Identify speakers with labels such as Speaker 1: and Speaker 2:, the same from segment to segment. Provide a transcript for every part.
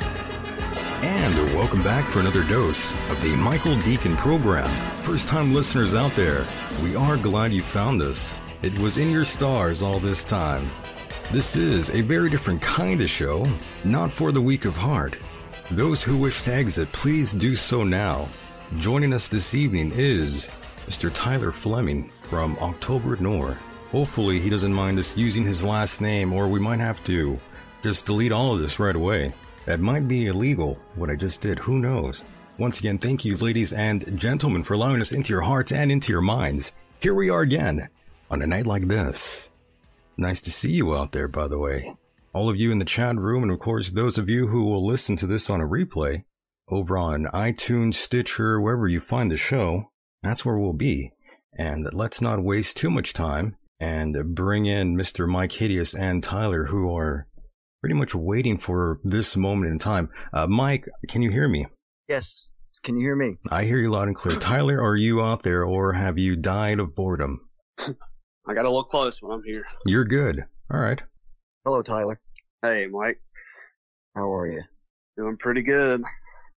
Speaker 1: And welcome back for another dose of the Michael Deacon program. First time listeners out there, we are glad you found this. It was in your stars all this time. This is a very different kind of show, not for the weak of heart. Those who wish to exit, please do so now. Joining us this evening is Mr. Tyler Fleming from October Nor. Hopefully, he doesn't mind us using his last name, or we might have to just delete all of this right away. That might be illegal, what I just did, who knows? Once again, thank you, ladies and gentlemen, for allowing us into your hearts and into your minds. Here we are again on a night like this. Nice to see you out there, by the way. All of you in the chat room, and of course, those of you who will listen to this on a replay over on iTunes, Stitcher, wherever you find the show, that's where we'll be. And let's not waste too much time and bring in Mr. Mike Hideous and Tyler, who are pretty much waiting for this moment in time. Uh, Mike, can you hear me?
Speaker 2: Yes. Can you hear me?
Speaker 1: I hear you loud and clear. Tyler, are you out there or have you died of boredom?
Speaker 3: I gotta look close when I'm here.
Speaker 1: You're good. All right.
Speaker 2: Hello, Tyler.
Speaker 3: Hey, Mike,
Speaker 2: How are you?
Speaker 3: doing pretty good.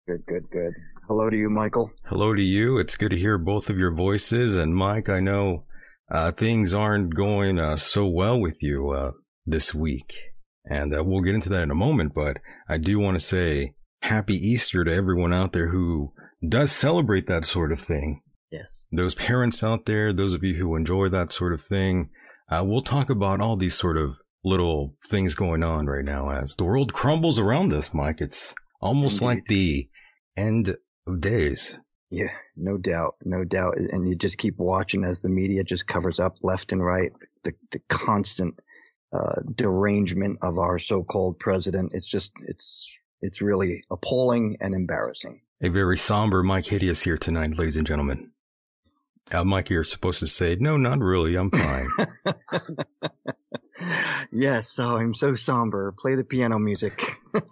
Speaker 2: Good, good, good. Hello to you, Michael.
Speaker 1: Hello to you. It's good to hear both of your voices. And Mike, I know uh, things aren't going uh, so well with you uh, this week. And uh, we'll get into that in a moment. But I do want to say happy Easter to everyone out there who does celebrate that sort of thing.
Speaker 2: Yes.
Speaker 1: those parents out there, those of you who enjoy that sort of thing, uh, we'll talk about all these sort of little things going on right now as the world crumbles around us, Mike. It's almost
Speaker 2: Indeed.
Speaker 1: like the end of days.
Speaker 2: Yeah, no doubt, no doubt. And you just keep watching as the media just covers up left and right the the constant uh, derangement of our so-called president. It's just it's it's really appalling and embarrassing.
Speaker 1: A very somber Mike Hideous here tonight, ladies and gentlemen. Uh, Mike, you're supposed to say, no, not really. I'm fine.
Speaker 2: yes, so I'm so somber. Play the piano music.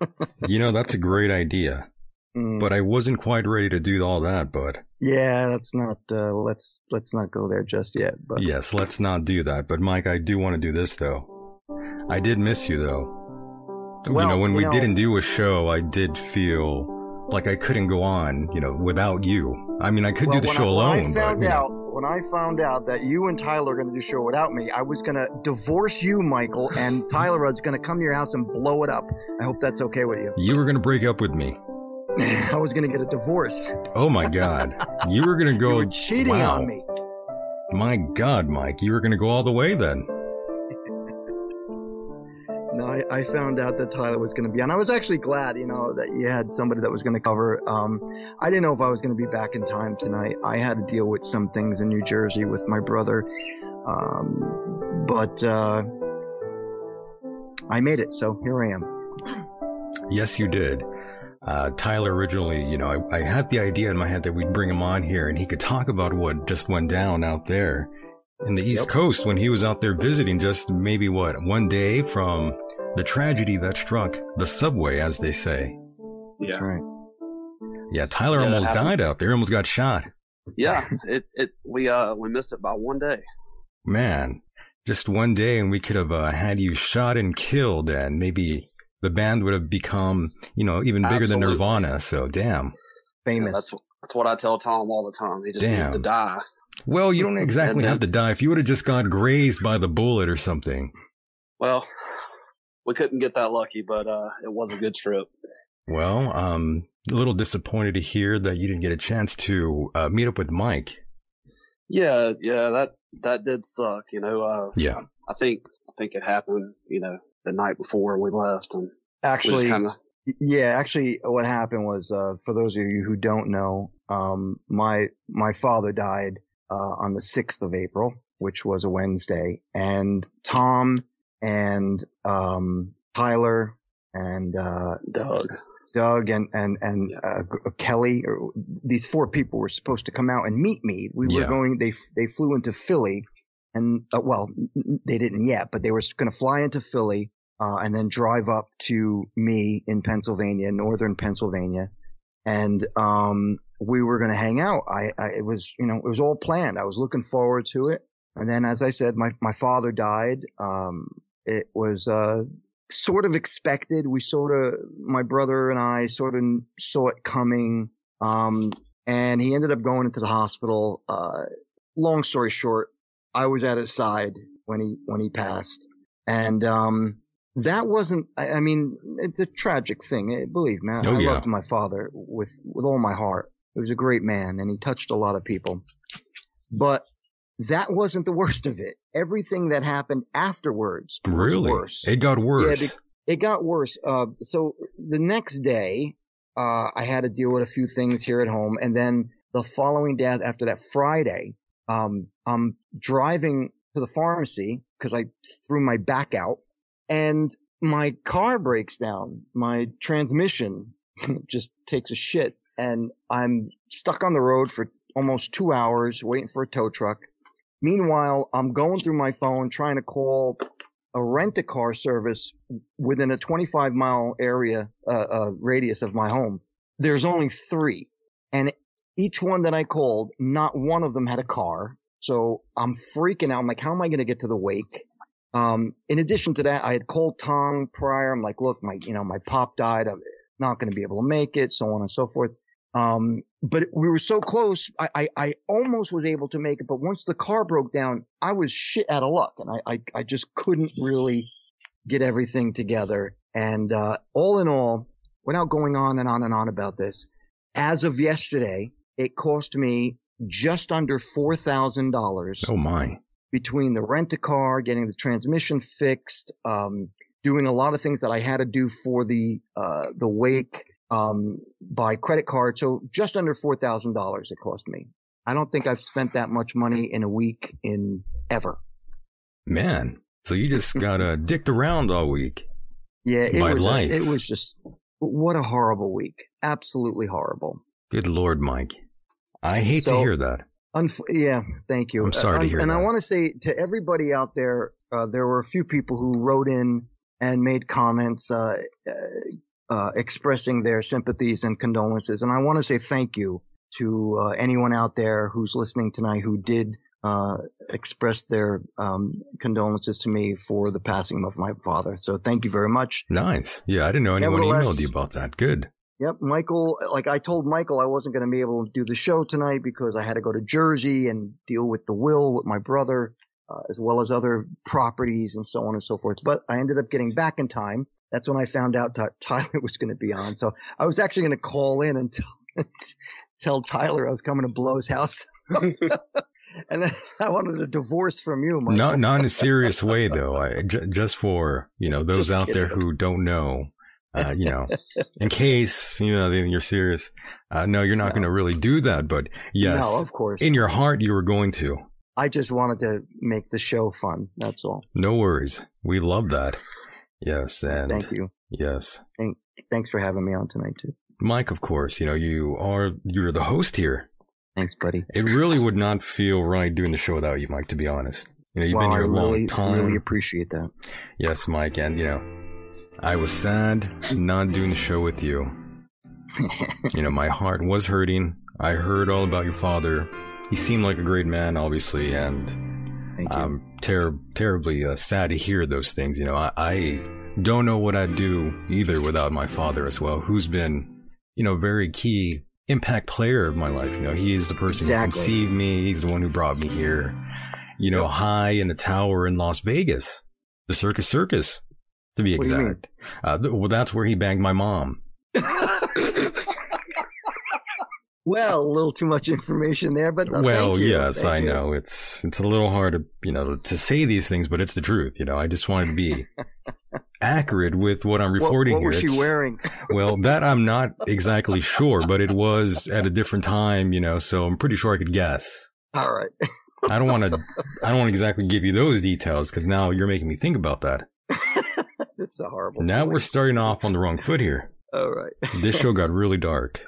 Speaker 1: you know, that's a great idea,
Speaker 2: Mm.
Speaker 1: but I wasn't quite ready to do all that, but
Speaker 2: Yeah, that's not. Uh, let's let's not go there just yet. But
Speaker 1: Yes, let's not do that. But Mike, I do want to do this though. I did miss you though.
Speaker 2: Well,
Speaker 1: you know, when
Speaker 2: you
Speaker 1: we
Speaker 2: know-
Speaker 1: didn't do a show, I did feel like I couldn't go on, you know, without you. I mean, I could
Speaker 2: well,
Speaker 1: do the
Speaker 2: when
Speaker 1: show
Speaker 2: I,
Speaker 1: alone.
Speaker 2: When I
Speaker 1: but,
Speaker 2: found
Speaker 1: you know.
Speaker 2: out when I found out that you and Tyler are going to do the show without me, I was going to divorce you, Michael, and Tyler was going to come to your house and blow it up. I hope that's okay with you.
Speaker 1: You were going to break up with me.
Speaker 2: I was going to get a divorce.
Speaker 1: Oh my God. you were going to
Speaker 2: you
Speaker 1: go.
Speaker 2: were cheating
Speaker 1: wow.
Speaker 2: on me.
Speaker 1: My God, Mike, you were going to go all the way then.
Speaker 2: No, I, I found out that Tyler was going to be on. I was actually glad, you know, that you had somebody that was going to cover. Um, I didn't know if I was going to be back in time tonight. I had to deal with some things in New Jersey with my brother, um, but uh, I made it, so here I am.
Speaker 1: Yes, you did. Uh, Tyler originally, you know, I, I had the idea in my head that we'd bring him on here and he could talk about what just went down out there in the East
Speaker 2: Yep.
Speaker 1: Coast when he was out there visiting just maybe what, one day from the tragedy that struck the subway, as they say.
Speaker 2: That's
Speaker 3: Yeah.
Speaker 2: right.
Speaker 1: Yeah, Tyler
Speaker 3: Yeah, that
Speaker 1: almost
Speaker 3: happened.
Speaker 1: died out there, almost got shot.
Speaker 3: Yeah. It, it, we, uh, we missed it by one day.
Speaker 1: Man, just one day and we could have uh, had you shot and killed and maybe the band would have become, you know, even bigger than
Speaker 3: Absolutely.
Speaker 1: Nirvana. So damn.
Speaker 3: Yeah,
Speaker 2: Famous.
Speaker 3: that's, that's what I tell Tom all the time. He just needs
Speaker 1: Damn.
Speaker 3: to die.
Speaker 1: Well,
Speaker 2: Mm,
Speaker 1: you don't exactly
Speaker 3: that-
Speaker 1: have to die. If you would have just got grazed by the bullet or something.
Speaker 3: Well, we couldn't get that lucky, but, uh, it was a good trip.
Speaker 1: Well, um, a little disappointed to hear that you didn't get a chance to uh, meet up with Mike.
Speaker 3: Yeah. Yeah. That, that did suck. You know, uh,
Speaker 1: Yeah.
Speaker 3: I think, I think it happened, you know, the night before we left and we
Speaker 2: actually,
Speaker 3: just kind of,
Speaker 2: Yeah, actually, what happened was, uh, for those of you who don't know, um, my my father died uh, on the sixth of April, which was a Wednesday, and Tom and um, Tyler and uh,
Speaker 3: Doug.
Speaker 2: Doug and and and uh, G- Kelly, or, these four people were supposed to come out and meet me. We were
Speaker 1: Yeah.
Speaker 2: going. They f- they flew into Philly, and uh, well, n- n- they didn't yet, but they were going to fly into Philly uh, and then drive up to me in Pennsylvania, northern Pennsylvania, and um, we were going to hang out. I, I it was you know it was all planned. I was looking forward to it, and then as I said, my my father died. Um, it was uh, sort of expected. We sort of, my brother and I sort of saw it coming. Um, and he ended up going into the hospital. Uh, long story short, I was at his side when he, when he passed. And, um, that wasn't, I, I mean, it's a tragic thing. eh, Believe me, I,
Speaker 1: Oh,
Speaker 2: I
Speaker 1: yeah.
Speaker 2: loved my father with, with all my heart. He was a great man and he touched a lot of people, but that wasn't the worst of it. Everything that happened afterwards was
Speaker 1: Really?
Speaker 2: worse
Speaker 1: It got worse.
Speaker 2: be- it got worse. Uh, so the next day, uh, I had to deal with a few things here at home, and then the following day after that Friday, um, I'm driving to the pharmacy because I threw my back out, and my car breaks down. My transmission just takes a shit, and I'm stuck on the road for almost two hours waiting for a tow truck. Meanwhile, I'm going through my phone trying to call a rent a car service within a 25 mile area uh, uh, radius of my home. There's only three, and each one that I called, not one of them had a car. So I'm freaking out. I'm like, how am I going to get to the wake? Um, in addition to that, I had called Tom prior. I'm like, look, my you know my pop died. I'm not going to be able to make it, so on and so forth. Um, but we were so close. I, I, I almost was able to make it, but once the car broke down, I was shit out of luck and I, I, I just couldn't really get everything together. And, uh, all in all, without going on and on and on about this, as of yesterday, it cost me just under $4,000
Speaker 1: oh my.
Speaker 2: between the rent a car, getting the transmission fixed, um, doing a lot of things that I had to do for the uh, the wake um, by credit card. So just under four thousand dollars it cost me. I don't think I've spent that much money in a week in ever.
Speaker 1: Man. So you just got uh, dicked around all week.
Speaker 2: Yeah, it
Speaker 1: My
Speaker 2: was
Speaker 1: life.
Speaker 2: it was just what a horrible week. Absolutely horrible.
Speaker 1: Good Lord, Mike. I hate to
Speaker 2: So-
Speaker 1: hear that.
Speaker 2: Unf- yeah, thank you.
Speaker 1: I'm sorry to
Speaker 2: Uh,
Speaker 1: hear
Speaker 2: And I
Speaker 1: that.
Speaker 2: want to say to everybody out there, uh, there were a few people who wrote in and made comments uh, uh, uh, expressing their sympathies and condolences. And I want to say thank you to uh, anyone out there who's listening tonight who did uh, express their um, condolences to me for the passing of my father. So thank you very much.
Speaker 1: Nice. Yeah, I didn't know anyone
Speaker 2: Nevertheless-
Speaker 1: emailed you about that. Good.
Speaker 2: Yep, Michael. Like I told Michael, I wasn't going to be able to do the show tonight because I had to go to Jersey and deal with the will with my brother, uh, as well as other properties and so on and so forth. But I ended up getting back in time. That's when I found out Ty- Tyler was going to be on. So I was actually going to call in and tell tell Tyler I was coming to Blow's house. and then I wanted a divorce from you, Michael.
Speaker 1: Not not in a serious way though. I j- just for you know those
Speaker 2: Just
Speaker 1: out there
Speaker 2: kidding.
Speaker 1: who don't know, uh, you know, in case you know then you're serious. Uh, no, you're not
Speaker 2: No.
Speaker 1: going to really do that. But yes,
Speaker 2: No, of course.
Speaker 1: in your heart you were going to.
Speaker 2: I just wanted to make the show fun. That's all.
Speaker 1: No worries. We love that. Yes, and
Speaker 2: Thank you.
Speaker 1: yes,
Speaker 2: Thanks for having me on tonight too.
Speaker 1: Mike. Of course, you know you are you're the host here.
Speaker 2: Thanks, buddy.
Speaker 1: It really would not feel right doing the show without you, Mike. To be honest, you know you've
Speaker 2: Well,
Speaker 1: been here
Speaker 2: I
Speaker 1: a long
Speaker 2: really,
Speaker 1: time.
Speaker 2: really appreciate that.
Speaker 1: Yes, Mike, and you know, I was sad not doing the show with you. you know, my heart was hurting. I heard all about your father. He seemed like a great man, obviously, and
Speaker 2: Thank you.
Speaker 1: I'm ter- terribly uh, sad to hear those things. You know, I-, I don't know what I'd do either without my father as well, who's been, you know, a very key impact player of my life. You know, he is the person who
Speaker 2: Exactly.
Speaker 1: conceived me. He's the one who brought me here. You know, high in the tower in Las Vegas, the Circus Circus, to be
Speaker 2: What do you mean?
Speaker 1: exact. Uh, th- well, that's where he banged my mom.
Speaker 2: well, a little too much information there, but uh,
Speaker 1: well,
Speaker 2: thank you.
Speaker 1: yes,
Speaker 2: Thank
Speaker 1: I
Speaker 2: you.
Speaker 1: know it's it's a little hard to you know to say these things, but it's the truth. You know, I just wanted to be accurate with what I'm
Speaker 2: What-
Speaker 1: reporting
Speaker 2: what,
Speaker 1: here.
Speaker 2: was she
Speaker 1: It's-
Speaker 2: wearing?
Speaker 1: Well, that I'm not exactly sure, but it was at a different time, you know, so I'm pretty sure I could guess.
Speaker 2: All right.
Speaker 1: I don't want to I don't want to exactly give you those details because now you're making me think about that.
Speaker 2: That's a horrible.
Speaker 1: Now
Speaker 2: feeling.
Speaker 1: we're starting off on the wrong foot here.
Speaker 2: all right.
Speaker 1: This show got really dark.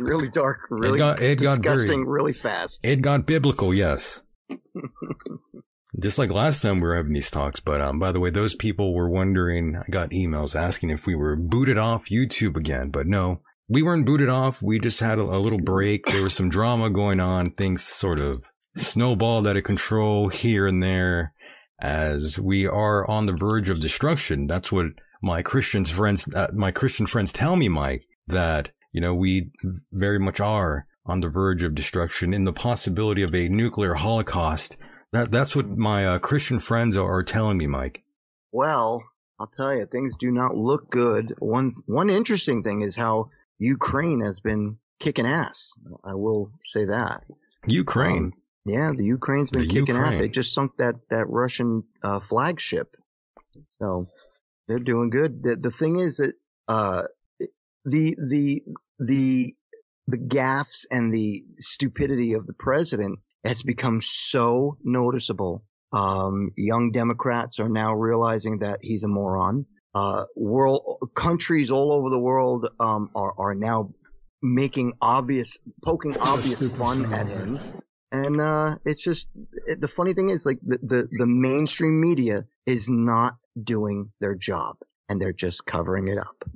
Speaker 2: Really dark, really
Speaker 1: got- it got very-
Speaker 2: disgusting, really fast.
Speaker 1: It got biblical, yes. Just like last time we were having these talks, but um, by the way, those people were wondering. I got emails asking if we were booted off YouTube again, but no, we weren't booted off. We just had a, a little break. There was some drama going on. Things sort of snowballed out of control here and there, as we are on the verge of destruction. That's what my Christian friends, uh, my Christian friends, tell me, Mike, that you know we very much are on the verge of destruction in the possibility of a nuclear holocaust. That that's what my uh, Christian friends are, are telling me, Mike.
Speaker 2: Well, I'll tell you, things do not look good. One one interesting thing is how Ukraine has been kicking ass. I will say that.
Speaker 1: Ukraine.
Speaker 2: Um, yeah, the Ukraine's been
Speaker 1: Hmm. The
Speaker 2: kicking ass.
Speaker 1: Ukraine.
Speaker 2: They just sunk that that Russian uh, flagship. So they're doing good. The, the thing is that uh, the the the the gaffes and the stupidity of the president has become so noticeable. Um, young Democrats are now realizing that he's a moron. Uh, world countries all over the world um, are are now making obvious, poking obvious fun at him. And uh, it's just it, the funny thing is, like the, the the mainstream media is not doing their job, and they're just covering it up.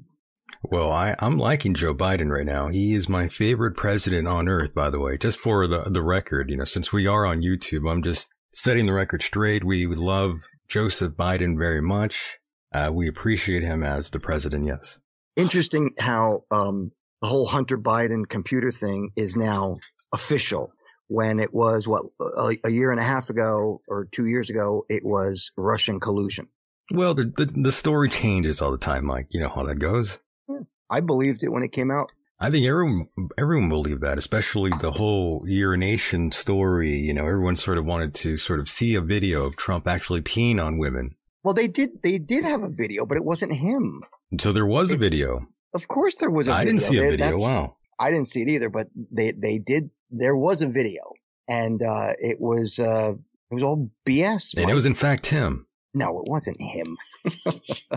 Speaker 1: well, I I'm liking Joe Biden right now. He is my favorite president on earth. By the way, just for the the record, you know, since we are on YouTube, I'm just setting the record straight. We love Joseph Biden very much. Uh, we appreciate him as the president. Yes.
Speaker 2: Interesting how um, the whole Hunter Biden computer thing is now official. When it was what a, a year and a half ago or two years ago, it was Russian collusion.
Speaker 1: Well, the, the the story changes all the time, Mike. You know how that goes.
Speaker 2: Hmm. I believed it when it came out.
Speaker 1: I think everyone everyone believed that, especially the whole urination story. You know, everyone sort of wanted to sort of see a video of Trump actually peeing on women.
Speaker 2: Well, they did. They did have a video, but it wasn't him.
Speaker 1: And so there was a video.
Speaker 2: Of course, there was a
Speaker 1: I
Speaker 2: video.
Speaker 1: didn't see a
Speaker 2: They-
Speaker 1: video.
Speaker 2: that's-
Speaker 1: Wow.
Speaker 2: I didn't see it either, but they, they did. There was a video, and uh, it was uh, it was all BS.
Speaker 1: And it
Speaker 2: Mike.
Speaker 1: was in fact him.
Speaker 2: no, it wasn't him.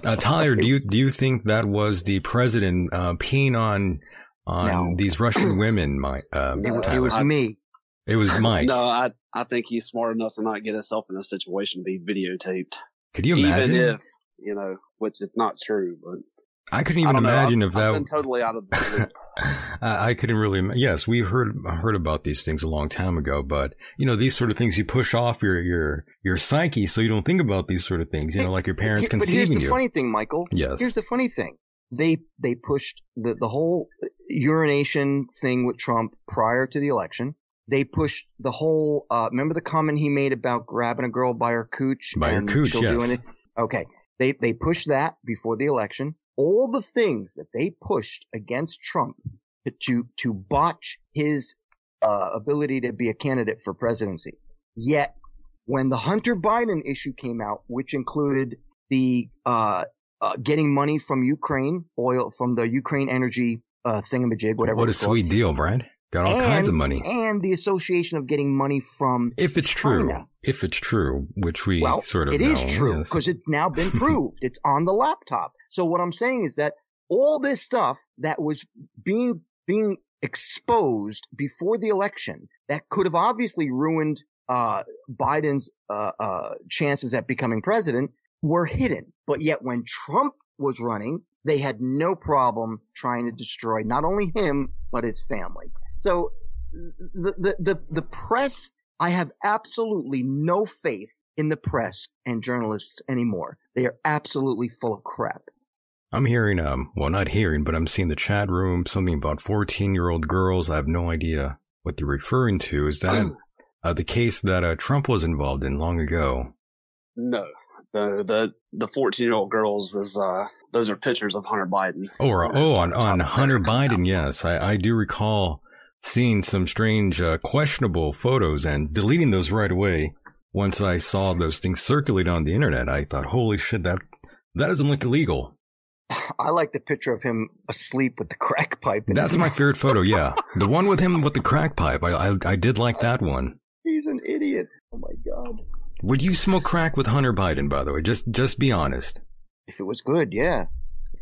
Speaker 1: Uh, Tyler, do you do you think that was the president uh, peeing on on
Speaker 2: No.
Speaker 1: these Russian women, Mike? Uh,
Speaker 2: It,
Speaker 3: No,
Speaker 2: was-
Speaker 1: Tyler?
Speaker 2: it was
Speaker 3: I-
Speaker 2: me.
Speaker 1: it was Mike.
Speaker 3: No, I I think he's smart enough to not get himself in a situation to be videotaped.
Speaker 1: Could you
Speaker 3: Even
Speaker 1: imagine?
Speaker 3: if you know, which is not true, but
Speaker 1: I couldn't
Speaker 3: I
Speaker 1: even
Speaker 3: don't know.
Speaker 1: imagine
Speaker 3: I've-
Speaker 1: if that
Speaker 3: I've been totally out of the loop.
Speaker 1: I I couldn't really. im- Yes, we heard heard about these things a long time ago, but you know these sort of things you push off your your your psyche, so you don't think about these sort of things. You know, like your parents
Speaker 2: Here- but here's
Speaker 1: conceiving
Speaker 2: the
Speaker 1: you.
Speaker 2: funny thing, Michael.
Speaker 1: yes,
Speaker 2: Here's the funny thing. They they pushed the the whole urination thing with Trump prior to the election. They pushed the whole. Uh, remember the comment he made about grabbing a girl by her cooch.
Speaker 1: By her
Speaker 2: and
Speaker 1: cooch,
Speaker 2: she'll
Speaker 1: yes.
Speaker 2: Do it. Okay. They they pushed that before the election. All the things that they pushed against Trump to to botch his uh, ability to be a candidate for presidency. Yet, when the Hunter Biden issue came out, which included the uh, uh, getting money from Ukraine oil from the Ukraine energy uh, thingamajig, whatever.
Speaker 1: What a
Speaker 2: it's called,
Speaker 1: sweet deal, Brad. Got all kinds of money.
Speaker 2: and the association of getting money from
Speaker 1: If it's true,
Speaker 2: China.
Speaker 1: if it's true, which we
Speaker 2: well,
Speaker 1: sort of
Speaker 2: it is
Speaker 1: know,
Speaker 2: true
Speaker 1: yes.
Speaker 2: because it's now been proved. it's on the laptop. So what I'm saying is that all this stuff that was being being exposed before the election that could have obviously ruined uh, Biden's uh, uh, chances at becoming president were hidden. But yet when Trump was running, they had no problem trying to destroy not only him but his family. So the the the, the press I have absolutely no faith in the press and journalists anymore. They are absolutely full of crap.
Speaker 1: I'm hearing, um, well, not hearing, but I'm seeing the chat room something about 14 year old girls. I have no idea what they're referring to. Is that
Speaker 2: Oh.
Speaker 1: uh, the case that uh, Trump was involved in long ago?
Speaker 3: No, the the the fourteen year old girls is uh those are pictures of Hunter Biden.
Speaker 1: Or,
Speaker 3: That's
Speaker 1: oh, on,
Speaker 3: top
Speaker 1: on
Speaker 3: of
Speaker 1: Hunter
Speaker 3: there.
Speaker 1: Biden, yes. I, I do recall seeing some strange, uh, questionable photos and deleting those right away. Once I saw those things circulate on the internet, I thought, holy shit, that, that doesn't look illegal.
Speaker 2: I like the picture of him asleep with the crack pipe. in
Speaker 1: That's
Speaker 2: his
Speaker 1: my
Speaker 2: mouth.
Speaker 1: favorite photo, yeah. The one with him with the crack pipe. I, I, I did like that one.
Speaker 2: He's an idiot. Oh my god.
Speaker 1: Would you smoke crack with Hunter Biden? By the way, just just be honest.
Speaker 2: If it was good, yeah.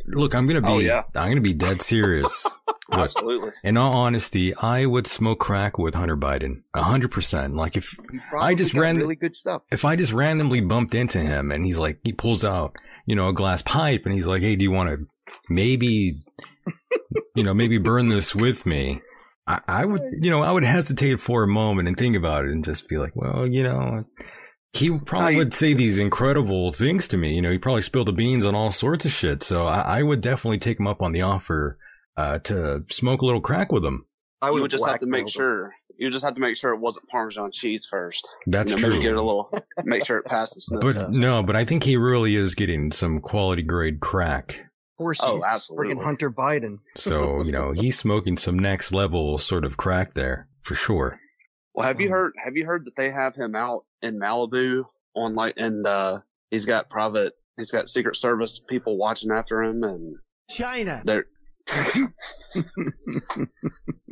Speaker 1: Look, I'm gonna be
Speaker 3: Oh, yeah.
Speaker 1: I'm gonna be dead serious. Look,
Speaker 3: Absolutely.
Speaker 1: in all honesty, I would smoke crack with Hunter Biden, hundred percent. Like if
Speaker 2: He probably
Speaker 1: just
Speaker 2: got
Speaker 1: ran the-
Speaker 2: really good stuff.
Speaker 1: if I just randomly bumped into him and he's like he pulls out you know a glass pipe and he's like, hey, do you want to maybe you know maybe burn this with me? I, I would you know I would hesitate for a moment and think about it and just be like, well, you know. He probably
Speaker 3: I-
Speaker 1: would say these incredible things to me. You know, he probably spilled the beans on all sorts of shit. So I, I would definitely take him up on the offer uh, to smoke a little crack with him.
Speaker 2: I
Speaker 3: you would just have to make
Speaker 2: blackmailed him.
Speaker 3: sure. You just have to make sure it wasn't Parmesan cheese first.
Speaker 1: That's
Speaker 3: you know,
Speaker 1: true.
Speaker 3: Maybe give it a little. Make sure it passes. the
Speaker 1: But
Speaker 3: test.
Speaker 1: no, but I think he really is getting some quality grade crack.
Speaker 2: Of course,
Speaker 3: Oh,
Speaker 2: he's
Speaker 3: absolutely.
Speaker 2: friggin' Hunter Biden.
Speaker 1: So, you know, he's smoking some next level sort of crack there for sure.
Speaker 3: Well,
Speaker 1: Um,
Speaker 3: have you heard? Have you heard that they have him out in Malibu on like, and uh, he's got private, he's got Secret Service people watching after him, and
Speaker 4: China.
Speaker 3: they're.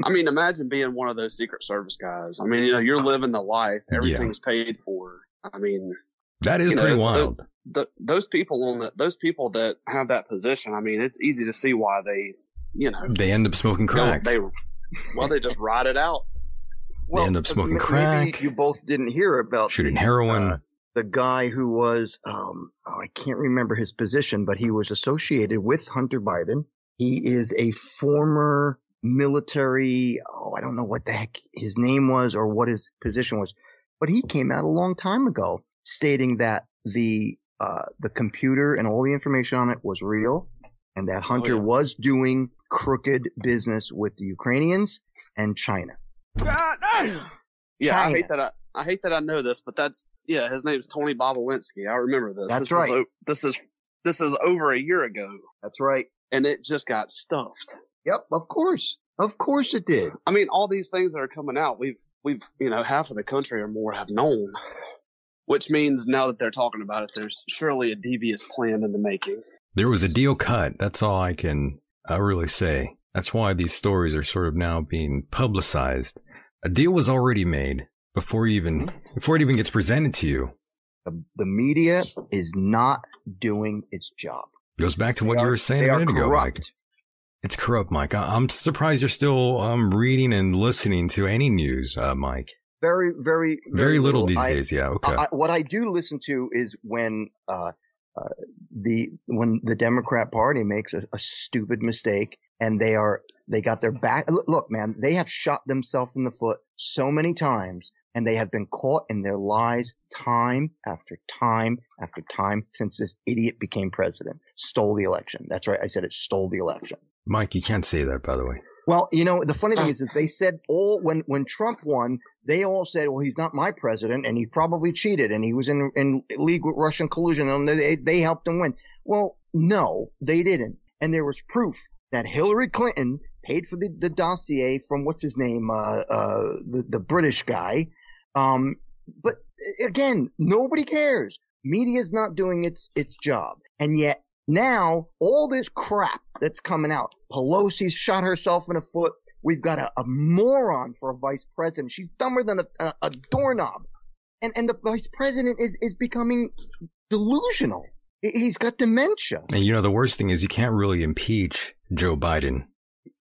Speaker 3: I mean, imagine being one of those Secret Service guys. I mean, you know, you're living the life,
Speaker 1: Yeah.
Speaker 3: everything's paid for. I mean,
Speaker 1: That is
Speaker 3: You know,
Speaker 1: pretty
Speaker 3: the-
Speaker 1: wild.
Speaker 3: th those people on the, those people that have that position. I mean, it's easy to see why they, you know,
Speaker 1: they end up smoking
Speaker 3: No,
Speaker 1: crack.
Speaker 3: they well, they just ride it out.
Speaker 2: Well,
Speaker 1: end up smoking
Speaker 2: m- maybe
Speaker 1: crack.
Speaker 2: You both didn't hear about
Speaker 1: shooting
Speaker 2: the,
Speaker 1: heroin.
Speaker 2: uh, the guy who was um oh, I can't remember his position, but he was associated with Hunter Biden. He is a former military oh I don't know what the heck his name was or what his position was, but he came out a long time ago stating that the uh the computer and all the information on it was real and that Hunter
Speaker 3: yeah.
Speaker 2: was doing crooked business with the Ukrainians and China.
Speaker 3: Yeah, I
Speaker 2: China.
Speaker 3: hate that. I, I hate that I know this, but that's yeah. His name's Tony Bobolinsky. I remember this.
Speaker 2: That's
Speaker 3: this
Speaker 2: right.
Speaker 3: Is, o- this is this is over a year ago,
Speaker 2: That's right.
Speaker 3: and it just got stuffed.
Speaker 2: Yep, of course. Of course it did.
Speaker 3: I mean, all these things that are coming out, we've we've you know half of the country or more have known, which means now that they're talking about it, there's surely a devious plan in the making.
Speaker 1: there was a deal cut. That's all I can uh, really say. That's why these stories are sort of now being publicized. A deal was already made before even
Speaker 2: Mm-hmm.
Speaker 1: before it even gets presented to you.
Speaker 2: The, the media is not doing its job.
Speaker 1: Goes back to what
Speaker 2: They
Speaker 1: you
Speaker 2: are-
Speaker 1: were saying
Speaker 2: they
Speaker 1: a
Speaker 2: are
Speaker 1: minute ago, Mike.
Speaker 2: corrupt.
Speaker 1: It's corrupt, Mike. I- I'm surprised you're still um, reading and listening to any news, uh, Mike.
Speaker 2: Very, very,
Speaker 1: Very, little, these
Speaker 2: I-
Speaker 1: days. Yeah. Okay.
Speaker 2: I, I- what I do listen to is when uh, uh, the when the Democrat Party makes a, a stupid mistake and they are they got their back. look- Look, man, they have shot themselves in the foot so many times, and they have been caught in their lies time after time after time since this idiot became president. Stole the election. That's right. I said it stole the election.
Speaker 1: Mike, you can't say that, by the way.
Speaker 2: Well, you know, the funny thing is that they said all when when Trump won, they all said, "Well, he's not my president, and he probably cheated, and he was in in league with Russian collusion, and they they helped him win." Well, no, they didn't, and there was proof that Hillary Clinton paid for the, the dossier from what's his name, uh, uh, the the British guy, um, but again, nobody cares. Media's not doing its its job, and yet now all this crap that's coming out. Pelosi's shot herself in the foot. We've got a, a moron for a vice president. She's dumber than a, a, a doorknob, and and the vice president is is becoming delusional. He- He's got dementia.
Speaker 1: And you know, the worst thing is you can't really impeach Joe Biden.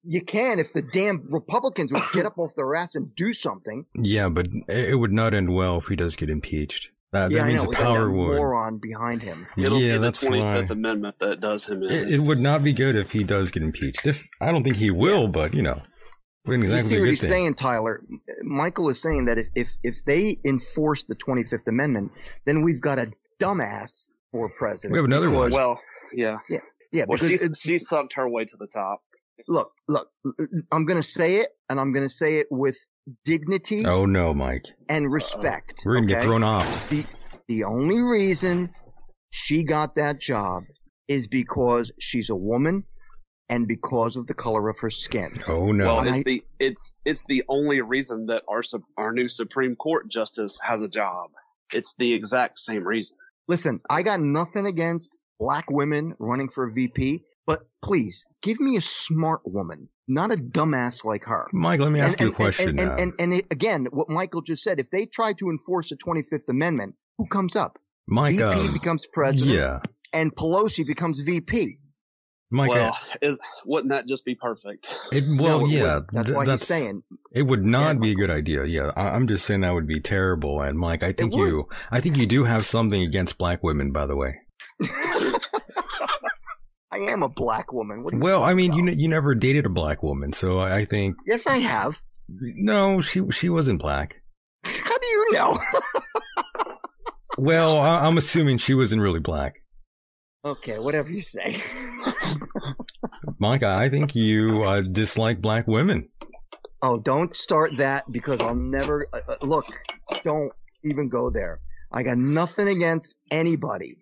Speaker 2: You can if the damn Republicans would get up off their ass and do something.
Speaker 1: Yeah, but it it would not end well if he does get impeached. Uh, That, that means a
Speaker 2: we got
Speaker 1: power
Speaker 2: that
Speaker 1: war.
Speaker 2: moron behind him.
Speaker 3: It'll
Speaker 1: yeah,
Speaker 3: be the
Speaker 1: that's
Speaker 3: 25th
Speaker 1: why.
Speaker 3: Amendment that does him in.
Speaker 1: It, it would not be good if he does get impeached. If I don't think he will, but you know, wouldn't
Speaker 2: You
Speaker 1: exactly
Speaker 2: see
Speaker 1: be a
Speaker 2: what
Speaker 1: good
Speaker 2: he's
Speaker 1: thing.
Speaker 2: saying, Tyler. Michael is saying that if, if if they enforce the 25th Amendment, then we've got a dumbass for president.
Speaker 1: We have another one.
Speaker 3: well, yeah.
Speaker 2: Yeah,
Speaker 3: Well,
Speaker 2: because
Speaker 3: she
Speaker 2: it's-
Speaker 3: she sucked her way to the top.
Speaker 2: look, look, I'm going to say it, and I'm going to say it with dignity
Speaker 1: Oh no, Mike,
Speaker 2: and respect.
Speaker 1: we're gonna get
Speaker 2: okay?
Speaker 1: thrown off.
Speaker 2: The, the only reason she got that job is because she's a woman and because of the color of her skin.
Speaker 1: Oh no,
Speaker 3: Well,
Speaker 2: I-
Speaker 3: it's the it's it's the only reason that our sup- our new Supreme Court justice has a job. It's the exact same reason.
Speaker 2: Listen, I got nothing against black women running for VP, but please give me a smart woman, not a dumbass like her.
Speaker 1: Mike, let me ask you a question uh,
Speaker 2: and,
Speaker 1: now.
Speaker 2: and, and, and it- again, what Michael just said, if they try to enforce the 25th Amendment, who comes up?
Speaker 1: Mike,
Speaker 2: VP
Speaker 1: um,
Speaker 2: becomes president
Speaker 1: yeah,
Speaker 2: and Pelosi becomes VP.
Speaker 1: Mike,
Speaker 3: well, is wouldn't that just be perfect?
Speaker 1: I- it, well,
Speaker 2: No, it
Speaker 1: yeah,
Speaker 2: wouldn't. That's
Speaker 1: th-
Speaker 2: why he's saying
Speaker 1: It would not
Speaker 2: Yeah.
Speaker 1: be a good idea. Yeah, I, I'm just saying that would be terrible. And Mike, I think
Speaker 2: would.
Speaker 1: you, I think you do have something against black women, by the way.
Speaker 2: I am a black woman. What do you
Speaker 1: Well, I mean, you
Speaker 2: about?
Speaker 1: ne- you never dated a black woman, so I, I think
Speaker 2: Yes, I have.
Speaker 1: no, she she wasn't black.
Speaker 2: How do you know?
Speaker 1: Well, I, I'm assuming she wasn't really black.
Speaker 2: okay, whatever you say.
Speaker 1: Mike, I think you uh, dislike black women.
Speaker 2: Oh, don't start that because I'll never uh, uh, look. Don't even go there. I got nothing against anybody.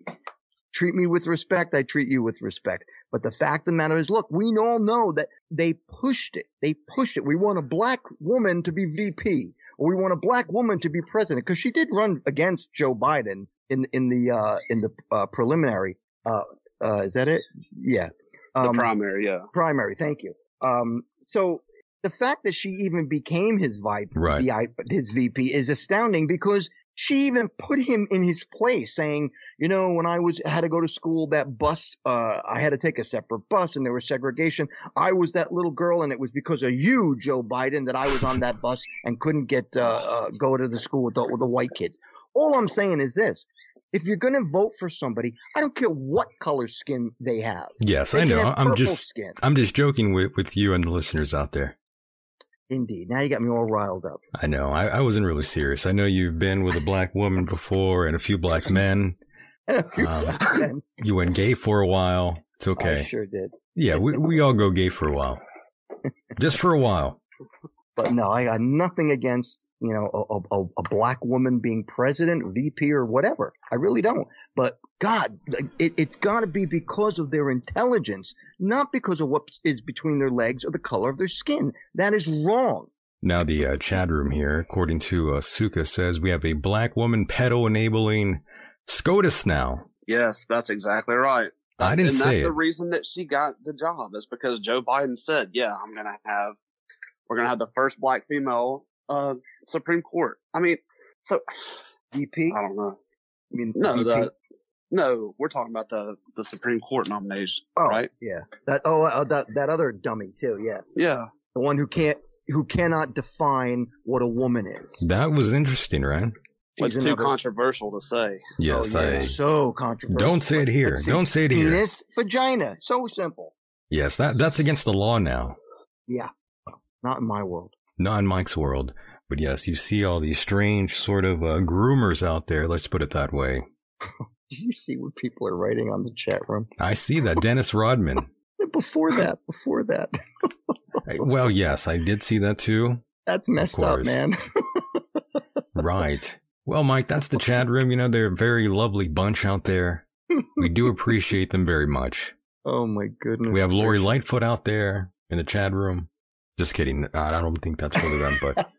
Speaker 2: Treat me with respect. I treat you with respect. But the fact of the matter is, look, we all know that they pushed it. They pushed it. We want a black woman to be VP or we want a black woman to be president because she did run against Joe Biden in, in the, uh, in the uh, preliminary. Uh, uh, is that it? Yeah.
Speaker 3: the
Speaker 2: Um,
Speaker 3: primary, yeah.
Speaker 2: primary. Thank you. Um, so the fact that she even became his VIP,
Speaker 1: Right.
Speaker 2: his VP is astounding because she even put him in his place, saying, you know, when I was had to go to school, that bus, uh, I had to take a separate bus, and there was segregation. I was that little girl, and it was because of you, Joe Biden, that I was on that bus and couldn't get uh, uh, go to the school with the, with the white kids. All I'm saying is this. If you're going to vote for somebody, I don't care what color skin they have.
Speaker 1: Yes,
Speaker 2: They
Speaker 1: I
Speaker 2: can
Speaker 1: know.
Speaker 2: have
Speaker 1: I'm
Speaker 2: purple
Speaker 1: just
Speaker 2: skin.
Speaker 1: I'm just joking with with you and the listeners out there.
Speaker 2: Indeed. Now you got me all riled up.
Speaker 1: I know. I, I wasn't really serious. I know you've been with a black woman before and a few black men. Um,
Speaker 2: Then
Speaker 1: You went gay for a while. It's
Speaker 2: I
Speaker 1: okay.
Speaker 2: sure did.
Speaker 1: Yeah, we, we all go gay for a while. Just for a while.
Speaker 2: But no, I got nothing against, you know, a, a, a- a black woman being president, VP, or whatever. I really don't. But God, like, it, it's got to be because of their intelligence, not because of what is between their legs or the color of their skin. That is wrong.
Speaker 1: Now, the uh, chat room here, according to uh, Suka, says we have a black woman pedo enabling SCOTUS now.
Speaker 3: Yes, that's exactly right. That's,
Speaker 1: I didn't
Speaker 3: and
Speaker 1: say
Speaker 3: that's
Speaker 1: it.
Speaker 3: the reason that she got the job is because Joe Biden said, "Yeah, I'm gonna have, we're gonna have the first black female uh, Supreme Court." I mean, so
Speaker 2: VP?
Speaker 3: I don't know.
Speaker 2: I mean,
Speaker 3: No,
Speaker 2: VP?
Speaker 3: the no, we're talking about the the Supreme Court nomination,
Speaker 2: oh,
Speaker 3: right?
Speaker 2: Yeah. That, oh, uh, that, that other dummy, too. Yeah.
Speaker 3: Yeah,
Speaker 2: The one who can't, who cannot define what a woman is.
Speaker 1: That was interesting, right?
Speaker 3: it's
Speaker 2: She's
Speaker 3: too
Speaker 2: another-
Speaker 3: controversial to say.
Speaker 1: Yes,
Speaker 2: oh, yeah, it's so
Speaker 1: I.
Speaker 2: controversial.
Speaker 1: Don't say it here.
Speaker 2: Let's see.
Speaker 1: Don't say it here.
Speaker 2: Penis, vagina. So simple.
Speaker 1: Yes, that, that's against the law now.
Speaker 2: Yeah. Not in my world.
Speaker 1: Not in Mike's world. But yes, you see all these strange sort of uh, groomers out there. Let's put it that way.
Speaker 2: Do you see what people are writing on the chat room?
Speaker 1: I see that. Dennis Rodman.
Speaker 2: Before that, before that.
Speaker 1: I- Well, yes, I did see that too.
Speaker 2: That's messed up,
Speaker 1: course.
Speaker 2: man.
Speaker 1: Right. Well, Mike, that's the chat room. You know, they're a very lovely bunch out there. We do appreciate them very much.
Speaker 2: oh my goodness.
Speaker 1: We have Lori Lightfoot out there in the chat room. Just kidding. I don't think that's really them, but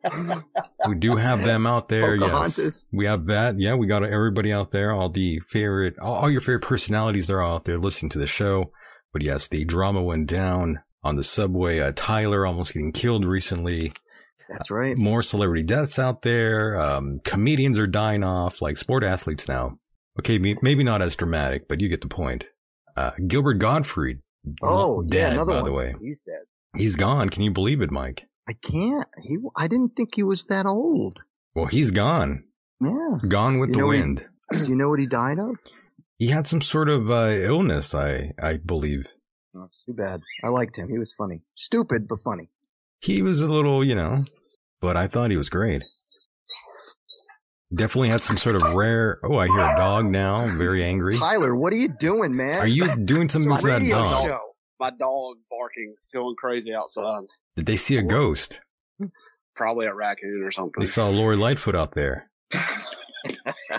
Speaker 1: we do have them out there. Yes,
Speaker 2: Pocahontas.
Speaker 1: we have that. Yeah, we got everybody out there. All the favorite, all, all your favorite personalities they are out there listening to the show. But yes, the drama went down on the subway. Uh, Tyler almost getting killed recently.
Speaker 2: That's right.
Speaker 1: More celebrity deaths out there. Um, comedians are dying off, like sport athletes now. Okay, may- maybe not as dramatic, but you get the point. Uh, Gilbert Gottfried.
Speaker 2: Oh,
Speaker 1: dead,
Speaker 2: yeah, another
Speaker 1: by
Speaker 2: one.
Speaker 1: the way.
Speaker 2: He's dead.
Speaker 1: He's gone. Can you believe it, Mike?
Speaker 2: I can't. He. I didn't think he was that old.
Speaker 1: Well, he's gone.
Speaker 2: Yeah.
Speaker 1: Gone with
Speaker 2: You
Speaker 1: the
Speaker 2: know, he-
Speaker 1: wind.
Speaker 2: Do you know what he died of?
Speaker 1: He had some sort of uh, illness, I I believe.
Speaker 2: Oh, it's too bad. I liked him. He was funny. Stupid, but funny.
Speaker 1: He was a little, you know, but I thought he was great. Definitely had some sort of rare. Oh, I hear a dog now. Very angry.
Speaker 2: Tyler, what are you doing, man?
Speaker 1: Are you doing something
Speaker 2: It's
Speaker 1: to
Speaker 2: a
Speaker 1: that
Speaker 2: radio
Speaker 1: dog?
Speaker 2: show.
Speaker 3: My dog barking, going crazy outside.
Speaker 1: Did they see a ghost?
Speaker 3: Probably a raccoon or something.
Speaker 1: They saw Lori Lightfoot out there.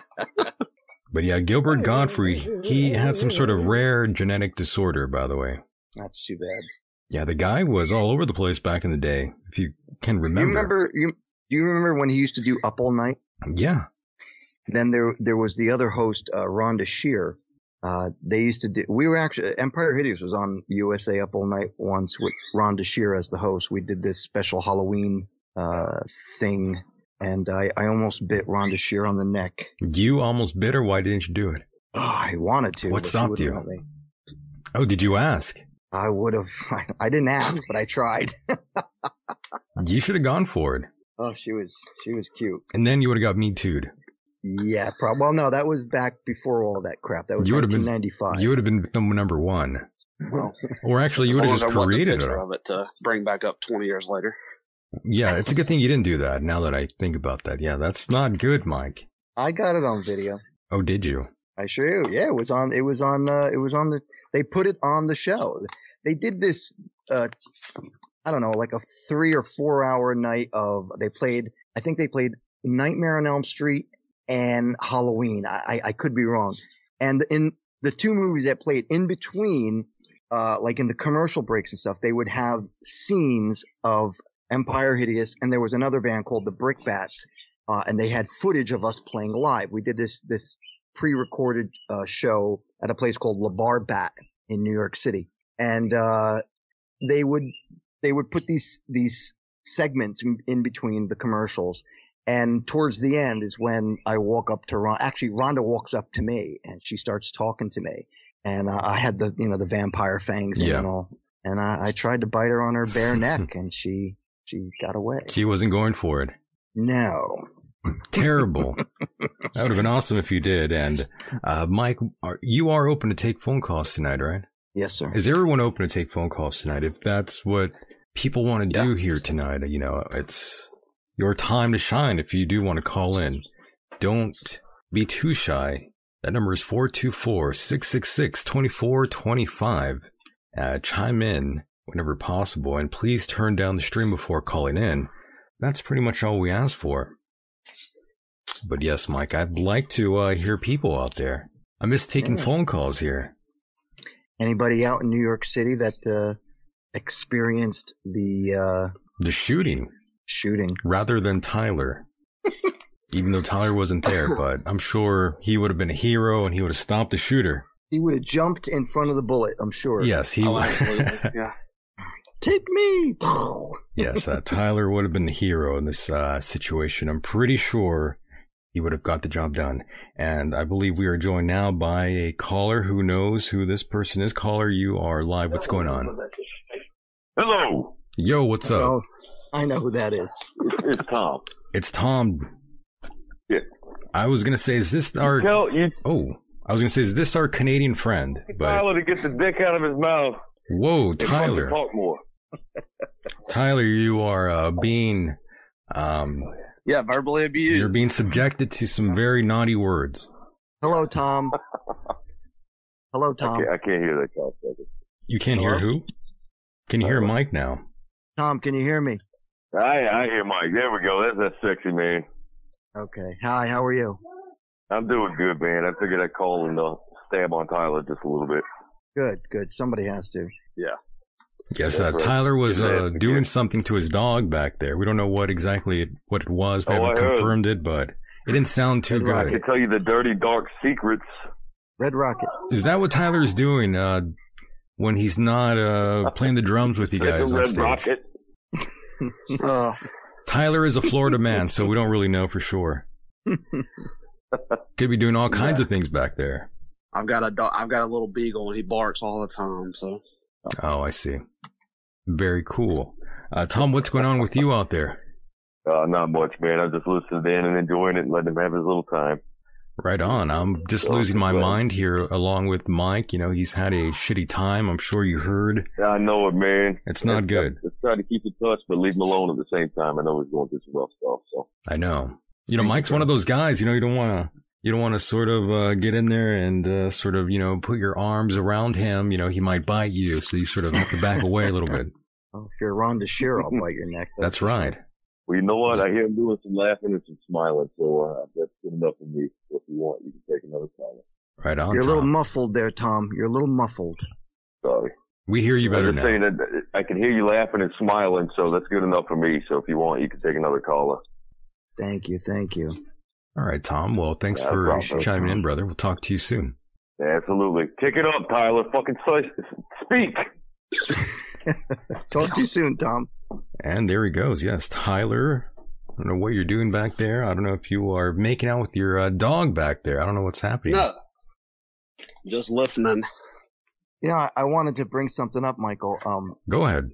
Speaker 1: But yeah, Gilbert Godfrey, he had some sort of rare genetic disorder, by the way.
Speaker 2: That's too bad.
Speaker 1: Yeah, the guy was all over the place back in the day, if you can
Speaker 2: You remember? You do you remember when he used to do Up All Night?
Speaker 1: Yeah.
Speaker 2: Then there there was the other host, uh, Rhonda Shear. Uh, they used to do. We were actually Empire Hideous was on USA Up All Night once with Rhonda Shear as the host. We did this special Halloween uh, thing, and I, I almost bit Rhonda Shear on the neck.
Speaker 1: You almost bit her. Why didn't you do it?
Speaker 2: Oh, I wanted to.
Speaker 1: What
Speaker 2: but she
Speaker 1: stopped
Speaker 2: wouldn't
Speaker 1: you?
Speaker 2: let me.
Speaker 1: Oh, did you ask?
Speaker 2: I would have. I didn't ask, but I tried.
Speaker 1: You should have gone for it.
Speaker 2: Oh, she was she was cute.
Speaker 1: And then you would have got me too'd.
Speaker 2: Yeah, probably. Well, no, that was back before all that crap. That was
Speaker 1: You would've been-
Speaker 2: 1995.
Speaker 1: You would have been victim number one.
Speaker 2: Well,
Speaker 1: Or actually, you
Speaker 3: As
Speaker 1: would
Speaker 3: long
Speaker 1: have
Speaker 3: as I
Speaker 1: just
Speaker 3: want the
Speaker 1: created
Speaker 3: picture
Speaker 1: her.
Speaker 3: of it to bring back up 20 years later.
Speaker 1: Yeah, it's a good thing you didn't do that now that I think about that. Yeah, that's not good, Mike.
Speaker 2: I got it on video.
Speaker 1: Oh, did you?
Speaker 2: I sure do. Yeah, it was on. It was on. Uh, it was on the. They put it on the show. They did this. Uh, I don't know, like a three or four hour night of. They played. I think they played Nightmare on Elm Street and Halloween. I I, I could be wrong. And in the two movies that played in between, uh, like in the commercial breaks and stuff, they would have scenes of Empire Hideous, and there was another band called the Brickbats, uh, and they had footage of us playing live. We did this this pre-recorded uh, show at a place called Labar Bat in New York City, and uh, they would they would put these these segments in, in between the commercials, and towards the end is when I walk up to Ron. Actually, Rhonda walks up to me and she starts talking to me, and uh, I had the you know the vampire fangs in
Speaker 1: Yeah.
Speaker 2: and all, and I, I tried to bite her on her bare neck, and she she got away.
Speaker 1: She wasn't going for it.
Speaker 2: No,
Speaker 1: Terrible. that would have been awesome if you did. And uh, Mike, are, you are open to take phone calls tonight, right?
Speaker 2: yes sir.
Speaker 1: Is everyone open to take phone calls tonight? If that's what people want to do here tonight, you know, it's your time to shine. If you do want to call in, don't be too shy. That number is 424 666 2425. Uh, Chime in whenever possible and please turn down the stream before calling in. That's pretty much all we ask for. But yes, Mike, I'd like to uh, hear people out there. I miss taking
Speaker 2: Yeah.
Speaker 1: phone calls here.
Speaker 2: Anybody out in New York City that uh, experienced the uh,
Speaker 1: The shooting.
Speaker 2: shooting?
Speaker 1: rather than Tyler. Even though Tyler wasn't there, but I'm sure he would have been a hero and he would have stopped the shooter.
Speaker 2: He would have jumped in front of the bullet, I'm sure.
Speaker 1: Yes, he
Speaker 3: Oh, absolutely. yeah.
Speaker 2: Take me!
Speaker 1: yes, uh, Tyler would have been the hero in this uh, situation. I'm pretty sure he would have got the job done. And I believe we are joined now by a caller who knows who this person is. Caller, you are live. What's going on?
Speaker 4: Hello,
Speaker 1: Yo, what's up?
Speaker 2: Oh, I know who that is.
Speaker 4: it's, it's Tom.
Speaker 1: It's Tom.
Speaker 4: Yeah.
Speaker 1: I was gonna say, is this our?
Speaker 4: Tell you
Speaker 1: Oh, I was gonna say, is this our Canadian friend? But
Speaker 4: Tyler to get the dick out of his mouth.
Speaker 1: whoa,
Speaker 4: and let him
Speaker 1: Tyler.
Speaker 4: talk more.
Speaker 1: Tyler, you are uh, being um,
Speaker 3: Yeah, verbally abused.
Speaker 1: you're being subjected to some very naughty words.
Speaker 2: Hello, Tom. Hello, Tom.
Speaker 4: Okay, I can't hear that guy. second.
Speaker 1: You can't hear who? Can you hear Mike now?
Speaker 2: Tom, can you hear me?
Speaker 4: I I hear Mike. There we go. That's that sexy man.
Speaker 2: Okay. Hi, how are you?
Speaker 4: I'm doing good, man. I figured I'd call and uh, stab on Tyler just a little bit.
Speaker 2: Good, good. Somebody has to.
Speaker 1: Yes, uh,
Speaker 4: That's right.
Speaker 1: Tyler was
Speaker 4: Is
Speaker 1: uh,
Speaker 4: it-
Speaker 1: doing something to his dog back there. We don't know what exactly it, what it was. We
Speaker 4: Oh,
Speaker 1: haven't
Speaker 4: I heard.
Speaker 1: confirmed it, but it didn't sound too
Speaker 2: Red
Speaker 4: I
Speaker 1: good.
Speaker 4: can tell you the dirty, dark secrets.
Speaker 2: Red Rocket.
Speaker 1: Is that what Tyler's doing uh, when he's not uh, playing the drums with you
Speaker 4: Take
Speaker 1: guys
Speaker 4: the
Speaker 1: on
Speaker 4: red
Speaker 1: stage?
Speaker 4: rocket.
Speaker 2: Uh,
Speaker 1: Tyler is a Florida man, so we don't really know for sure. Could be doing all kinds of things back there.
Speaker 3: I've got a do- I've got a little beagle and he barks all the time. So
Speaker 1: Oh, I see. Very cool. Uh, Tom, what's going on with you out there?
Speaker 4: Uh, not much, man. I'm just listening in and enjoying it and letting him have his little time.
Speaker 1: Right on. I'm just
Speaker 4: Well,
Speaker 1: losing my
Speaker 4: well.
Speaker 1: mind here along with Mike. You know, he's had a shitty time. I'm sure you heard.
Speaker 4: Yeah, I know it, man.
Speaker 1: It's not good.
Speaker 4: Let's try to keep in touch, but leave him alone at the same time. I know he's going through some rough stuff, so.
Speaker 1: I know. You know, Mike's one of those guys, you know, you don't want to, you don't want to sort of, uh, get in there and, uh, sort of, you know, put your arms around him. You know, he might bite you. So you sort of have to back away a little bit.
Speaker 2: well, if you're Ron DeShiro, I'll bite your neck.
Speaker 1: That's right.
Speaker 4: Well, you know what? I hear him doing some laughing and some smiling, so uh, that's good enough for me. If you want, you can take another caller.
Speaker 1: Right on.
Speaker 2: You're a little
Speaker 1: Tom.
Speaker 2: muffled there, Tom. You're a little muffled.
Speaker 4: Sorry.
Speaker 1: We hear you better
Speaker 4: I'm just
Speaker 1: now.
Speaker 4: saying that I can hear you laughing and smiling, so that's good enough for me. So if you want, you can take another caller.
Speaker 2: Thank you, thank you.
Speaker 1: All right, Tom. Well, thanks
Speaker 4: Yeah,
Speaker 1: for
Speaker 4: probably.
Speaker 1: chiming in, brother. We'll talk to you soon.
Speaker 4: Absolutely. Kick it up, Tyler. Fucking si- speak.
Speaker 2: Talk to you soon, Tom.
Speaker 1: And there he goes. Yes, Tyler. I don't know what you're doing back there. I don't know if you are making out with your uh, dog back there. I don't know what's happening.
Speaker 3: no, just listening.
Speaker 2: You know, I, I wanted to bring something up, Michael. Um,
Speaker 1: Go ahead.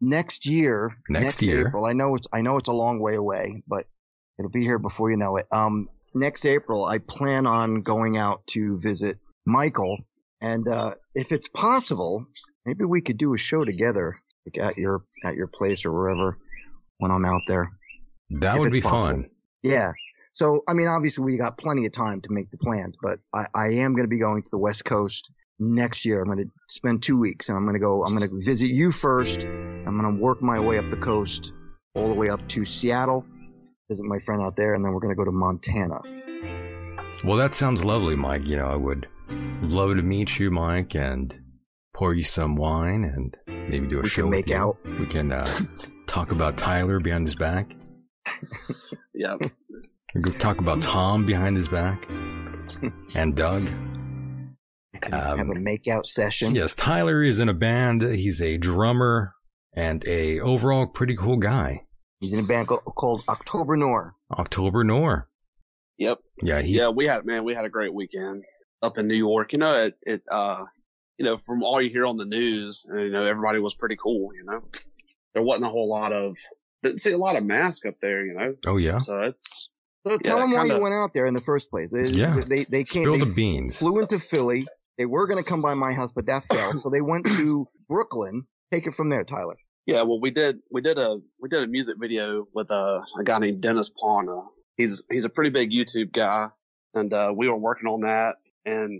Speaker 2: next year,
Speaker 1: Next year.
Speaker 2: April. I know it's I know it's a long way away, but it'll be here before you know it. Um, next April, I plan on going out to visit Michael, and uh, if it's possible, maybe we could do a show together, like at your at your place or wherever when I'm out there.
Speaker 1: That
Speaker 2: If
Speaker 1: would
Speaker 2: it's
Speaker 1: be
Speaker 2: possible.
Speaker 1: fun.
Speaker 2: Yeah. So, I mean, obviously, we got plenty of time to make the plans, but I, I am going to be going to the West Coast next year. I'm going to spend two weeks and I'm going to go, I'm going to visit you first. I'm going to work my way up the coast all the way up to Seattle, visit my friend out there, and then we're going to go to Montana.
Speaker 1: Well, that sounds lovely, Mike. You know, I would love to meet you, Mike, and pour you some wine and maybe do a
Speaker 2: We
Speaker 1: show.
Speaker 2: can
Speaker 1: with
Speaker 2: make
Speaker 1: you.
Speaker 2: out.
Speaker 1: We can uh, talk about Tyler behind his back.
Speaker 3: Yeah,
Speaker 1: We could talk about Tom behind his back and Doug. Um,
Speaker 2: have a makeout session.
Speaker 1: Yes, Tyler is in a band. He's a drummer and a overall pretty cool guy.
Speaker 2: He's in a band co- called October Noir.
Speaker 1: October Noor.
Speaker 3: yep,
Speaker 1: Yeah, he,
Speaker 3: yeah. We had man, we had a great weekend up in New York. You know, it, it uh, you know, from all you hear on the news, uh, you know, everybody was pretty cool. You know, there wasn't a whole lot of didn't see a lot of mask up there. You know,
Speaker 1: Oh yeah.
Speaker 3: so it's
Speaker 2: So tell
Speaker 3: Yeah,
Speaker 2: them why
Speaker 3: kinda-
Speaker 2: you went out there in the first place. They,
Speaker 1: Yeah.
Speaker 2: they, they can't.
Speaker 1: Spill
Speaker 2: they
Speaker 1: the beans.
Speaker 2: flew into Philly. They were going to come by my house, but that fell. So they went to Brooklyn. Take it from there, Tyler.
Speaker 3: Yeah, well, we did we did a we did a music video with a, a guy named Dennis Pana. He's he's a pretty big YouTube guy, and uh, we were working on that, and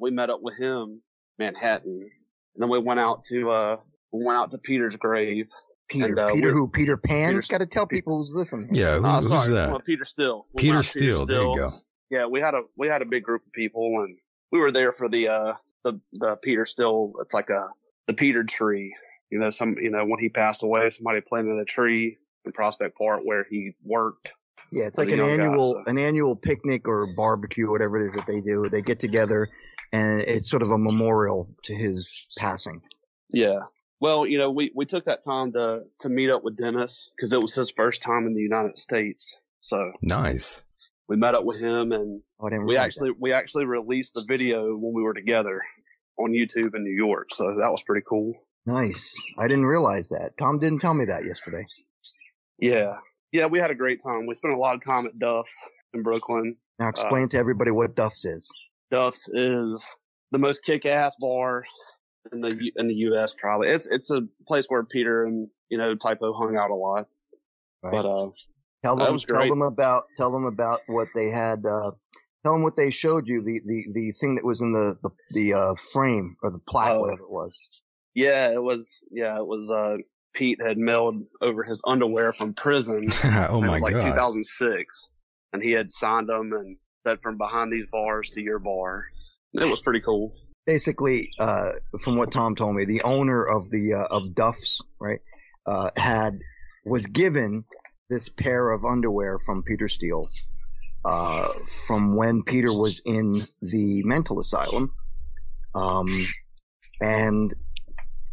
Speaker 3: we met up with him Manhattan, and then we went out to uh we went out to Peter's grave.
Speaker 2: Peter,
Speaker 3: And, uh,
Speaker 2: Peter
Speaker 3: we're-
Speaker 2: who? Peter Pan.
Speaker 3: Peter-
Speaker 2: Got to tell people who's listening.
Speaker 1: Yeah, who,
Speaker 3: Oh,
Speaker 1: who's
Speaker 3: sorry, well,
Speaker 1: that?
Speaker 3: Peter Still. We
Speaker 1: Peter
Speaker 3: went out to
Speaker 1: Steele. There you go.
Speaker 3: Yeah, we had a we had a big group of people, and we were there for the uh the the Peter Still. It's like a the Peter tree. You know, some you know when he passed away, somebody planted a tree in Prospect Park where he worked.
Speaker 2: Yeah, it's
Speaker 3: As
Speaker 2: like
Speaker 3: a
Speaker 2: an
Speaker 3: young guy,
Speaker 2: annual
Speaker 3: so-
Speaker 2: an annual picnic or barbecue, whatever it is that they do. They get together, and it's sort of a memorial to his passing.
Speaker 3: Yeah. Well, you know, we, we took that time to, to meet up with Dennis because it was his first time in the United States. So
Speaker 1: Nice.
Speaker 3: we met up with him and
Speaker 2: Oh, I didn't
Speaker 3: we
Speaker 2: realize
Speaker 3: actually, we actually released the video when we were together on YouTube in New York. So that was pretty cool.
Speaker 2: that. nice. I didn't realize that. Tom didn't tell me that yesterday.
Speaker 3: Yeah. Yeah. We had a great time. We spent a lot of time at Duff's in Brooklyn.
Speaker 2: Now explain to everybody what Duff's is.
Speaker 3: Duff's is the most kick-ass bar in the U- in the U.S. Probably it's it's a place where Peter and you know Typo hung out a lot.
Speaker 2: Right?
Speaker 3: But uh,
Speaker 2: Tell
Speaker 3: That
Speaker 2: them,
Speaker 3: was
Speaker 2: tell
Speaker 3: great.
Speaker 2: them about, tell them about what they had. Uh, tell them what they showed you. The the the thing that was in the the, the uh, frame or the plaque,
Speaker 3: Oh.
Speaker 2: whatever it was.
Speaker 3: yeah, it was yeah it was uh Pete had mailed over his underwear from prison.
Speaker 1: oh
Speaker 3: it
Speaker 1: my
Speaker 3: was like
Speaker 1: god.
Speaker 3: 2006, and he had signed them and said from behind these bars to your bar. It was pretty cool.
Speaker 2: basically, uh, from what Tom told me, the owner of the uh, of Duff's right uh, had was given this pair of underwear from Peter Steele uh, from when Peter was in the mental asylum, um, and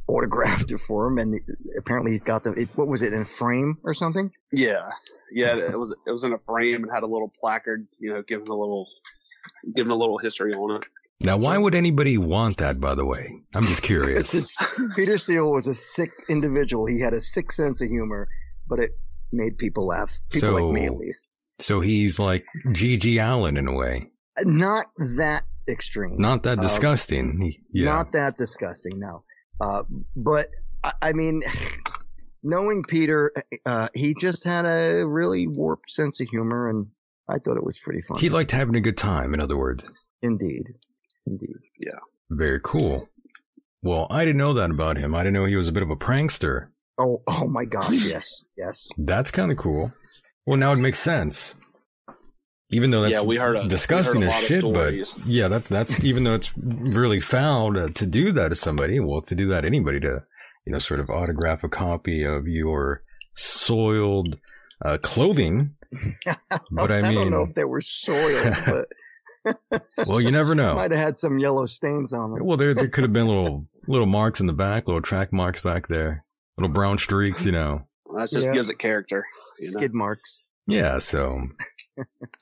Speaker 2: autographed it for him. And apparently, he's got the it's, what was it in a frame or something?
Speaker 3: Yeah, yeah. It was it was in a frame and had a little placard, you know, giving a little giving a little history on it.
Speaker 1: Now, why would anybody want that, by the way? I'm just curious.
Speaker 2: It's- Peter Steele was a sick individual. He had a sick sense of humor, but it made people laugh. People
Speaker 1: So-
Speaker 2: like me, at least.
Speaker 1: so he's like G.G. Allen in a way.
Speaker 2: Not that extreme.
Speaker 1: Not that
Speaker 2: Uh,
Speaker 1: disgusting. He- yeah.
Speaker 2: Not that disgusting, no. Uh, but I, I mean, knowing Peter, uh, he just had a really warped sense of humor, and I thought it was pretty funny.
Speaker 1: he liked having a good time, in other words.
Speaker 2: Indeed, indeed.
Speaker 1: Very cool. Well, I didn't know that about him. I didn't know he was a bit of a prankster.
Speaker 2: Oh, oh my gosh, yes, yes.
Speaker 1: That's kind of cool. Well, now it makes sense. Even though that's
Speaker 3: yeah, we heard a
Speaker 1: disgusting
Speaker 3: we heard a
Speaker 1: as
Speaker 3: lot
Speaker 1: shit,
Speaker 3: of
Speaker 1: but
Speaker 3: stories.
Speaker 1: yeah, that's that's even though it's really foul to, to do that to somebody. Well, to do that to anybody to you know sort of autograph a copy of your soiled uh, clothing. But I,
Speaker 2: I,
Speaker 1: mean,
Speaker 2: don't know if they were soiled, but
Speaker 1: well, you never know.
Speaker 2: might have had some yellow stains on them.
Speaker 1: oh. Well, there there could have been little little marks in the back, little track marks back there, little brown streaks, you know.
Speaker 3: That just
Speaker 2: Yeah.
Speaker 3: gives it character. You know?
Speaker 2: Skid marks.
Speaker 1: Yeah, so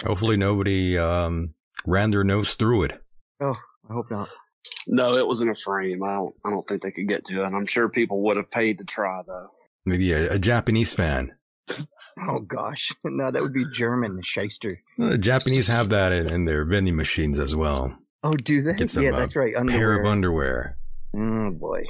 Speaker 1: hopefully nobody um, ran their nose through it.
Speaker 2: Oh, I hope not.
Speaker 3: No, it was in a frame. I don't I don't think they could get to it. And I'm sure people would have paid to try though.
Speaker 1: Maybe a, a Japanese fan.
Speaker 2: Oh gosh, no, that would be German shyster.
Speaker 1: Well, the Uh, Japanese have that in, in their vending machines as well.
Speaker 2: Oh, do they?
Speaker 1: Get some,
Speaker 2: yeah,
Speaker 1: uh,
Speaker 2: that's right.
Speaker 1: Pair of
Speaker 2: Underwear.
Speaker 1: underwear.
Speaker 2: oh boy.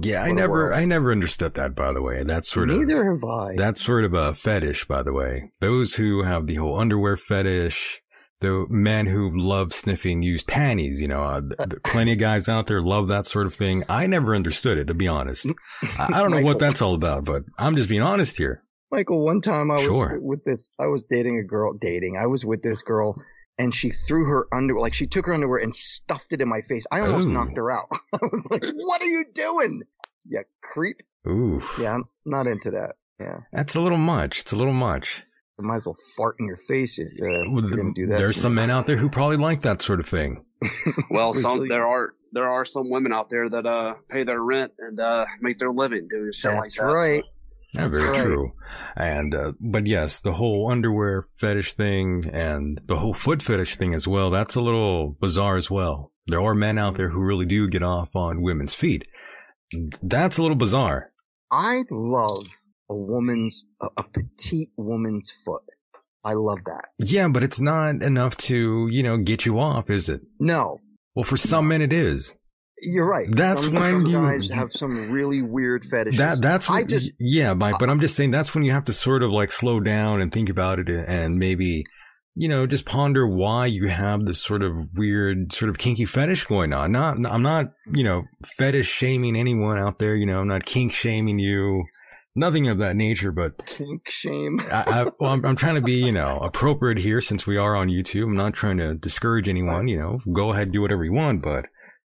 Speaker 1: Yeah, I
Speaker 2: What a
Speaker 1: never,
Speaker 2: world.
Speaker 1: I never understood that. By the way, that's sort of
Speaker 2: Neither have I.
Speaker 1: That's sort of a fetish, by the way. Those who have the whole underwear fetish, the men who love sniffing used panties, you know, uh, th- th- plenty of guys out there love that sort of thing. I never understood it, to be honest. I, I don't know what
Speaker 2: Michael.
Speaker 1: that's all about, but I'm just being honest here.
Speaker 2: Michael, one time I was
Speaker 1: Sure.
Speaker 2: with this, I was dating a girl, dating. I was with this girl and she threw her underwear, like she took her underwear and stuffed it in my face. I almost
Speaker 1: Ooh.
Speaker 2: knocked her out. I was like, what are you doing? You creep.
Speaker 1: Ooh,
Speaker 2: Yeah, I'm not into that.
Speaker 1: that's a little much. It's a little much.
Speaker 2: I might as well fart in your face if, uh, if you're going to do that.
Speaker 1: There's
Speaker 2: to
Speaker 1: some
Speaker 2: me.
Speaker 1: men out there who probably like that sort of thing.
Speaker 3: Well, some
Speaker 2: Really?
Speaker 3: there are there are some women out there that uh pay their rent and uh make their living doing shit
Speaker 2: That's
Speaker 3: like that.
Speaker 2: right.
Speaker 1: Yeah, very
Speaker 2: Right.
Speaker 1: true. And uh, but yes, the whole underwear fetish thing and the whole foot fetish thing as well. That's a little bizarre as well. There are men out there who really do get off on women's feet. That's a little bizarre.
Speaker 2: I love a woman's, a, a petite woman's foot. I love that.
Speaker 1: Yeah, but it's not enough to you know get you off, is it?
Speaker 2: No,
Speaker 1: Well, for some men it is.
Speaker 2: you're right.
Speaker 1: That's
Speaker 2: some,
Speaker 1: when
Speaker 2: some
Speaker 1: you-
Speaker 2: guys have some really weird fetishes.
Speaker 1: That that's
Speaker 2: I
Speaker 1: when-
Speaker 2: just-
Speaker 1: yeah, Mike. But I'm just saying that's when you have to sort of like slow down and think about it and maybe you know just ponder why you have this sort of weird sort of kinky fetish going on. Not I'm not you know fetish shaming anyone out there. You know I'm not kink shaming you. Nothing of that nature, but
Speaker 2: kink shame.
Speaker 1: I, I, well, I'm, I'm trying to be, you know, appropriate here since we are on YouTube. I'm not trying to discourage anyone, you know, go ahead, do whatever you want, but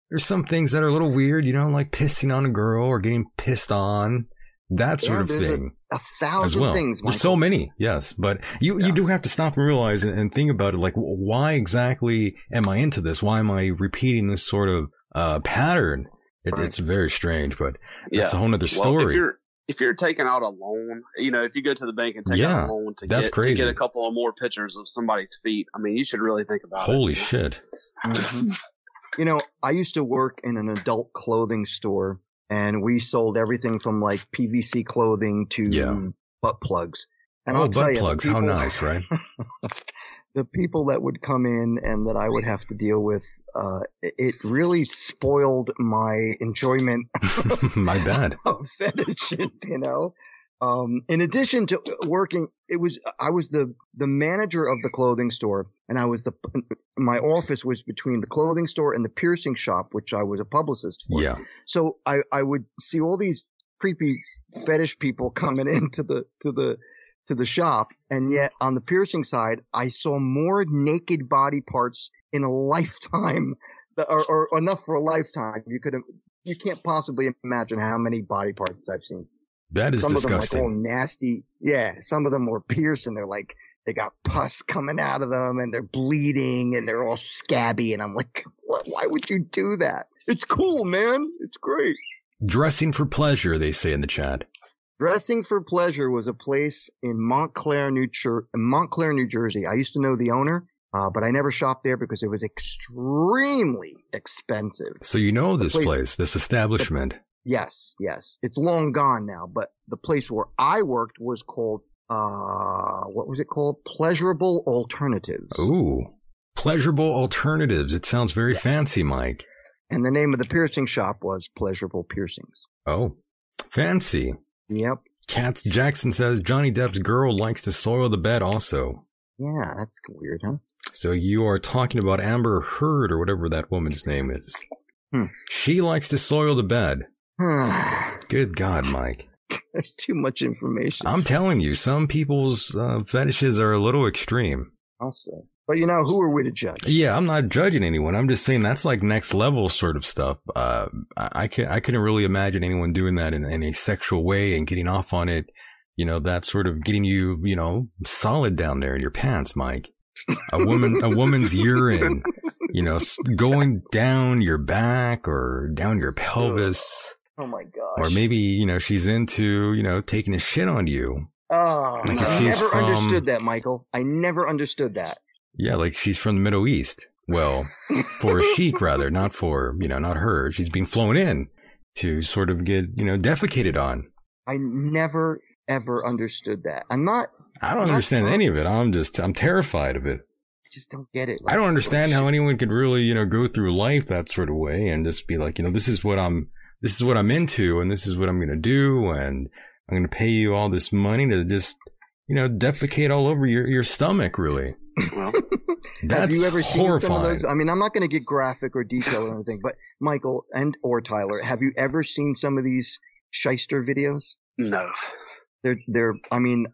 Speaker 1: there's some things that are a little weird, you know, like pissing on a girl or getting pissed on, that sort
Speaker 2: Yeah,
Speaker 1: of
Speaker 2: there's
Speaker 1: thing
Speaker 2: A
Speaker 1: as
Speaker 2: thousand
Speaker 1: well.
Speaker 2: things.
Speaker 1: there's
Speaker 2: Michael.
Speaker 1: so many, yes, but you, you do have to stop and realize and, and think about it. Like, wh- why exactly am I into this? Why am I repeating this sort of, uh, pattern? It,
Speaker 2: Right.
Speaker 1: It's very strange, but
Speaker 3: Yeah.
Speaker 1: that's a whole nother
Speaker 3: Well,
Speaker 1: story.
Speaker 3: if you're if you're taking out a loan, you know, if you go to the bank and take
Speaker 1: Yeah,
Speaker 3: out a loan to
Speaker 1: that's
Speaker 3: get
Speaker 1: crazy.
Speaker 3: to get a couple of more pictures of somebody's feet, I mean, you should really think about it.
Speaker 1: Holy shit.
Speaker 2: Mhm. you know, I used to work in an adult clothing store, and we sold everything from like PVC clothing to
Speaker 1: Yeah.
Speaker 2: butt plugs. And
Speaker 1: oh,
Speaker 2: I'll tell
Speaker 1: butt
Speaker 2: you, the
Speaker 1: plugs. How
Speaker 2: people-
Speaker 1: nice, right?
Speaker 2: the people that would come in and that I would have to deal with, uh, it- it really spoiled my enjoyment
Speaker 1: My bad.
Speaker 2: of fetishes, you know. Um, in addition to working, it was I was the the manager of the clothing store, and I was the my office was between the clothing store and the piercing shop, which I was a publicist for.
Speaker 1: Yeah.
Speaker 2: So I I would see all these creepy fetish people coming into the to the to the shop, and yet on the piercing side, I saw more naked body parts in a lifetime or, or, or enough for a lifetime. You could you can't possibly imagine how many body parts I've seen.
Speaker 1: That is
Speaker 2: some
Speaker 1: disgusting.
Speaker 2: of them like all nasty. Yeah, some of them were pierced and they're like they got pus coming out of them and they're bleeding and they're all scabby and I'm like, what, why would you do that? It's cool, man. It's great.
Speaker 1: Dressing for pleasure, they say in the chat.
Speaker 2: Dressing for Pleasure was a place in Montclair, New Jer- Montclair, New Jersey. I used to know the owner, uh, but I never shopped there because it was extremely expensive.
Speaker 1: So you know this
Speaker 2: place-
Speaker 1: place, this establishment.
Speaker 2: Yes, yes. It's long gone now, but the place where I worked was called, uh, what was it called? Pleasurable Alternatives.
Speaker 1: Ooh. Pleasurable alternatives. It sounds very fancy, Mike.
Speaker 2: And the name of the piercing shop was Pleasurable Piercings.
Speaker 1: Oh. Fancy.
Speaker 2: Yep.
Speaker 1: Katz Jackson says Johnny Depp's girl likes to soil the bed also.
Speaker 2: Yeah, that's weird, huh?
Speaker 1: So you are talking about Amber Heard or whatever that woman's name is.
Speaker 2: Hmm.
Speaker 1: She likes to soil the bed. Good God, Mike.
Speaker 2: There's too much information.
Speaker 1: I'm telling you, some people's uh, fetishes are a little extreme.
Speaker 2: I'll say. But you know, who are we to judge?
Speaker 1: Yeah, I'm not judging anyone. I'm just saying that's like next level sort of stuff. Uh, I I can I couldn't really imagine anyone doing that in, in a sexual way and getting off on it. You know, that sort of getting you, you know, solid down there in your pants, Mike. A woman, a woman's urine, you know, s- going down your back or down your pelvis,
Speaker 2: Oh my gosh.
Speaker 1: or maybe you know she's into you know taking a shit on you.
Speaker 2: Oh,
Speaker 1: Like,
Speaker 2: I
Speaker 1: she's
Speaker 2: never
Speaker 1: from-
Speaker 2: understood that, Michael. I never understood that.
Speaker 1: Yeah, like she's from the Middle East. Well, for a sheik rather, not for, you know, not her. She's being flown in to sort of get, you know, defecated on.
Speaker 2: I never ever understood that. I'm not.
Speaker 1: I don't
Speaker 2: That's
Speaker 1: understand
Speaker 2: not-
Speaker 1: any of it. I'm just, I'm terrified of it.
Speaker 2: I Just don't get it.
Speaker 1: I don't understand how anyone could really, you know, go through life that sort of way and just be like, you know, this is what I'm, this is what I'm into and this is what I'm going to do. And I'm going to pay you all this money to just, you know, defecate all over your, your stomach, really.
Speaker 3: Well,
Speaker 1: That's
Speaker 2: Have you ever
Speaker 1: horrifying.
Speaker 2: seen some of those? I mean, I'm not going to get graphic or detailed or anything, but Michael and or Tyler, have you ever seen some of these shyster videos?
Speaker 3: no.
Speaker 2: They're they're. I mean,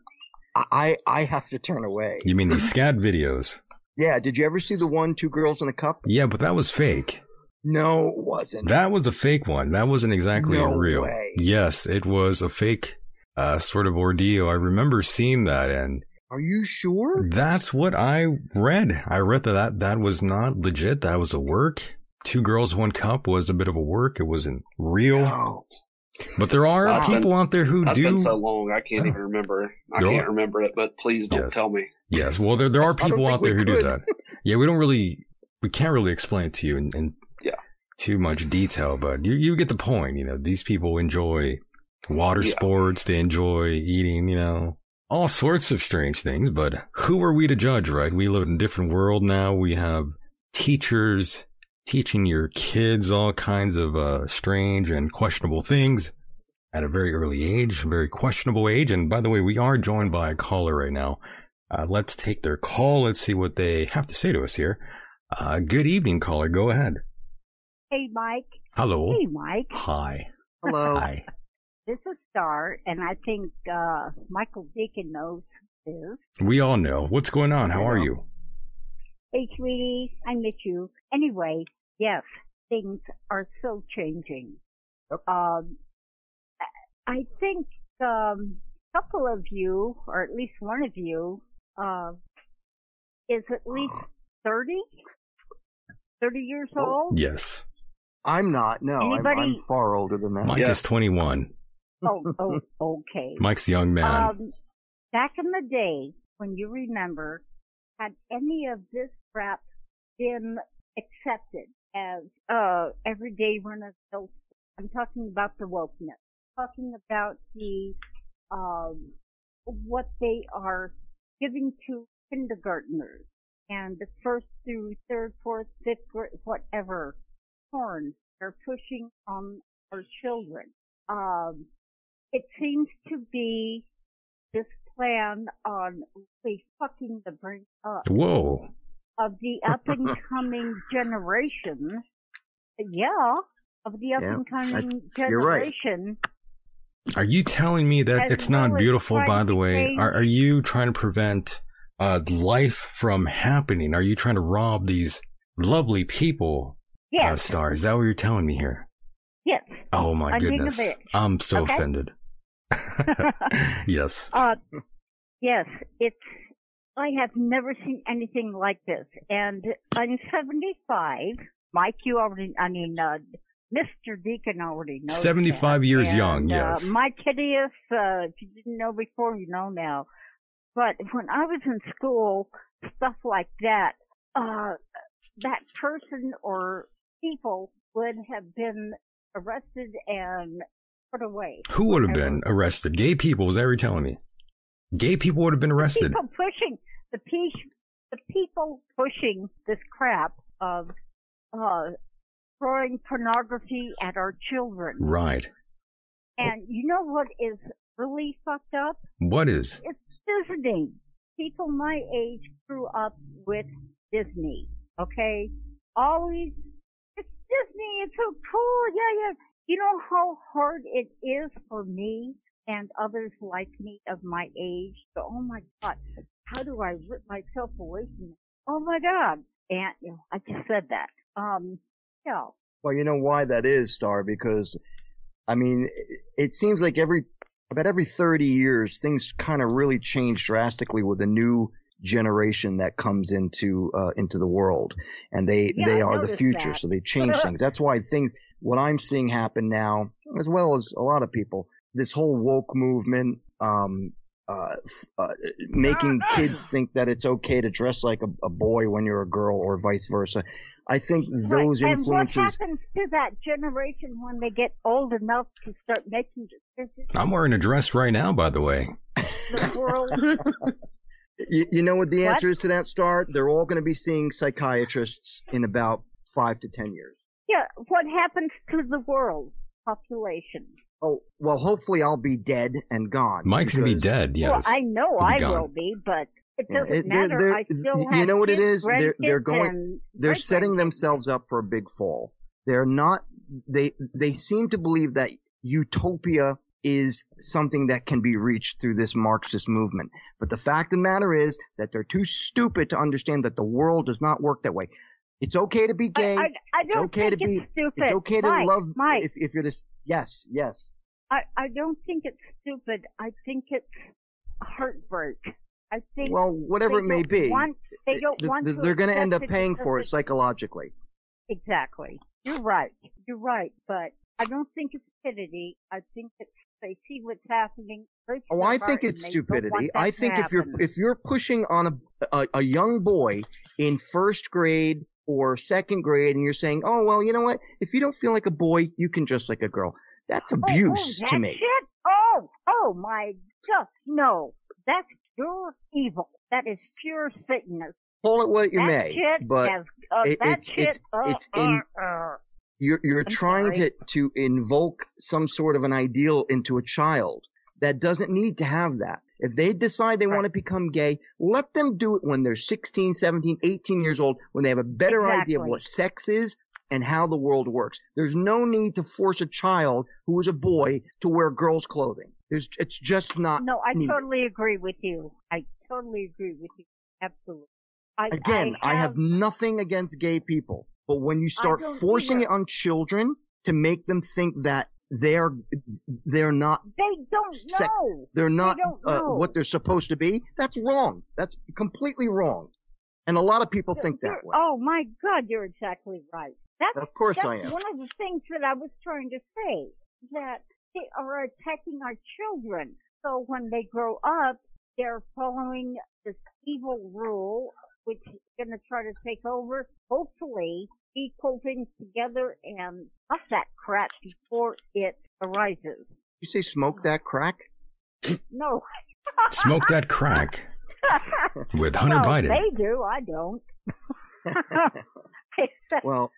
Speaker 2: I I have to turn away.
Speaker 1: You mean these scat videos?
Speaker 2: Yeah. Did you ever see the one two girls in a cup?
Speaker 1: Yeah, but that was fake.
Speaker 2: No, it wasn't.
Speaker 1: That was a fake one. That wasn't exactly
Speaker 2: No
Speaker 1: real.
Speaker 2: way.
Speaker 1: Yes, it was a fake uh, sort of ordeal. I remember seeing that, and
Speaker 2: Are you sure?
Speaker 1: that's what I read. I read that that, that was not legit. That was a work. Two girls, one cup was a bit of a work. It wasn't real.
Speaker 2: No.
Speaker 1: But there are
Speaker 3: That's
Speaker 1: people out there who
Speaker 3: That's
Speaker 1: do.
Speaker 3: been so long, I can't
Speaker 1: Yeah.
Speaker 3: even remember. I
Speaker 1: You're-
Speaker 3: can't remember it, but please don't
Speaker 1: Yes.
Speaker 3: tell me.
Speaker 1: Yes, well, there there are
Speaker 2: I don't
Speaker 1: people
Speaker 2: think
Speaker 1: out there
Speaker 2: we
Speaker 1: who do
Speaker 2: could.
Speaker 1: that. Yeah, we don't really, we can't really explain it to you in, in
Speaker 3: Yeah.
Speaker 1: too much detail, but you you get the point. You know, these people enjoy water
Speaker 3: Yeah.
Speaker 1: sports, they enjoy eating, you know, all sorts of strange things. But who are we to judge, right? We live in a different world now. We have teachers teaching your kids all kinds of uh, strange and questionable things at a very early age, a very questionable age. And by the way, we are joined by a caller right now. Uh, let's take their call. Let's see what they have to say to us here. Uh, good evening, caller. Go ahead.
Speaker 5: Hey, Mike.
Speaker 1: Hello.
Speaker 5: Hey, Mike.
Speaker 1: Hi.
Speaker 2: Hello.
Speaker 1: Hi.
Speaker 5: This is Star, and I think uh, Michael Deacon knows this.
Speaker 1: We all know what's going on. How are you?
Speaker 5: Hey, sweetie, I miss you. Anyway, yes, things are so changing. Um, I- I think um, a couple of you, or at least one of you, uh, is at least 30, 30 years
Speaker 1: Oh,
Speaker 5: old.
Speaker 1: Yes.
Speaker 2: I'm not. No, I'm,
Speaker 5: Anybody-
Speaker 2: I'm far older than that.
Speaker 1: Mike
Speaker 3: Yeah.
Speaker 1: is 21.
Speaker 5: Oh, oh, okay.
Speaker 1: Mike's the young man.
Speaker 5: Um, back in the day, when you remember, had any of this crap been accepted as uh, everyday run of the I'm talking about the wokeness. Talking about the um, what they are giving to kindergartners and the first through third, fourth, fifth, grade, whatever porn they're pushing on our children. Um, it seems to be this plan on really fucking the brain up
Speaker 1: Whoa.
Speaker 5: of the up and coming generation. Yeah, of the up
Speaker 2: Yeah,
Speaker 5: and coming
Speaker 2: I- you're right.
Speaker 5: generation.
Speaker 1: Are you telling me that
Speaker 5: As
Speaker 1: it's not
Speaker 5: well as
Speaker 1: beautiful,
Speaker 5: trying
Speaker 1: by the
Speaker 5: to
Speaker 1: way?
Speaker 5: change-
Speaker 1: Are, are you trying to prevent uh, life from happening? Are you trying to rob these lovely people
Speaker 5: Yes.
Speaker 1: Uh, star, is that what you're telling me here?
Speaker 5: yes.
Speaker 1: Oh my
Speaker 5: I'm being a
Speaker 1: goodness.
Speaker 5: bitch.
Speaker 1: I'm so
Speaker 5: Okay?
Speaker 1: offended. yes.
Speaker 5: Uh, yes, it's. I have never seen anything like this, and I'm 75. Mike, you already. I mean, uh, Mr. Deacon already knows.
Speaker 1: 75
Speaker 5: that,
Speaker 1: years
Speaker 5: and,
Speaker 1: young, yes.
Speaker 5: Uh, Mike Hideous. Uh, if you didn't know before, you know now. But when I was in school, stuff like that, uh, that person or people would have been arrested and put away.
Speaker 1: Who would have
Speaker 5: Okay.
Speaker 1: been arrested? Gay people, is that what you're telling me? Gay people would have been arrested.
Speaker 5: people pushing the piece, the people pushing this crap of uh, throwing pornography at our children.
Speaker 1: Right.
Speaker 5: And you know what is really fucked up?
Speaker 1: What is?
Speaker 5: It's Disney. People my age grew up with Disney. Okay, always it's Disney. It's so cool. Yeah, yeah. You know how hard it is for me and others like me of my age. So, oh my God, how do I rip myself away from it? Oh my God. And you know, I just said that. Um, no,
Speaker 2: Well, you know why that is, Star, because I mean, it- it seems like every about every 30 years things kind of really change drastically with a new generation that comes into uh, into the world and they
Speaker 5: Yeah,
Speaker 2: they
Speaker 5: I
Speaker 2: are the
Speaker 5: noticed
Speaker 2: future
Speaker 5: that.
Speaker 2: so they change things that's why things what i'm seeing happen now as well as a lot of people this whole woke movement um uh, f- uh making kids think that it's okay to dress like a, a boy when you're a girl or vice versa i think those
Speaker 5: Right.
Speaker 2: influences
Speaker 5: And what happens to that generation when they get old enough to start making decisions
Speaker 1: I'm wearing a dress right now, by the way.
Speaker 5: in the world?
Speaker 2: You, you know what the
Speaker 5: What?
Speaker 2: answer is to that, Star? They're all going to be seeing psychiatrists in about five to ten years.
Speaker 5: yeah, what happens to the world population?
Speaker 2: Oh, well, hopefully I'll be dead and gone.
Speaker 1: Mike's going to be
Speaker 2: because-
Speaker 1: dead, yes.
Speaker 5: Well, I know
Speaker 1: It'll be
Speaker 5: I
Speaker 1: gone.
Speaker 5: will be, but it
Speaker 2: Yeah,
Speaker 5: doesn't
Speaker 2: it- they're-
Speaker 5: matter.
Speaker 2: they're-
Speaker 5: I still
Speaker 2: you
Speaker 5: have
Speaker 2: know what it
Speaker 5: kids,
Speaker 2: is? They're- they're
Speaker 5: grandkids,
Speaker 2: going-
Speaker 5: and
Speaker 2: They're setting
Speaker 5: great-grandkids.
Speaker 2: themselves up for a big fall. They're not, they, they seem to believe that utopia is something that can be reached through this Marxist movement. But the fact of the matter is that they're too stupid to understand that the world does not work that way. It's okay to be
Speaker 5: I,
Speaker 2: gay.
Speaker 5: I, I don't
Speaker 2: okay
Speaker 5: think
Speaker 2: to be-
Speaker 5: it's stupid.
Speaker 2: It's okay to
Speaker 5: Mike,
Speaker 2: love
Speaker 5: Mike,
Speaker 2: if if you're just yes, yes.
Speaker 5: I, I don't think it's stupid. I think it's heartbreak. I think
Speaker 2: Well, whatever it
Speaker 5: they
Speaker 2: may
Speaker 5: don't
Speaker 2: be,
Speaker 5: want- they don't
Speaker 2: th-
Speaker 5: want
Speaker 2: th-
Speaker 5: to
Speaker 2: they're going to end up
Speaker 5: accept it
Speaker 2: paying
Speaker 5: because
Speaker 2: for it
Speaker 5: it's-
Speaker 2: psychologically.
Speaker 5: Exactly. You're right. You're right. But I don't think it's stupidity. I think it's they see what's happening. breaks
Speaker 2: Oh,
Speaker 5: their
Speaker 2: I
Speaker 5: heart,
Speaker 2: think it's
Speaker 5: and they don't want
Speaker 2: stupidity.
Speaker 5: that
Speaker 2: I
Speaker 5: to
Speaker 2: think if you're
Speaker 5: happen.
Speaker 2: if you're pushing on a, a a young boy in first grade or second grade, and you're saying, oh well, you know what? If you don't feel like a boy, you can dress like a girl. That's
Speaker 5: Oh,
Speaker 2: abuse
Speaker 5: oh,
Speaker 2: to
Speaker 5: that
Speaker 2: me.
Speaker 5: Shit? Oh, oh my God! No, that's pure evil. That is pure Satanist.
Speaker 2: Call it what you
Speaker 5: that
Speaker 2: may,
Speaker 5: shit
Speaker 2: but
Speaker 5: has, uh,
Speaker 2: it-
Speaker 5: that
Speaker 2: it's-
Speaker 5: shit,
Speaker 2: it's-
Speaker 5: uh,
Speaker 2: it's in-
Speaker 5: uh, uh.
Speaker 2: you're you're trying
Speaker 5: sorry.
Speaker 2: to to invoke some sort of an ideal into a child that doesn't need to have that if they decide they
Speaker 5: Right.
Speaker 2: want to become gay let them do it when they're 16 17 18 years old when they have a better idea of
Speaker 5: Exactly.
Speaker 2: what sex is and how the world works there's no need to force a child who is a boy to wear girls clothing there's it's just not
Speaker 5: No, I
Speaker 2: needed.
Speaker 5: totally agree with you. I totally agree with you. Absolutely. I,
Speaker 2: Again, I have, nothing against gay people, but when you start
Speaker 5: don't
Speaker 2: forcing
Speaker 5: either.
Speaker 2: it on children to make them think that they're they're not
Speaker 5: They don't
Speaker 2: sec-
Speaker 5: know.
Speaker 2: they're not
Speaker 5: don't
Speaker 2: uh,
Speaker 5: know.
Speaker 2: what they're supposed to be, that's wrong. That's completely wrong. And a lot of people think
Speaker 5: You're-
Speaker 2: that way.
Speaker 5: Oh my God, you're exactly right. That's
Speaker 2: Of course
Speaker 5: that's
Speaker 2: I am.
Speaker 5: one of the things that I was trying to say that they are attacking our children. So when they grow up, they're following this evil rule, which is going to try to take over. Hopefully, equal things together and stop that crap before it arises.
Speaker 2: You say smoke that crack?
Speaker 5: No,
Speaker 1: Smoke that crack with Hunter
Speaker 5: well,
Speaker 1: Biden.
Speaker 5: they do. I don't.
Speaker 2: Well,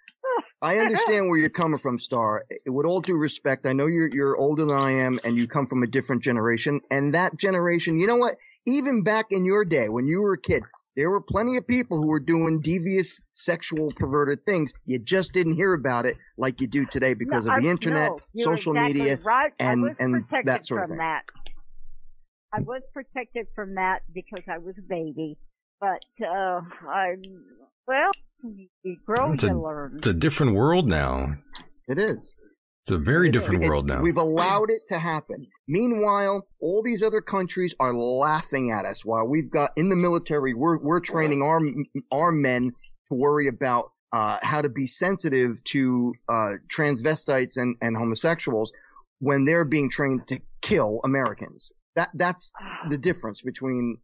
Speaker 2: I understand where you're coming from, Star. With all due respect, I know you're you're older than I am, and you come from a different generation. And that generation, you know what? Even back in your day, when you were a kid, there were plenty of people who were doing devious, sexual, perverted things. You just didn't hear about it like you do today because
Speaker 5: No,
Speaker 2: of the
Speaker 5: I-
Speaker 2: internet,
Speaker 5: no, you're
Speaker 2: social
Speaker 5: exactly
Speaker 2: media.
Speaker 5: right. I
Speaker 2: and-
Speaker 5: was
Speaker 2: and
Speaker 5: protected
Speaker 2: that sort of thing.
Speaker 5: from that. I was protected from that because I was a baby, but uh, I well, grow,
Speaker 1: It's a-
Speaker 5: you learn.
Speaker 1: It's a different world now.
Speaker 2: It is.
Speaker 1: It's a very
Speaker 2: It's-
Speaker 1: different
Speaker 2: it's-
Speaker 1: world now.
Speaker 2: We've allowed it to happen. Meanwhile, all these other countries are laughing at us while we've got in the military. We're we're training our our men to worry about uh, how to be sensitive to uh, transvestites and, and homosexuals when they're being trained to kill Americans. That that's the difference between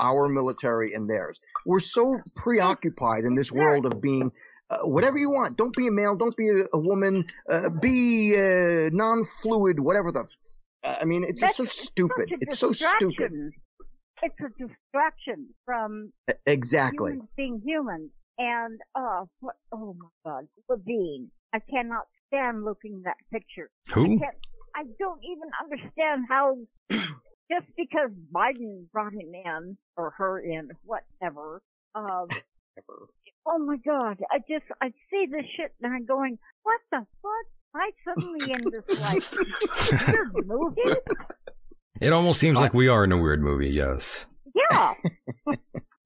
Speaker 2: our military and theirs. We're so preoccupied in this world of being uh, whatever you want. Don't be a male. Don't be a, a woman. Uh, be uh, non-fluid. Whatever the. F- uh, I mean, it's just so
Speaker 5: That's
Speaker 2: stupid.
Speaker 5: such a
Speaker 2: It's so stupid.
Speaker 5: distraction. It's a distraction from
Speaker 2: E- Exactly.
Speaker 5: humans being human. And oh, what, oh my God, Levine! I cannot stand looking at that picture.
Speaker 1: Who?
Speaker 5: Can't, I don't even understand how. just because Biden brought him in or her in, whatever. Um, oh my God! I just I see this shit and I'm going, what the fuck? I suddenly am just like, you're moving.
Speaker 1: It almost seems like we are in a weird movie. Yes,
Speaker 5: Yeah.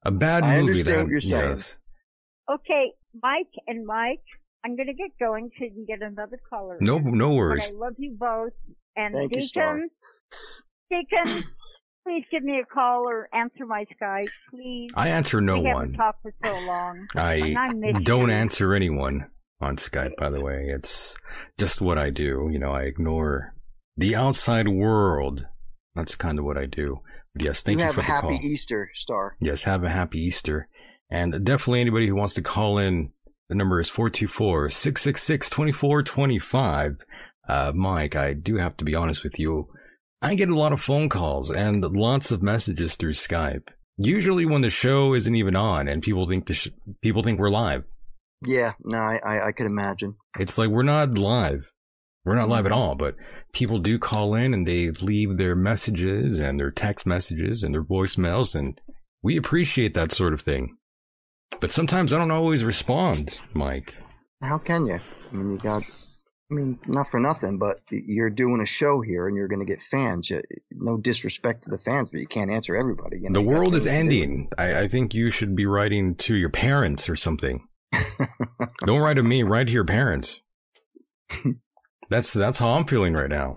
Speaker 1: a bad
Speaker 2: I
Speaker 1: movie.
Speaker 2: understand
Speaker 1: that-
Speaker 2: what you're saying.
Speaker 1: Yes.
Speaker 5: Okay, Mike and Mike, I'm going to get going so you can get another caller.
Speaker 1: No,
Speaker 5: in.
Speaker 1: no
Speaker 5: But I
Speaker 1: worries.
Speaker 5: love you both. And
Speaker 2: Thank you, Star.
Speaker 5: Deacon, Deacon, please give me a call or answer my Skype, please.
Speaker 1: I answer no
Speaker 5: we haven't
Speaker 1: one.
Speaker 5: talked for so long.
Speaker 1: I
Speaker 5: and I miss
Speaker 1: don't
Speaker 5: you.
Speaker 1: answer anyone on Skype. By the way, it's just what I do. You know, I ignore the outside world. That's kind of what I do. But yes, thank you,
Speaker 2: have
Speaker 1: for
Speaker 2: a
Speaker 1: the
Speaker 2: happy
Speaker 1: call.
Speaker 2: Easter, Star.
Speaker 1: Yes, have a happy Easter. And definitely anybody who wants to call in, the number is 424-666-2425. Uh, Mike, I do have to be honest with you. I get a lot of phone calls and lots of messages through Skype. Usually when the show isn't even on and people think the sh- people think we're live.
Speaker 2: Yeah, no, I, I, I could imagine.
Speaker 1: It's like we're not live. We're not live at all, but people do call in and they leave their messages and their text messages and their voicemails, and we appreciate that sort of thing. But sometimes I don't always respond, Mike.
Speaker 2: How can you? I mean, you got. I mean, not for nothing, but y- you're doing a show here, and you're going to get fans. You- No disrespect to the fans, but you can't answer everybody. You know,
Speaker 1: The
Speaker 2: you got
Speaker 1: world is
Speaker 2: things to do.
Speaker 1: ending. I, I think you should be writing to your parents or something. don't write to me, write to your parents. That's that's how I'm feeling right now.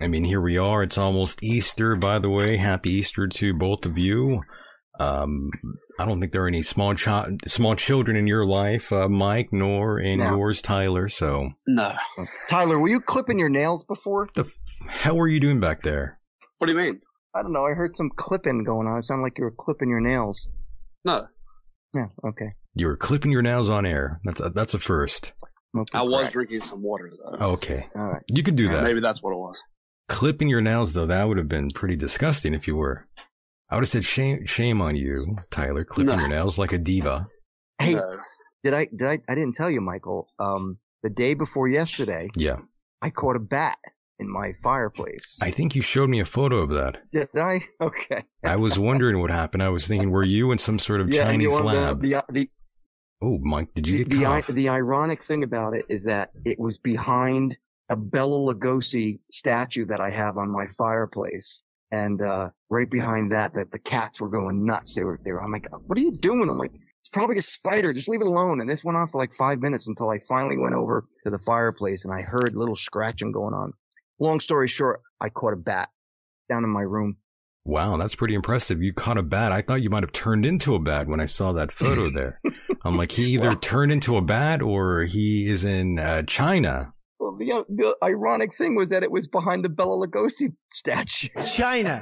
Speaker 1: I mean, here we are. It's almost Easter, by the way. Happy Easter to both of you. Um, I don't think there are any small chi- small children in your life, uh, Mike, nor in
Speaker 2: No.
Speaker 1: yours, Tyler. So,
Speaker 3: No.
Speaker 2: Tyler, were you clipping your nails before?
Speaker 1: the f- hell were you doing back there?
Speaker 3: What do you mean?
Speaker 2: I don't know. I heard some clipping going on. It sounded like you were clipping your nails.
Speaker 3: No.
Speaker 2: Yeah. Okay.
Speaker 1: You were clipping your nails on air. That's a, that's a first.
Speaker 3: I was
Speaker 2: Correct.
Speaker 3: drinking some water though.
Speaker 1: Okay,
Speaker 2: All right.
Speaker 1: you could do that.
Speaker 3: Maybe that's what it was.
Speaker 1: clipping your nails though that would have been pretty disgusting if you were i would have said shame shame on you tyler clipping
Speaker 3: No.
Speaker 1: your nails like a diva
Speaker 2: Hey,
Speaker 3: No.
Speaker 2: did I did I I didn't tell you, Michael? Um, the day before yesterday,
Speaker 1: yeah
Speaker 2: I caught a bat in my fireplace.
Speaker 1: i think you showed me a photo of that
Speaker 2: did I? Okay.
Speaker 1: i was wondering what happened i was thinking were you in some sort of
Speaker 2: Yeah, and you
Speaker 1: chinese
Speaker 2: know, the-
Speaker 1: lab
Speaker 2: the- the
Speaker 1: oh mike did you
Speaker 2: the,
Speaker 1: get
Speaker 2: the, i-
Speaker 1: caught
Speaker 2: the ironic thing about it is that it was behind a Bela Lugosi statue that I have on my fireplace. And, uh, right behind that, that the cats were going nuts. They were, they were, I'm like, what are you doing? I'm like, it's probably a spider. Just leave it alone. And this went on for like five minutes until I finally went over to the fireplace and I heard little scratching going on. Long story short, I caught a bat down in my room.
Speaker 1: wow that's pretty impressive you caught a bat i thought you might have turned into a bat when i saw that photo there i'm like he either
Speaker 2: Well-
Speaker 1: turned into a bat or he is in uh, china
Speaker 2: Well, the, uh, the ironic thing was that it was behind the Bela Lugosi statue.
Speaker 6: China.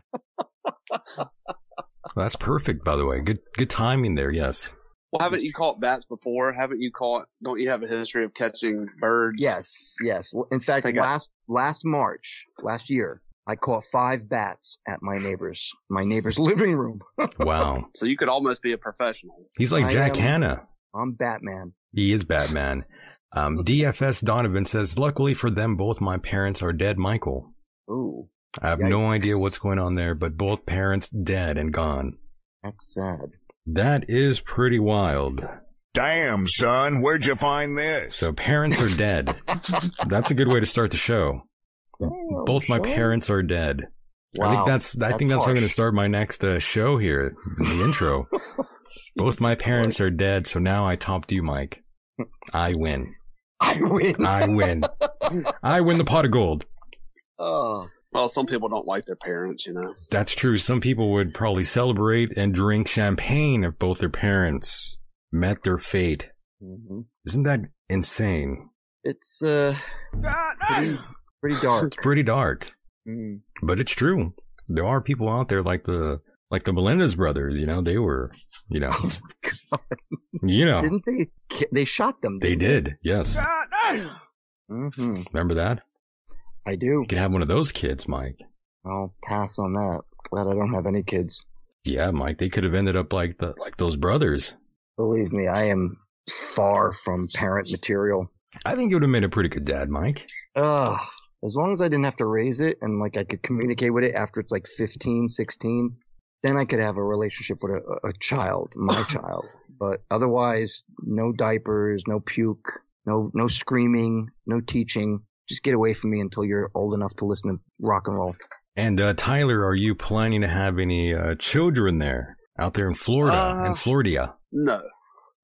Speaker 1: that's perfect by the way good good timing there yes
Speaker 3: Well, haven't you caught bats before? Haven't you caught? Don't you have a history of catching birds?
Speaker 2: Yes, yes. L- In fact,
Speaker 3: They got-
Speaker 2: last last March, last year, I caught five bats at my neighbor's my neighbor's living room.
Speaker 1: wow
Speaker 3: So you could almost be a professional.
Speaker 1: he's like
Speaker 2: I
Speaker 1: jack
Speaker 2: am-
Speaker 1: hanna
Speaker 2: I'm Batman.
Speaker 1: He is Batman. Um, DFS Donovan says, Luckily for them, both my parents are dead, Michael.
Speaker 2: Ooh,
Speaker 1: I have no
Speaker 2: Yikes.
Speaker 1: idea what's going on there, but both parents dead and gone.
Speaker 2: that's sad.
Speaker 1: That is pretty wild.
Speaker 6: Damn, son, where'd you find this?
Speaker 1: So, parents are dead. That's a good way to start the show. Both my parents are dead. I
Speaker 2: Wow,
Speaker 1: think that's, I think that's how I'm
Speaker 2: harsh.
Speaker 1: going to start my next uh, show here in the intro. Both my parents are dead, so now I topped you, Mike. I win.
Speaker 2: I win.
Speaker 1: I win. I win the pot of gold.
Speaker 2: Oh,
Speaker 3: Well, some people don't like their parents, you know.
Speaker 1: That's true. Some people would probably celebrate and drink champagne if both their parents met their fate.
Speaker 2: hmm
Speaker 1: Isn't that insane?
Speaker 2: it's uh pretty, pretty dark.
Speaker 1: It's pretty dark,
Speaker 2: Mm.
Speaker 1: but it's true. There are people out there like the like the Melendez brothers. You know, they were, you know,
Speaker 2: Oh my God.
Speaker 1: you know,
Speaker 2: Didn't they? ki- They shot them.
Speaker 1: Oh. they did. Yes,
Speaker 2: hmm
Speaker 1: remember that?
Speaker 2: I do.
Speaker 1: You could have one of those kids, Mike.
Speaker 2: I'll pass on that. Glad I don't have any kids.
Speaker 1: Yeah, Mike. They could have ended up like the like those brothers.
Speaker 2: Believe me, I am far from parent material.
Speaker 1: I think you would have made a pretty good dad, Mike.
Speaker 2: Ugh. As long as I didn't have to raise it and like I could communicate with it after it's like 15, 16, then I could have a relationship with a, a child, my child. But otherwise, no diapers, no puke, no no screaming, no teaching. Just get away from me until you're old enough to listen to rock and roll.
Speaker 1: And uh, Tyler, are you planning to have any uh, children there out there in Florida
Speaker 3: Uh,
Speaker 1: in Florida?
Speaker 3: No,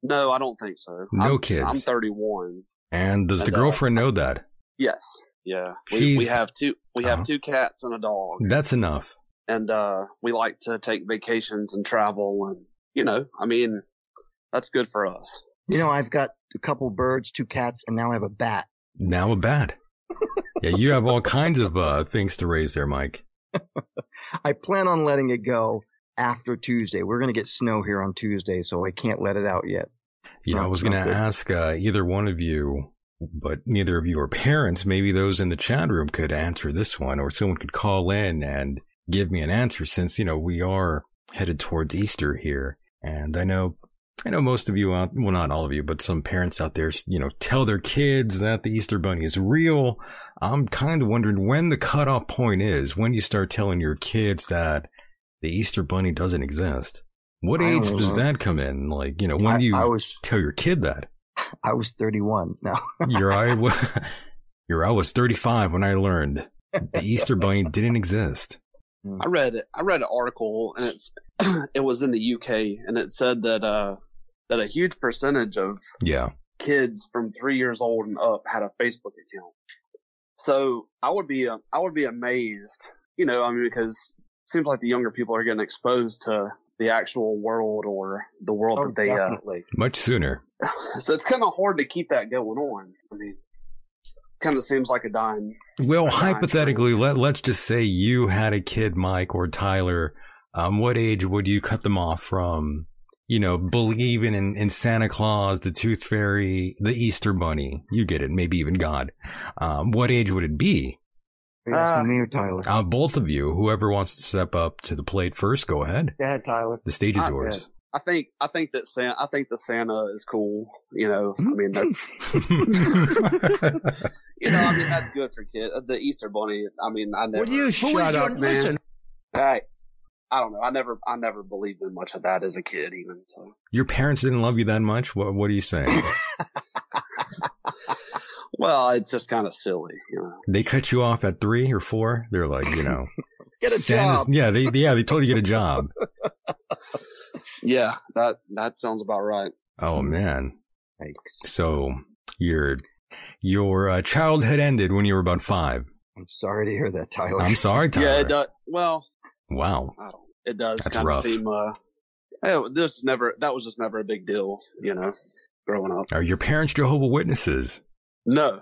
Speaker 3: no, I don't think so.
Speaker 1: No
Speaker 3: I'm,
Speaker 1: kids.
Speaker 3: I'm 31.
Speaker 1: And does the
Speaker 3: And, uh,
Speaker 1: girlfriend know that?
Speaker 3: Yes. Yeah. We,
Speaker 1: She's-
Speaker 3: we have two. We
Speaker 1: Uh-huh.
Speaker 3: have two cats and a dog,
Speaker 1: That's enough.
Speaker 3: and uh, we like to take vacations and travel, and you know, I mean, that's good for us.
Speaker 2: You know, I've got a couple birds, two cats, and now I have a bat.
Speaker 1: Now a bat. yeah, you have all kinds of uh, things to raise there, Mike.
Speaker 2: I plan on letting it go after Tuesday. We're gonna get snow here on Tuesday, so I can't let it out yet.
Speaker 1: You know, I was
Speaker 2: Sounds
Speaker 1: going to
Speaker 2: good.
Speaker 1: ask uh, either one of you, but neither of you are parents. Maybe those in the chat room could answer this one, or someone could call in and give me an answer since, you know, we are headed towards Easter here. And I know. I know most of you out, well, not all of you, but some parents out there, you know, tell their kids that the Easter Bunny is real. I'm kind of wondering when the cutoff point is, when you start telling your kids that the Easter Bunny doesn't exist. What
Speaker 2: I
Speaker 1: age
Speaker 2: don't
Speaker 1: does
Speaker 2: know.
Speaker 1: that come in? Like, you know, when
Speaker 2: I,
Speaker 1: do you
Speaker 2: I was
Speaker 1: tell your kid that.
Speaker 2: I was 31. No,
Speaker 1: Your I was, your I was 35 when I learned the Easter Bunny didn't exist.
Speaker 2: Hmm.
Speaker 3: I read I read an article, and it's it was in the UK, and it said that uh, that a huge percentage of
Speaker 1: Yeah,
Speaker 3: kids from three years old and up had a Facebook account. So I would be um, I would be amazed, you know, I mean, because it seems like the younger people are getting exposed to the actual world or the world
Speaker 2: Oh,
Speaker 3: that they. Uh,
Speaker 2: definitely.
Speaker 1: much sooner.
Speaker 3: so it's kind of hard to keep that going on. I mean, kind of seems like a dime.
Speaker 1: Well,
Speaker 3: That's not
Speaker 1: hypothetically, let, let's just say you had a kid, Mike or Tyler. Um, what age would you cut them off from, you know, believing in, in Santa Claus, the Tooth Fairy, the Easter Bunny? You get it, maybe even God. Um, what age would it be?
Speaker 2: Are you asking
Speaker 3: Uh,
Speaker 2: me or Tyler?
Speaker 1: Uh, both of you, whoever wants to step up to the plate first, go ahead.
Speaker 2: Yeah, Tyler.
Speaker 1: The stage is
Speaker 3: I-
Speaker 1: yours.
Speaker 3: I think I think that Santa I think the Santa is cool. You know, I mean that's you know I mean that's good for kids. The Easter Bunny. I mean I never.
Speaker 7: Would you shut up, man?
Speaker 3: I, I don't know. I never, I never believed in much of that as a kid, even. So,
Speaker 1: Your parents didn't love you that much. What What are you saying?
Speaker 3: well, it's just kind of silly, you know.
Speaker 1: they cut you off at three or four. They're like, you know,
Speaker 2: Get a
Speaker 1: Santa's-
Speaker 2: job.
Speaker 1: Yeah, they yeah they told you to get a job.
Speaker 3: Yeah, that that sounds about right.
Speaker 1: Oh man,
Speaker 2: Hmm. Yikes.
Speaker 1: so your your uh, childhood ended when you were about five.
Speaker 2: I'm sorry to hear that, Tyler.
Speaker 1: I'm sorry, Tyler.
Speaker 3: Yeah, it does. Well,
Speaker 1: Wow.
Speaker 3: I don't. It does
Speaker 1: That's
Speaker 3: kind of
Speaker 1: rough.
Speaker 3: seem. Uh, oh, this never. That was just never a big deal, you know. Growing up,
Speaker 1: Are your parents Jehovah Witnesses?
Speaker 3: no,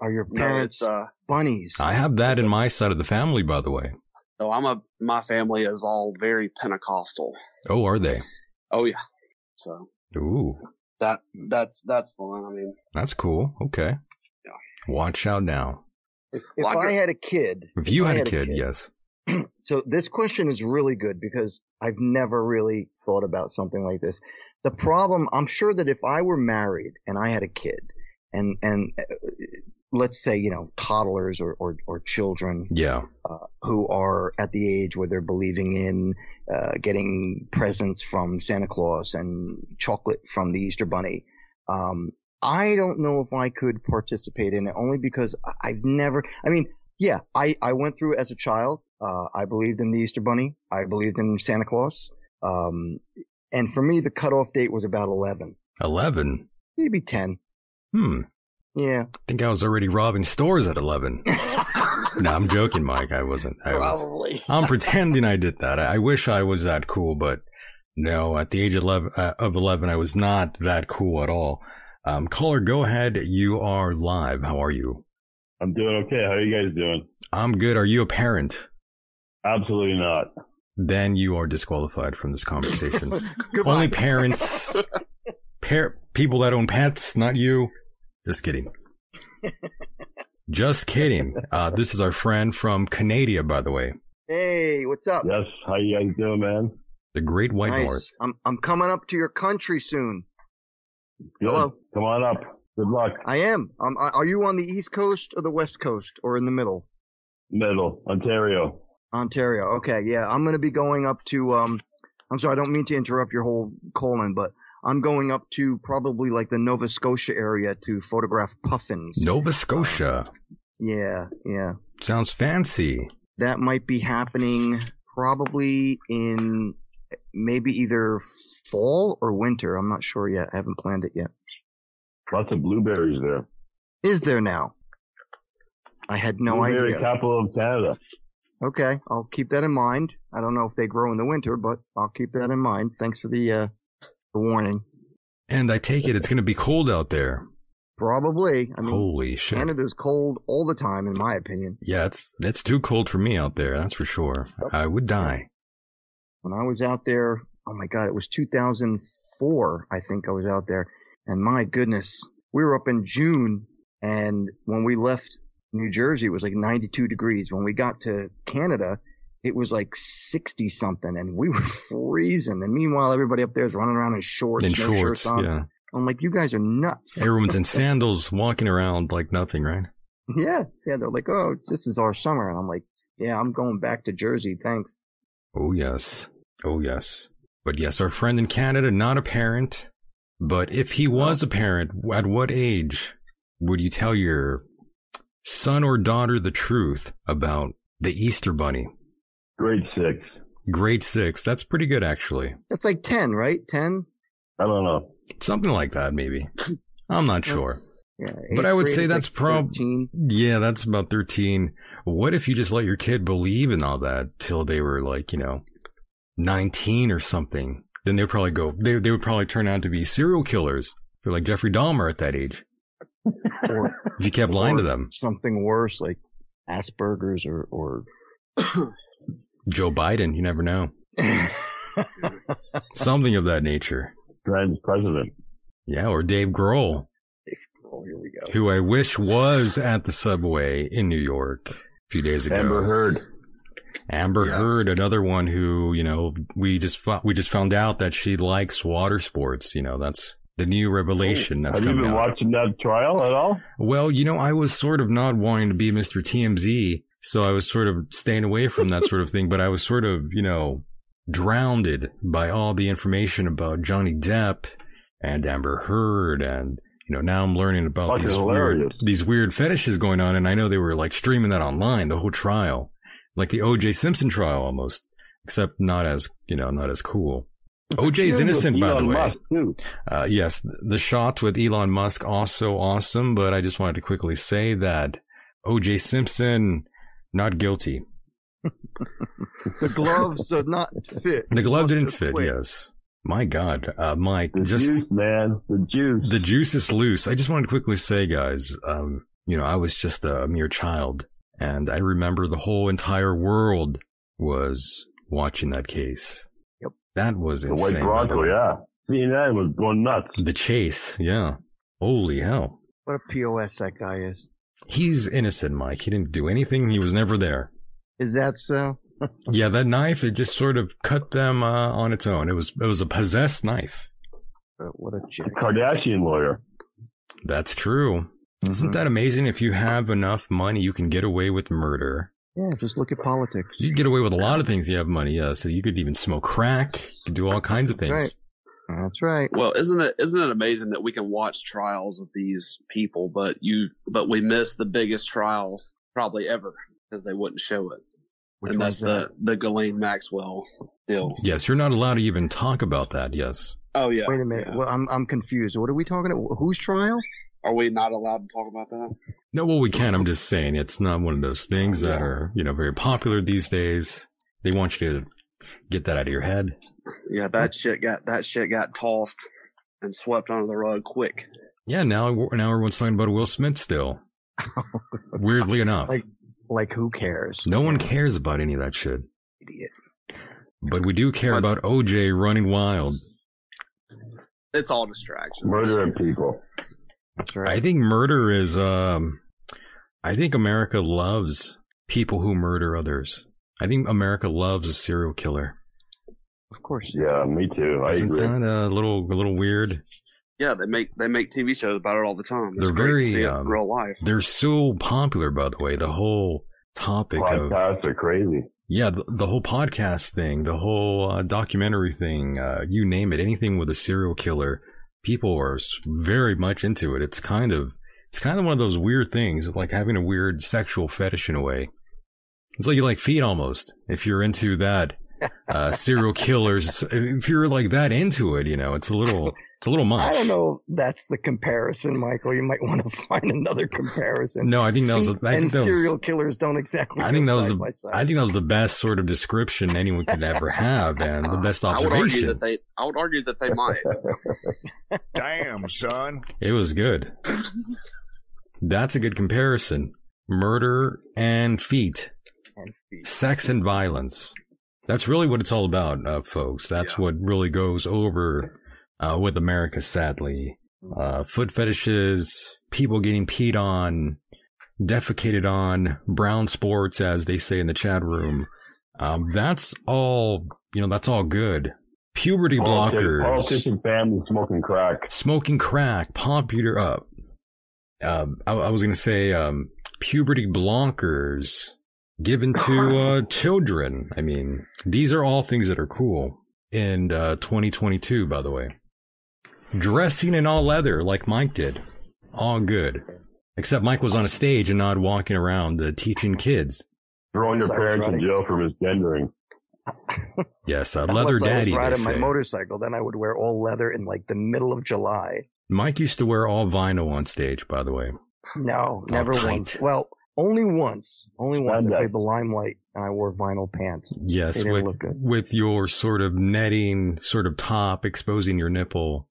Speaker 2: Are your
Speaker 3: no,
Speaker 2: parents
Speaker 3: it's uh,
Speaker 2: bunnies?
Speaker 1: I have that in my side of the family, by the way.
Speaker 3: no. I'm a. My family is all very Pentecostal.
Speaker 1: Oh, are they?
Speaker 3: Oh yeah, so
Speaker 1: Ooh,
Speaker 3: that that's that's fun. I mean,
Speaker 1: that's cool. Okay.
Speaker 3: Yeah.
Speaker 1: Watch out now.
Speaker 2: if if
Speaker 3: well,
Speaker 2: I
Speaker 3: I-
Speaker 2: had a kid,
Speaker 1: If you
Speaker 2: I
Speaker 1: had,
Speaker 2: had
Speaker 1: a
Speaker 2: a
Speaker 1: kid,
Speaker 2: kid.
Speaker 1: yes.
Speaker 2: so this question is really good because I've never really thought about something like this. The problem, I'm sure that if I were married and I had a kid, and and uh, let's say you know toddlers or or, or children
Speaker 1: Yeah.
Speaker 2: uh, who are at the age where they're believing in uh, getting presents from Santa Claus and chocolate from the Easter Bunny. Um, I don't know if I could participate in it only because I- I've never, I mean, yeah, I, I went through it as a child. Uh, I believed in the Easter Bunny. I believed in Santa Claus. Um, And for me, the cutoff date was about 11,
Speaker 1: 11?
Speaker 2: maybe 10.
Speaker 1: Hmm.
Speaker 2: Yeah.
Speaker 1: I think I was already robbing stores at 11. no, I'm joking, Mike. I wasn't. I was.
Speaker 2: Probably.
Speaker 1: I'm pretending I did that. I I wish I was that cool, but no, at the age of 11, uh, of 11 I was not that cool at all. Um, caller, go ahead. You are live. How are you?
Speaker 4: I'm doing okay. How are you guys doing?
Speaker 1: I'm good. Are you a parent?
Speaker 4: Absolutely not.
Speaker 1: Then you are disqualified from this conversation.
Speaker 2: Goodbye.
Speaker 1: Only parents, par- people that own pets, not you. Just kidding. Just kidding. Uh, this is our friend from Canada, by the way,
Speaker 2: Hey, what's up?
Speaker 4: Yes. How you guys doing, man?
Speaker 1: the Great White
Speaker 2: nice.
Speaker 1: North.
Speaker 2: I'm I'm coming up to your country soon.
Speaker 4: Good.
Speaker 2: Hello.
Speaker 4: Come on up. Good luck.
Speaker 2: I am. Um, I- are you on the East Coast or the West Coast or in the middle?
Speaker 4: Middle Ontario.
Speaker 2: Ontario. Okay, yeah, I'm gonna be going up to. Um, I'm sorry, I don't mean to interrupt your whole colon, but I'm going up to probably like the Nova Scotia area to photograph puffins.
Speaker 1: Nova Scotia
Speaker 2: Yeah, yeah,
Speaker 1: sounds fancy.
Speaker 2: that might be happening probably in maybe either fall or winter. I'm not sure yet. I haven't planned it yet.
Speaker 4: Lots of blueberries there.
Speaker 2: Is there now? I had no
Speaker 4: Blueberry
Speaker 2: idea.
Speaker 4: capital of Canada.
Speaker 2: Okay, I'll keep that in mind. I don't know if they grow in the winter, but I'll keep that in mind. Thanks for the uh, the warning.
Speaker 1: And I take it it's going to be cold out there.
Speaker 2: Probably. I mean,
Speaker 1: Holy shit.
Speaker 2: Canada's cold all the time, in my opinion.
Speaker 1: Yeah, it's that's too cold for me out there. That's for sure. I would die.
Speaker 2: When I was out there, oh my God, it was 2004, I think I was out there. And my goodness, we were up in June. And when we left New Jersey, it was like 92 degrees. When we got to Canada, it was like 60 something and we were freezing. And meanwhile, everybody up there is running around in shorts,
Speaker 1: In
Speaker 2: no
Speaker 1: shorts,
Speaker 2: shirts on.
Speaker 1: yeah.
Speaker 2: I'm like, you guys are nuts.
Speaker 1: Everyone's in sandals, walking around like nothing, right?
Speaker 2: yeah. Yeah. They're like, oh, this is our summer. And I'm like, yeah, I'm going back to Jersey. Thanks.
Speaker 1: Oh, yes. Oh, yes. But yes, our friend in Canada, not a parent. But if he was a parent, at what age would you tell your son or daughter the truth about the Easter Bunny?
Speaker 4: Grade six.
Speaker 1: Grade six. That's pretty good, actually.
Speaker 2: That's like 10, right? 10?
Speaker 4: I don't know.
Speaker 1: Something like that, maybe. I'm not sure.
Speaker 2: That's- Yeah,
Speaker 1: But
Speaker 2: eighth
Speaker 1: I would
Speaker 2: grade
Speaker 1: say
Speaker 2: is
Speaker 1: that's
Speaker 2: like
Speaker 1: prob-
Speaker 2: 13.
Speaker 1: Yeah, that's about 13. What if you just let your kid believe in all that till they were like, you know, 19 or something? Then they'd probably go, they, they would probably turn out to be serial killers. They're like Jeffrey Dahmer at that age.
Speaker 2: Or-
Speaker 1: If you kept lying to
Speaker 2: or
Speaker 1: them,
Speaker 2: Something worse, like Asperger's or, or
Speaker 1: Joe Biden, you never know. Something of that nature.
Speaker 4: Trans president.
Speaker 1: Yeah, or Dave Grohl,
Speaker 2: oh, here we go.
Speaker 1: who I wish was at the subway in New York a few days ago.
Speaker 4: Amber Heard.
Speaker 1: Amber
Speaker 3: Yeah.
Speaker 1: Heard, another one who, you know, we just fo- we just found out that she likes water sports. You know, that's the new revelation that's
Speaker 4: Oh, Have you
Speaker 1: coming
Speaker 4: been
Speaker 1: out.
Speaker 4: watching that trial at all?
Speaker 1: well, you know, I was sort of not wanting to be Mr. TMZ, so I was sort of staying away from that sort of thing. But I was sort of, you know, drowned by all the information about Johnny Depp and Amber Heard, and you know, now I'm learning about
Speaker 4: Fucking
Speaker 1: these weird
Speaker 4: hilarious.
Speaker 1: these weird fetishes going on. And I know they were like streaming that online, the whole trial, like the O.J. Simpson trial almost, except not as you know, not as cool. O.J.'s
Speaker 4: You're with
Speaker 1: innocent, by the
Speaker 4: Elon
Speaker 1: way.
Speaker 4: Musk, too.
Speaker 1: Uh, yes, th- the shots with Elon Musk also awesome, but I just wanted to quickly say that OJ Simpson not guilty.
Speaker 2: The gloves does not fit.
Speaker 1: The glove
Speaker 2: Must
Speaker 1: didn't
Speaker 2: have
Speaker 1: fit.
Speaker 2: quit.
Speaker 1: Yes, my God, uh, Mike,
Speaker 4: The
Speaker 1: just
Speaker 4: juice, man. The juice.
Speaker 1: the juice is loose. I just wanted to quickly say, guys, um, you know, I was just a mere child, and I remember the whole entire world was watching that case.
Speaker 2: Yep.
Speaker 1: that was
Speaker 4: The
Speaker 1: insane.
Speaker 4: white
Speaker 1: by the
Speaker 4: Bronco,
Speaker 1: way.
Speaker 4: yeah. CNN was going nuts.
Speaker 1: The chase, yeah. Holy hell.
Speaker 2: What a POS that guy is.
Speaker 1: He's innocent, Mike. He didn't do anything. He was never there.
Speaker 2: Is that so?
Speaker 1: Yeah, that knife it just sort of cut them uh, on its own. It was it was a possessed knife.
Speaker 2: Uh, What a
Speaker 4: The
Speaker 2: jerk.
Speaker 4: Kardashian lawyer.
Speaker 1: That's true.
Speaker 2: Mm-hmm.
Speaker 1: Isn't that amazing? If you have enough money, you can get away with murder.
Speaker 2: Yeah, just look at politics.
Speaker 1: You can get away with a lot of things. if You have money, yeah. So you could even smoke crack. You could do all kinds of things.
Speaker 2: Right. That's right.
Speaker 3: Well, isn't it isn't it amazing that we can watch trials of these people, but you but we miss the biggest trial probably ever because they wouldn't show it.
Speaker 2: Which
Speaker 3: and that's
Speaker 2: one's
Speaker 3: the the Ghislaine Maxwell deal.
Speaker 1: Yes, you're not allowed to even talk about that. Yes.
Speaker 3: Oh yeah.
Speaker 2: Wait a minute.
Speaker 3: yeah.
Speaker 2: Well, I'm I'm confused. What are we talking about? Whose trial?
Speaker 3: Are we not allowed to talk about that?
Speaker 1: No, well, we can. I'm just saying it's not one of those things that are, you know, very popular these days. They want you to get that out of your head.
Speaker 3: Yeah, that shit got that shit got tossed and swept under the rug quick.
Speaker 1: Yeah, now, now everyone's talking about Will Smith still. Weirdly enough,
Speaker 2: Like- Like who cares?
Speaker 1: no one cares about any of that shit.
Speaker 2: Idiot.
Speaker 1: But we do care
Speaker 3: What's-
Speaker 1: about OJ running wild.
Speaker 3: It's all distractions.
Speaker 4: Murdering people.
Speaker 2: That's right.
Speaker 1: I think murder is, um, I think America loves people who murder others. I think America loves a serial killer.
Speaker 2: of course.
Speaker 4: Yeah, me too. I
Speaker 1: Isn't
Speaker 4: agree.
Speaker 1: that a little, a little weird?
Speaker 3: Yeah, they make they make TV shows about it all the time. It's
Speaker 1: They're
Speaker 3: great
Speaker 1: very,
Speaker 3: to see it
Speaker 1: um,
Speaker 3: in real life.
Speaker 1: They're so popular, by the way. The whole topic of
Speaker 4: Podcasts are crazy.
Speaker 1: yeah, the, the whole podcast thing, the whole uh, documentary thing, uh, you name it, anything with a serial killer, people are s- very much into it. It's kind of it's kind of one of those weird things, like having a weird sexual fetish in a way. It's like you like feet almost if you're into that. Uh, serial killers. If you're like that into it, you know, it's a little, it's a little much.
Speaker 2: I don't know. If that's the comparison, Michael. You might want to find another comparison.
Speaker 1: No, I think that was. I
Speaker 2: Feet
Speaker 1: think
Speaker 2: and
Speaker 1: that was-
Speaker 2: serial killers don't exactly.
Speaker 1: I think that
Speaker 2: go
Speaker 1: was
Speaker 2: side by
Speaker 1: the
Speaker 2: side.
Speaker 1: I think that was the best sort of description anyone could ever have, and the best
Speaker 3: Uh, I would argue
Speaker 1: observation.
Speaker 3: that they I would argue that they might.
Speaker 6: Damn, son.
Speaker 1: it was good. That's a good comparison. Murder and feet,
Speaker 2: And feet.
Speaker 1: sex and violence. That's really what it's all about, uh, folks. That's what really goes over uh, with America, sadly.
Speaker 2: Mm-hmm.
Speaker 1: Uh, foot fetishes, people getting peed on, defecated on, brown sports, as they say in the chat room. Um, that's all, you know, that's all good. Puberty
Speaker 4: Politician,
Speaker 1: blockers
Speaker 4: politician family smoking crack.
Speaker 1: smoking crack, popular up. Uh, I, I was gonna say um, puberty blockers given to uh, children. I mean, these are all things that are cool in uh, 2022. By the way, dressing in all leather like Mike did, all good. Except Mike was on a stage and not walking around uh, teaching kids.
Speaker 4: Throwing your
Speaker 2: Sounds
Speaker 4: parents
Speaker 2: right.
Speaker 4: in jail for misgendering.
Speaker 1: Yes, uh,
Speaker 2: Unless
Speaker 1: leather daddy.
Speaker 2: I was
Speaker 1: they
Speaker 2: riding my
Speaker 1: say.
Speaker 2: motorcycle, then I would wear all leather in like the middle of July.
Speaker 1: Mike used to wear all vinyl on stage. By the way,
Speaker 2: No, never
Speaker 1: Oh, tight.
Speaker 2: once. Well, only once. Only once.
Speaker 4: Sunday.
Speaker 2: I played the limelight and I wore vinyl pants. They
Speaker 1: Yes,
Speaker 2: didn't
Speaker 1: with
Speaker 2: look good.
Speaker 1: with your sort of netting, sort of top exposing your nipple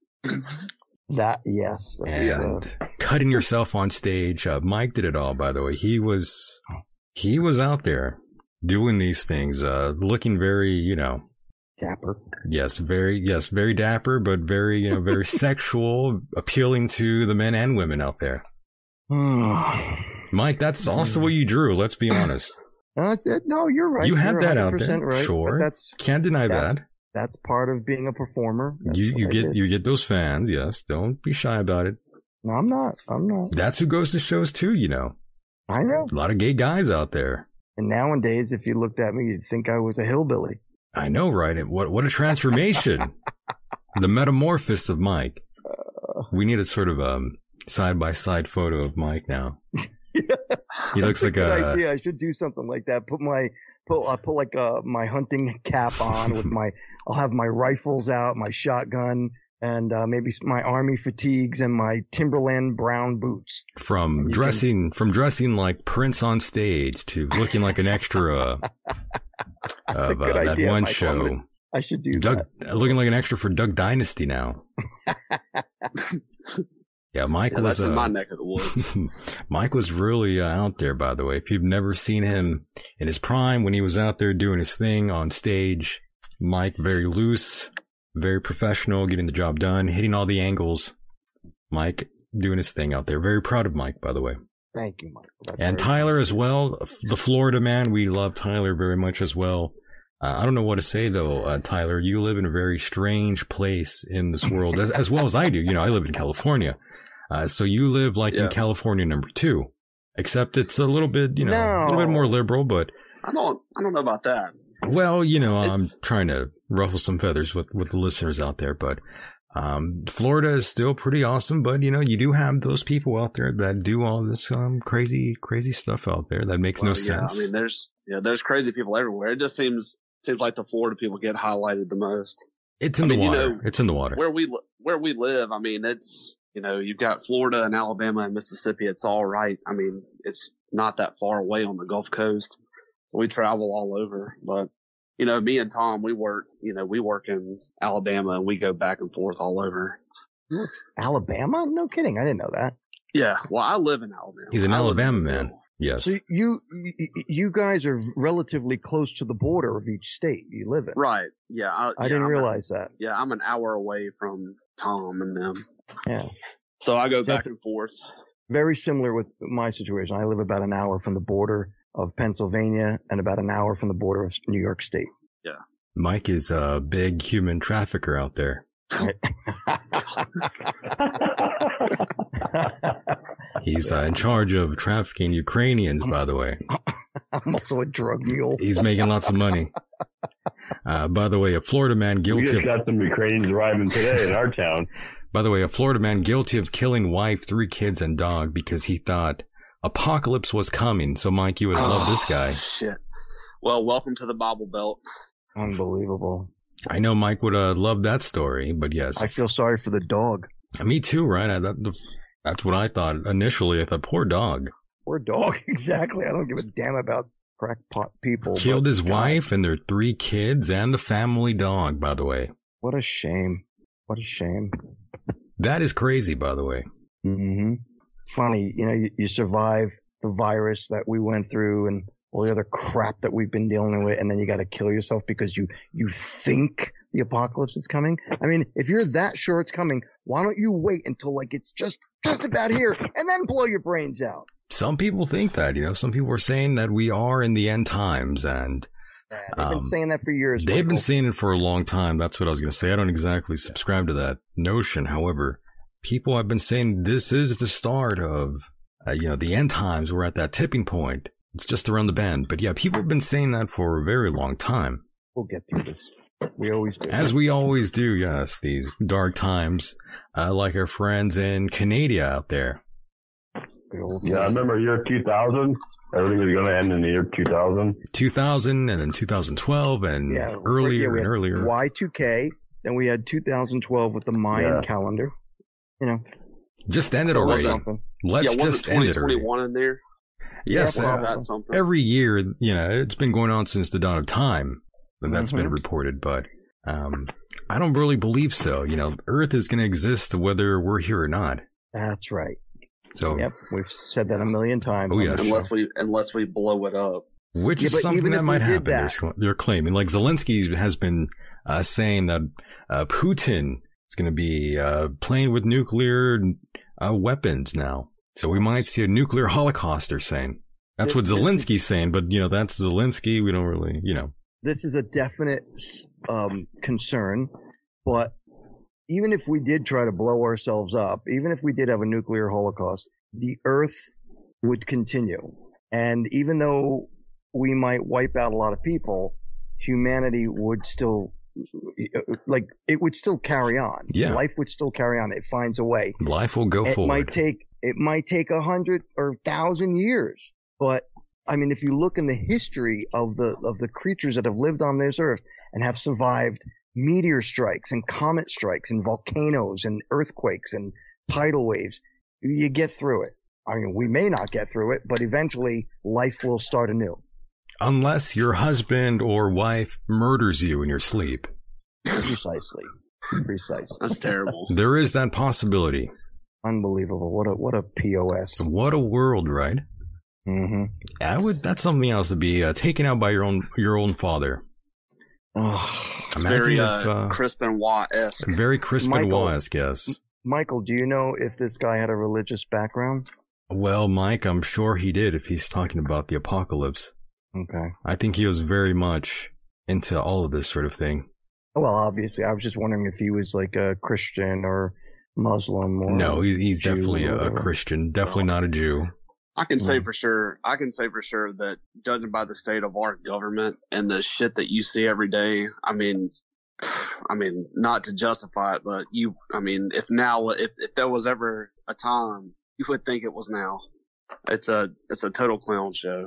Speaker 2: That yes. that was, uh,
Speaker 1: and cutting yourself on stage. Uh, Mike did it all, by the way. He was he was out there doing these things, uh, looking very, you know,
Speaker 2: dapper.
Speaker 1: yes, very, yes, very dapper, but very, you know, very sexual, appealing to the men and women out there.
Speaker 2: Hmm.
Speaker 1: Mike, that's also what you drew. Let's be honest.
Speaker 2: That's it. No, you're right.
Speaker 1: You had
Speaker 2: You're
Speaker 1: that out there.
Speaker 2: 100% Right, but
Speaker 1: Sure.
Speaker 2: That's
Speaker 1: Can't deny
Speaker 2: That's-
Speaker 1: that.
Speaker 2: that's part of being a performer. That's
Speaker 1: You
Speaker 2: what
Speaker 1: you
Speaker 2: I
Speaker 1: get
Speaker 2: did.
Speaker 1: you get those fans. Yes, don't be shy about it.
Speaker 2: No, I'm not. I'm not.
Speaker 1: That's who goes to shows too. You know.
Speaker 2: I know.
Speaker 1: A lot of gay guys out there.
Speaker 2: And nowadays, if you looked at me, you'd think I was a hillbilly.
Speaker 1: I know, right? And What what a transformation! the metamorphosis of Mike.
Speaker 2: Uh.
Speaker 1: We need a sort of um side by side photo of Mike now. He looks like
Speaker 2: Good
Speaker 1: a
Speaker 2: idea. I should do something like that. Put my put I put like uh my hunting cap on with my I'll have my rifles out, my shotgun, and uh, maybe s- my army fatigues and my Timberland brown boots.
Speaker 1: from
Speaker 2: can-
Speaker 1: dressing from dressing like Prince on stage to looking like an extra
Speaker 2: a
Speaker 1: of uh,
Speaker 2: good
Speaker 1: that
Speaker 2: idea,
Speaker 1: one
Speaker 2: Mike. I'm
Speaker 1: show.
Speaker 2: gonna I should do
Speaker 1: Doug
Speaker 2: that.
Speaker 1: looking like an extra for Doug Dynasty now. yeah, Mike
Speaker 3: Yeah,
Speaker 1: was
Speaker 3: that's
Speaker 1: uh,
Speaker 3: in my neck of the woods.
Speaker 1: Mike was really uh, out there, by the way. If you've never seen him in his prime when he was out there doing his thing on stage, Mike very loose, very professional, getting the job done, hitting all the angles. Mike doing his thing out there. Very proud of Mike, by the way.
Speaker 2: Thank you, Michael. That's
Speaker 1: And
Speaker 2: very
Speaker 1: Tyler
Speaker 2: nice.
Speaker 1: as well, the Florida man. We love Tyler very much as well. Uh, I don't know what to say though, uh, Tyler. You live in a very strange place in this world, as, as well as I do. You know, I live in California, uh, so you live like
Speaker 3: Yeah.
Speaker 1: in California number two, except it's a little bit, you know, a little bit
Speaker 2: No.
Speaker 1: more liberal. But
Speaker 3: I don't I don't know about that.
Speaker 1: well, you know, I'm
Speaker 3: It's-
Speaker 1: trying to ruffle some feathers with with the listeners out there. But Um, Florida is still pretty awesome, but you know, you do have those people out there that do all this um, crazy, crazy stuff out there that makes
Speaker 3: Well,
Speaker 1: no
Speaker 3: yeah,
Speaker 1: sense.
Speaker 3: I mean, there's yeah, there's crazy people everywhere. It just seems seems like the Florida people get highlighted the most.
Speaker 1: it's in
Speaker 3: I
Speaker 1: the
Speaker 3: mean, you
Speaker 1: water.
Speaker 3: know,
Speaker 1: it's in the water.
Speaker 3: Where we li- where we live, I mean, it's you know, you've got Florida and Alabama and Mississippi. It's all right. I mean, it's not that far away on the Gulf Coast. We travel all over, but you know, me and Tom, we work. You know, we work in Alabama and we go back and forth all over.
Speaker 2: Alabama? No kidding. I didn't know that.
Speaker 3: Yeah, well, I live in Alabama.
Speaker 1: He's an
Speaker 3: I live in
Speaker 1: Alabama man. Yes.
Speaker 2: So you you- you guys are relatively close to the border of each state you live in.
Speaker 3: Right.
Speaker 1: Uh,
Speaker 3: Yeah. I,
Speaker 2: I
Speaker 3: yeah,
Speaker 2: didn't
Speaker 3: I'm a-
Speaker 2: realize that.
Speaker 3: yeah, I'm an hour away from Tom and them.
Speaker 2: Yeah.
Speaker 3: So I go
Speaker 2: So
Speaker 3: back
Speaker 2: it's-
Speaker 3: and forth.
Speaker 2: Very similar with my situation. I live about an hour from the border of Pennsylvania and about an hour from the border of New York State.
Speaker 1: Mike is a big human trafficker out there. He's uh, in charge of trafficking Ukrainians, by the way.
Speaker 2: I'm also a drug mule.
Speaker 1: He's making lots of money. Uh, by the way, a Florida man
Speaker 4: We
Speaker 1: guilty
Speaker 4: just
Speaker 1: of
Speaker 4: got some Ukrainians arriving today in our town.
Speaker 1: by the way, a Florida man guilty of killing wife, three kids, and dog because he thought apocalypse was coming. So Mike, you would love this guy.
Speaker 3: Shit. Well, welcome to the Bible Belt.
Speaker 2: Unbelievable.
Speaker 1: I know Mike would uh, love that story, but yes,
Speaker 2: I feel sorry for the dog.
Speaker 1: me too. Right? I, that, that's what I thought initially. I thought poor dog
Speaker 2: Poor dog. Exactly. I don't give a damn about crackpot people. Oh, but
Speaker 1: killed his
Speaker 2: God,
Speaker 1: wife and their three kids and the family dog. By the way,
Speaker 2: What a shame. What a shame.
Speaker 1: that is crazy. By the way,
Speaker 2: hmm Funny, you know, you, you survive the virus that we went through and all the other crap that we've been dealing with, and then you got to kill yourself because you you think the apocalypse is coming. I mean, if you're that sure it's coming, why don't you wait until like it's just just about here and then blow your brains out?
Speaker 1: some people think that you know, some people are saying that we are in the end times and
Speaker 2: They've
Speaker 1: Um,
Speaker 2: been saying that for years.
Speaker 1: They've been
Speaker 2: Michael.
Speaker 1: saying it for a long time. That's what I was going to say. I don't exactly subscribe to that notion. However, people have been saying this is the start of, uh, you know, the end times. We're at that tipping point. It's just around the bend. But yeah, people have been saying that for a very long time.
Speaker 2: we'll get through this. We always do.
Speaker 1: As we always do, yes, these dark times, uh, like our friends in Canada out there.
Speaker 2: Good old-
Speaker 4: Yeah, I remember year 2000. Everything was going to end in the year 2000.
Speaker 1: 2000 and then 2012 and
Speaker 2: Yeah, right- yeah,
Speaker 1: mm, earlier
Speaker 2: we
Speaker 1: and
Speaker 2: had
Speaker 1: earlier.
Speaker 2: Y2K. Then we had 2012 with the Mayan
Speaker 4: Yeah.
Speaker 2: calendar. You know,
Speaker 1: Just end it
Speaker 3: So
Speaker 1: already.
Speaker 3: was
Speaker 2: something.
Speaker 1: Let's
Speaker 3: yeah, wasn't
Speaker 1: just end it already.
Speaker 3: 2021 in there?
Speaker 1: Yes,
Speaker 2: Yeah,
Speaker 3: I
Speaker 2: well,
Speaker 1: uh,
Speaker 3: thought that's something.
Speaker 1: every year, you know, it's been going on since the dawn of time, and that's
Speaker 2: Mm-hmm.
Speaker 1: been reported. But um, I don't really believe so. You know, Earth is going to exist whether we're here or not.
Speaker 2: That's right.
Speaker 1: So,
Speaker 2: Yep, we've said that a million times.
Speaker 1: Oh,
Speaker 2: on
Speaker 1: yes.
Speaker 2: this
Speaker 3: unless
Speaker 2: show.
Speaker 3: we unless we blow it up.
Speaker 1: which
Speaker 2: Yeah,
Speaker 1: is
Speaker 2: but
Speaker 1: something
Speaker 2: even
Speaker 1: that
Speaker 2: if
Speaker 1: might
Speaker 2: we did
Speaker 1: happen. They're,
Speaker 2: that-
Speaker 1: sl- they're claiming, like Zelensky has been uh, saying that uh, Putin is going to be uh, playing with nuclear uh, weapons now. So we might see a nuclear holocaust. They're saying that's what
Speaker 2: This- this is-
Speaker 1: Zelensky's saying, but you know, that's Zelensky. We don't really, you know.
Speaker 2: this is a definite um, concern, but even if we did try to blow ourselves up, even if we did have a nuclear holocaust, the Earth would continue. And even though we might wipe out a lot of people, humanity would still like it would still carry on.
Speaker 1: Yeah.
Speaker 2: Life would still carry on. It finds a way.
Speaker 1: Life will go
Speaker 2: it
Speaker 1: forward.
Speaker 2: might take it might take a hundred or thousand years but i mean if you look in the history of the of the creatures that have lived on this earth and have survived meteor strikes and comet strikes and volcanoes and earthquakes and tidal waves you get through it i mean we may not get through it but eventually life will start anew
Speaker 1: Unless your husband or wife murders you in your sleep.
Speaker 2: precisely precisely
Speaker 3: That's terrible.
Speaker 1: There is that possibility.
Speaker 2: unbelievable what a what a pos
Speaker 1: What a world, right?
Speaker 2: hmm
Speaker 1: I would. That's something else to be uh, taken out by your own your own father.
Speaker 3: It's
Speaker 1: Imagine
Speaker 3: very
Speaker 1: if,
Speaker 3: uh,
Speaker 1: uh,
Speaker 3: Crispin Watt esque.
Speaker 1: Very Crispin
Speaker 2: Michael-
Speaker 1: Wallace, yes.
Speaker 2: michael do you know if this guy had a religious background
Speaker 1: Well, Mike, I'm sure he did. If he's talking about the apocalypse,
Speaker 2: okay
Speaker 1: I think he was very much into all of this sort of thing.
Speaker 2: Well, obviously, I was just wondering if he was like a Christian or Muslim or
Speaker 1: No, he's, he's
Speaker 2: Jew or
Speaker 1: definitely a, a
Speaker 2: whatever. Oh.
Speaker 1: Christian. Definitely not a Jew.
Speaker 3: I can say
Speaker 1: Hmm.
Speaker 2: Mhm.
Speaker 3: for sure. I can say for sure that judging by the state of our government and the shit that you see every day, I mean, I mean, not to justify it, but you, I mean, if now, if, if there was ever a time, you would think it was now. It's a, it's a total clown show.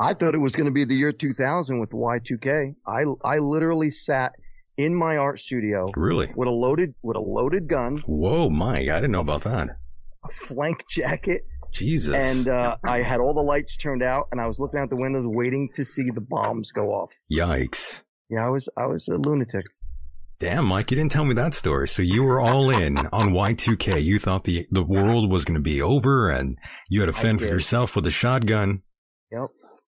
Speaker 2: I thought it was going to be the year 2000 with Y2K. I, I literally sat in my art studio
Speaker 1: Really?
Speaker 2: with a loaded, with a loaded gun,
Speaker 1: Whoa, Mike! I didn't know about that.
Speaker 2: a flank jacket,
Speaker 1: Jesus.
Speaker 2: and uh, I had all the lights turned out, and I was looking out the windows waiting to see the bombs go off.
Speaker 1: yikes!
Speaker 2: Yeah, I was I was a lunatic.
Speaker 1: Damn, Mike, you didn't tell me that story. So you were all in on Y2K. You thought the the world was going to be over, and you had to
Speaker 2: I
Speaker 1: fend for
Speaker 2: did.
Speaker 1: yourself with a shotgun.
Speaker 2: Yep.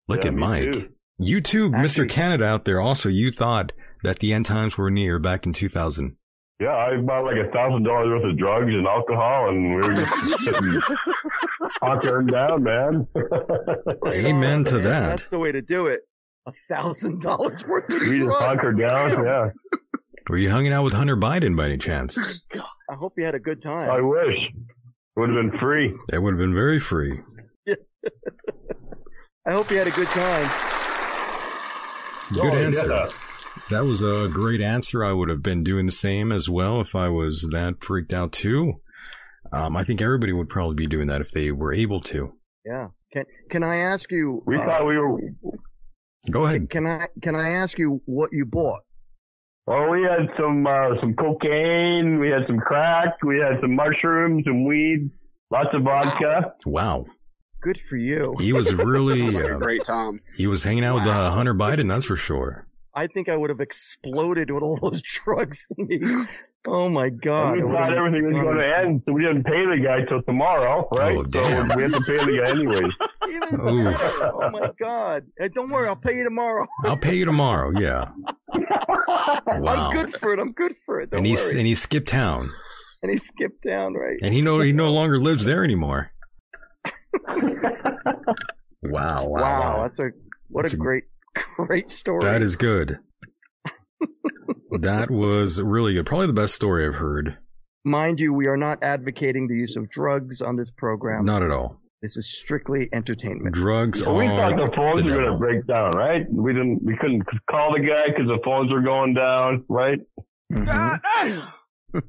Speaker 1: Look
Speaker 4: Yeah,
Speaker 1: at
Speaker 4: me
Speaker 1: Mike.
Speaker 4: too.
Speaker 1: You too,
Speaker 2: Actually-
Speaker 1: Mr. Canada out there. Also, you thought that the end times were near back in 2000.
Speaker 4: Yeah, I bought like a thousand dollars worth of drugs and alcohol, and we were just hunkering down, man.
Speaker 1: Amen to
Speaker 2: Yeah,
Speaker 1: that.
Speaker 2: That's the way to do it. A thousand dollars worth of
Speaker 4: we just
Speaker 2: drugs.
Speaker 4: hunkered down.
Speaker 2: Damn.
Speaker 4: Oh, Yeah,
Speaker 1: Were you hanging out with Hunter Biden by any chance?
Speaker 2: I hope you had a good time.
Speaker 4: I wish would have been free.
Speaker 1: That would have been very free.
Speaker 2: I hope you had a good time.
Speaker 1: Good
Speaker 4: Oh,
Speaker 1: answer.
Speaker 4: yeah.
Speaker 1: That was a great answer. I would have been doing the same as well if I was that freaked out too. Um, I think everybody would probably be doing that if they were able to.
Speaker 2: Yeah. Can can I ask you?
Speaker 4: We
Speaker 2: uh,
Speaker 4: thought we were.
Speaker 1: Go ahead.
Speaker 2: Can I can I ask you what you bought?
Speaker 4: Well, we had some uh, some cocaine, we had some crack, we had some mushrooms, some weed, lots of vodka.
Speaker 1: Wow,
Speaker 2: Good for you.
Speaker 1: he was
Speaker 3: Sounds
Speaker 1: really
Speaker 3: like a
Speaker 1: uh,
Speaker 3: great time.
Speaker 1: he was hanging out with uh, Hunter Biden. That's for sure.
Speaker 2: I think I would have exploded with all those drugs. in me. oh my
Speaker 4: And
Speaker 2: god!
Speaker 4: we
Speaker 2: It would
Speaker 4: thought
Speaker 2: have-
Speaker 4: everything was going to end, so we didn't pay the guy till tomorrow, right?
Speaker 1: Oh,
Speaker 4: So
Speaker 1: damn.
Speaker 4: we had to pay the guy anyways.
Speaker 2: Even
Speaker 1: Oof.
Speaker 2: better. Oh my god! Hey, don't worry, I'll pay you tomorrow.
Speaker 1: I'll pay you tomorrow. Yeah, Wow.
Speaker 2: I'm good for it. I'm good for it. Don't
Speaker 1: and he
Speaker 2: worry.
Speaker 1: and he skipped town,
Speaker 2: and he skipped down, right?
Speaker 1: and he no he no longer lives there anymore. Wow! Wow!
Speaker 2: Wow, that's a what
Speaker 1: That's
Speaker 2: a
Speaker 1: a-
Speaker 2: great great story.
Speaker 1: That is good. that was really good. Probably the best story I've heard.
Speaker 2: mind you, we are not advocating the use of drugs on this program.
Speaker 1: Not at all.
Speaker 2: This is strictly entertainment.
Speaker 1: Drugs
Speaker 4: So we thought
Speaker 1: are
Speaker 4: the phones
Speaker 1: the
Speaker 4: were going to
Speaker 1: devil.
Speaker 4: break down, right? We didn't, we couldn't call the guy because the phones were going down, right?
Speaker 2: Mhm.
Speaker 1: Mm-hmm.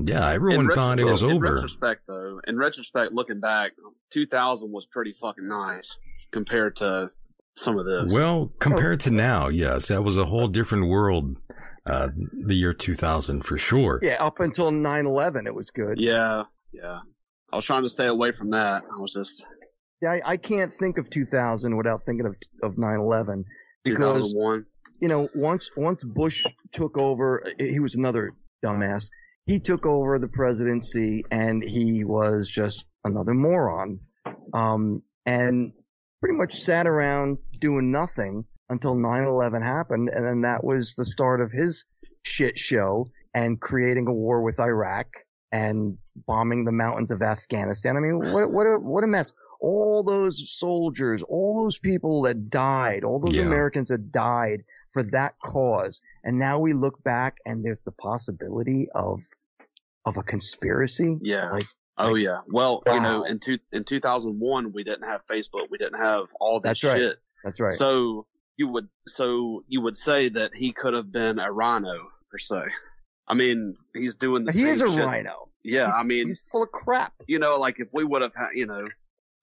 Speaker 1: Yeah,
Speaker 3: In
Speaker 1: everyone
Speaker 3: retro-
Speaker 1: thought it was
Speaker 3: in, In
Speaker 1: over.
Speaker 3: retrospect, though, in retrospect, looking back, 2000 was pretty fucking nice compared to some of this.
Speaker 1: Well, compared to now, yes, that was a whole different world. Uh, the year 2000 for sure.
Speaker 2: Yeah, up until 9/11, it was good.
Speaker 3: yeah, yeah. I was trying to stay away from that. I was just
Speaker 2: Yeah, I, I can't think of 2000 without thinking of of 9/11 because
Speaker 3: 2001.
Speaker 2: you know once once Bush took over, he was another dumbass. He took over the presidency and he was just another moron, um, and pretty much sat around doing nothing until 9/11 happened, and then that was the start of his shit show and creating a war with Iraq and bombing the mountains of Afghanistan. I mean, what what a what a mess! All those soldiers, all those people that died, all those
Speaker 1: Yeah.
Speaker 2: Americans that died for that cause, and now we look back and there's the possibility of of a conspiracy.
Speaker 3: Yeah.
Speaker 2: Like-
Speaker 3: oh yeah. Well, you know,
Speaker 2: Wow.
Speaker 3: in two, in 2001, we didn't have Facebook. We didn't have all this
Speaker 2: That's right.
Speaker 3: shit.
Speaker 2: That's right.
Speaker 3: So you would so you would say that he could have been a rhino per se. I mean, he's doing the
Speaker 2: he
Speaker 3: same
Speaker 2: is a
Speaker 3: shit.
Speaker 2: rhino.
Speaker 3: Yeah,
Speaker 2: He's-
Speaker 3: I mean,
Speaker 2: he's full of crap.
Speaker 3: you know, like if we would have had, you know,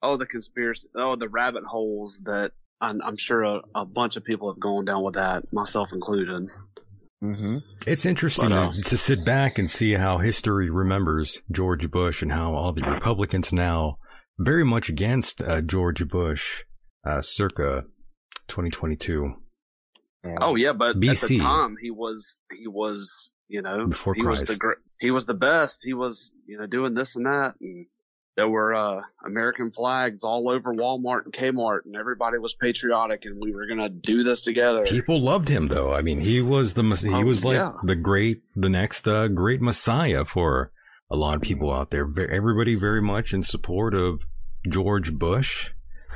Speaker 3: oh, the conspiracy, oh, the rabbit holes that I'm, I'm sure a, a bunch of people have gone down with that, myself included.
Speaker 2: Mm-hmm.
Speaker 1: It's interesting
Speaker 3: But,
Speaker 1: to,
Speaker 3: uh,
Speaker 1: to sit back and see how history remembers George Bush and how all the Republicans now very much against uh, George Bush uh, circa 2022
Speaker 3: Oh yeah, but at
Speaker 1: BC.
Speaker 3: the time he was, he was, you know,
Speaker 1: Before
Speaker 3: he was the
Speaker 1: Christ.
Speaker 3: gr- he was the best. He was, you know, doing this and that, and there were uh, American flags all over Walmart and Kmart, and everybody was patriotic, and we were gonna do this together.
Speaker 1: People loved him though. I mean, he was the mes- he
Speaker 3: Oh,
Speaker 1: was like
Speaker 3: yeah.
Speaker 1: the great the next uh, great messiah for a lot of people out there. Ve- Everybody very much in support of George Bush.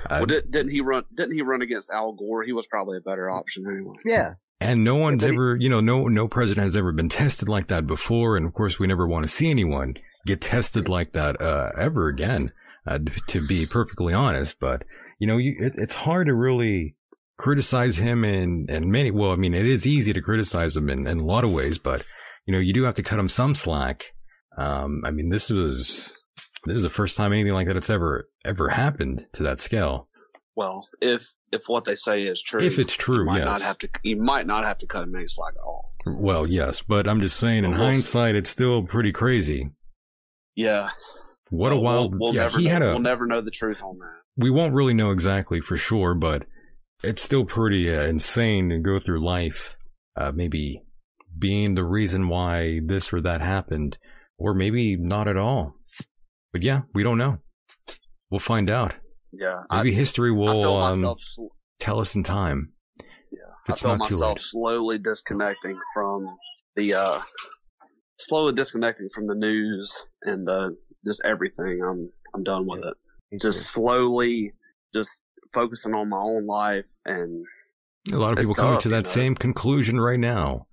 Speaker 1: Uh,
Speaker 3: well, did, didn't he run? Didn't he run against Al Gore? He was probably a better option anyway.
Speaker 2: Yeah.
Speaker 1: and no one's
Speaker 2: but he-
Speaker 1: ever, you know, no no president has ever been tested like that before and of course we never want to see anyone get tested like that uh, ever again. Uh, to be perfectly honest, but you know, you, it, it's hard to really criticize him in, in many, well, I mean, it is easy to criticize him in, in a lot of ways, but, you know, you do have to cut him some slack. Um, I mean, this was, this is the first time anything like that that's ever, ever happened to that scale.
Speaker 3: Well, if if what they say is true,
Speaker 1: If it's true,
Speaker 3: you might
Speaker 1: yes.
Speaker 3: not have to. You might not have to cut him any slack at all.
Speaker 1: Well, yes, but I'm just saying in
Speaker 3: Well, we'll see.
Speaker 1: hindsight, it's still pretty crazy.
Speaker 3: Yeah.
Speaker 1: What a
Speaker 3: Well,
Speaker 1: wild,
Speaker 3: We'll, we'll
Speaker 1: yeah,
Speaker 3: never
Speaker 1: he
Speaker 3: know,
Speaker 1: had a,
Speaker 3: we'll never know the truth on that.
Speaker 1: we won't really know exactly for sure, but it's still pretty uh, insane to go through life, uh, maybe being the reason why this or that happened, or maybe not at all. But yeah, we don't know. We'll find out.
Speaker 3: Yeah. I,
Speaker 1: Maybe history
Speaker 3: I
Speaker 1: will
Speaker 3: feel
Speaker 1: um,
Speaker 3: myself. Sl-
Speaker 1: tell us in time.
Speaker 3: yeah.
Speaker 1: if
Speaker 3: I
Speaker 1: it's
Speaker 3: feel
Speaker 1: not too
Speaker 3: myself
Speaker 1: late.
Speaker 3: slowly disconnecting from the uh, slowly disconnecting from the news and the just everything. I'm I'm done with it. Just slowly, just focusing on my own life and
Speaker 1: A lot of
Speaker 3: It's
Speaker 1: people coming
Speaker 3: tough,
Speaker 1: to
Speaker 3: you
Speaker 1: that
Speaker 3: know.
Speaker 1: same conclusion right now.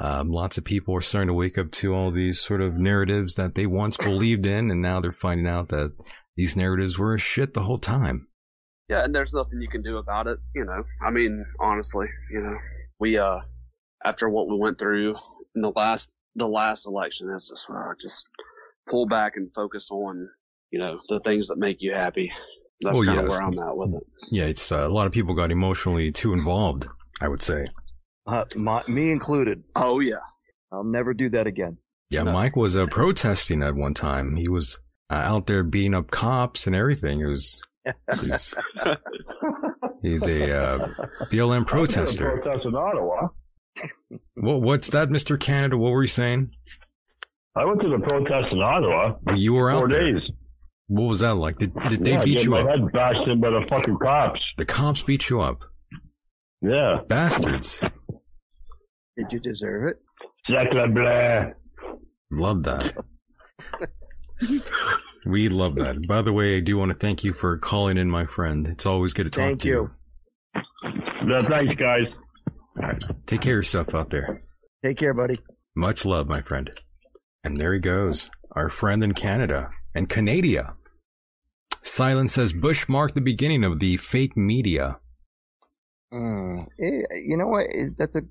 Speaker 1: Um, lots of people are starting to wake up to all these sort of narratives that they once believed in, and now they're finding out that these narratives were shit the whole time.
Speaker 3: Yeah, and there's nothing you can do about it, you know. I mean, honestly, you know, we uh after what we went through in the last the last election, that's just where I just pull back and focus on, you know, the things that make you happy. That's
Speaker 1: Oh,
Speaker 3: kind of
Speaker 1: yes.
Speaker 3: where I'm at with it.
Speaker 1: Yeah, it's uh, a lot of people got emotionally too involved. I would say.
Speaker 2: Uh, my, me included.
Speaker 3: Oh yeah.
Speaker 2: I'll never do that again.
Speaker 1: Yeah,
Speaker 3: No.
Speaker 1: Mike was uh, protesting at one time. He was uh, out there beating up cops and everything. It was. He's, he's a uh, BLM protester.
Speaker 4: Protest in Ottawa.
Speaker 1: Well, what's that, Mister Canada? What were you saying?
Speaker 4: I went to the protest in Ottawa.
Speaker 1: You were out
Speaker 4: Four
Speaker 1: there.
Speaker 4: days.
Speaker 1: What was that like? Did, did they
Speaker 4: Yeah,
Speaker 1: beat
Speaker 4: getting
Speaker 1: you
Speaker 4: my
Speaker 1: up?
Speaker 4: head bashed in by the fucking cops.
Speaker 1: The cops beat you up.
Speaker 4: Yeah.
Speaker 1: Bastards.
Speaker 2: Did you deserve it?
Speaker 4: Jack LeBlanc.
Speaker 1: Love that. we love that. By the way, I do want to thank you for calling in, my friend. It's always good to talk
Speaker 2: Thank
Speaker 1: to
Speaker 2: you.
Speaker 4: Yeah, thanks, guys.
Speaker 1: All right. Take care of yourself out there.
Speaker 2: Take care, buddy.
Speaker 1: Much love, my friend. And there he goes. Our friend in Canada and Canada. Silence says Bush marked the beginning of the fake media. Hmm.
Speaker 2: Mm. Eh, you know what? Eh, That's a.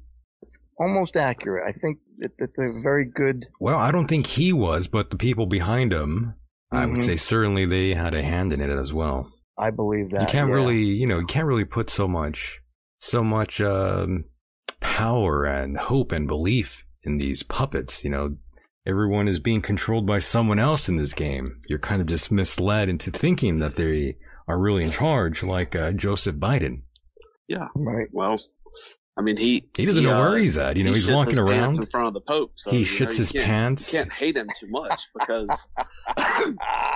Speaker 2: It's almost accurate. I think that, that's a very good.
Speaker 1: Well, I don't think he was, but the people behind him, I would
Speaker 2: Mhm.
Speaker 1: say certainly they had a hand in it as well.
Speaker 2: I believe that.
Speaker 1: you can't
Speaker 2: yeah.
Speaker 1: really you know you can't really put so much so much um power and hope and belief in these puppets you know everyone is being controlled by someone else in this game you're kind of just misled into thinking that they are really in charge like uh, joseph biden
Speaker 2: Right.
Speaker 3: Well, I mean, he
Speaker 1: he doesn't know
Speaker 3: uh,
Speaker 1: where he's at you know
Speaker 3: he
Speaker 1: he's
Speaker 3: shits
Speaker 1: walking
Speaker 3: his pants
Speaker 1: around
Speaker 3: in front of the Pope. So,
Speaker 1: he
Speaker 3: you know,
Speaker 1: shits
Speaker 3: you
Speaker 1: his
Speaker 3: can't-
Speaker 1: pants
Speaker 3: You can't hate him too much because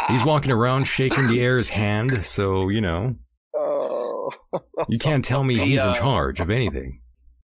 Speaker 1: he's walking around shaking the air's hand so you know
Speaker 2: Oh.
Speaker 1: you can't tell me
Speaker 3: He,
Speaker 1: he's in
Speaker 3: uh,
Speaker 1: charge of anything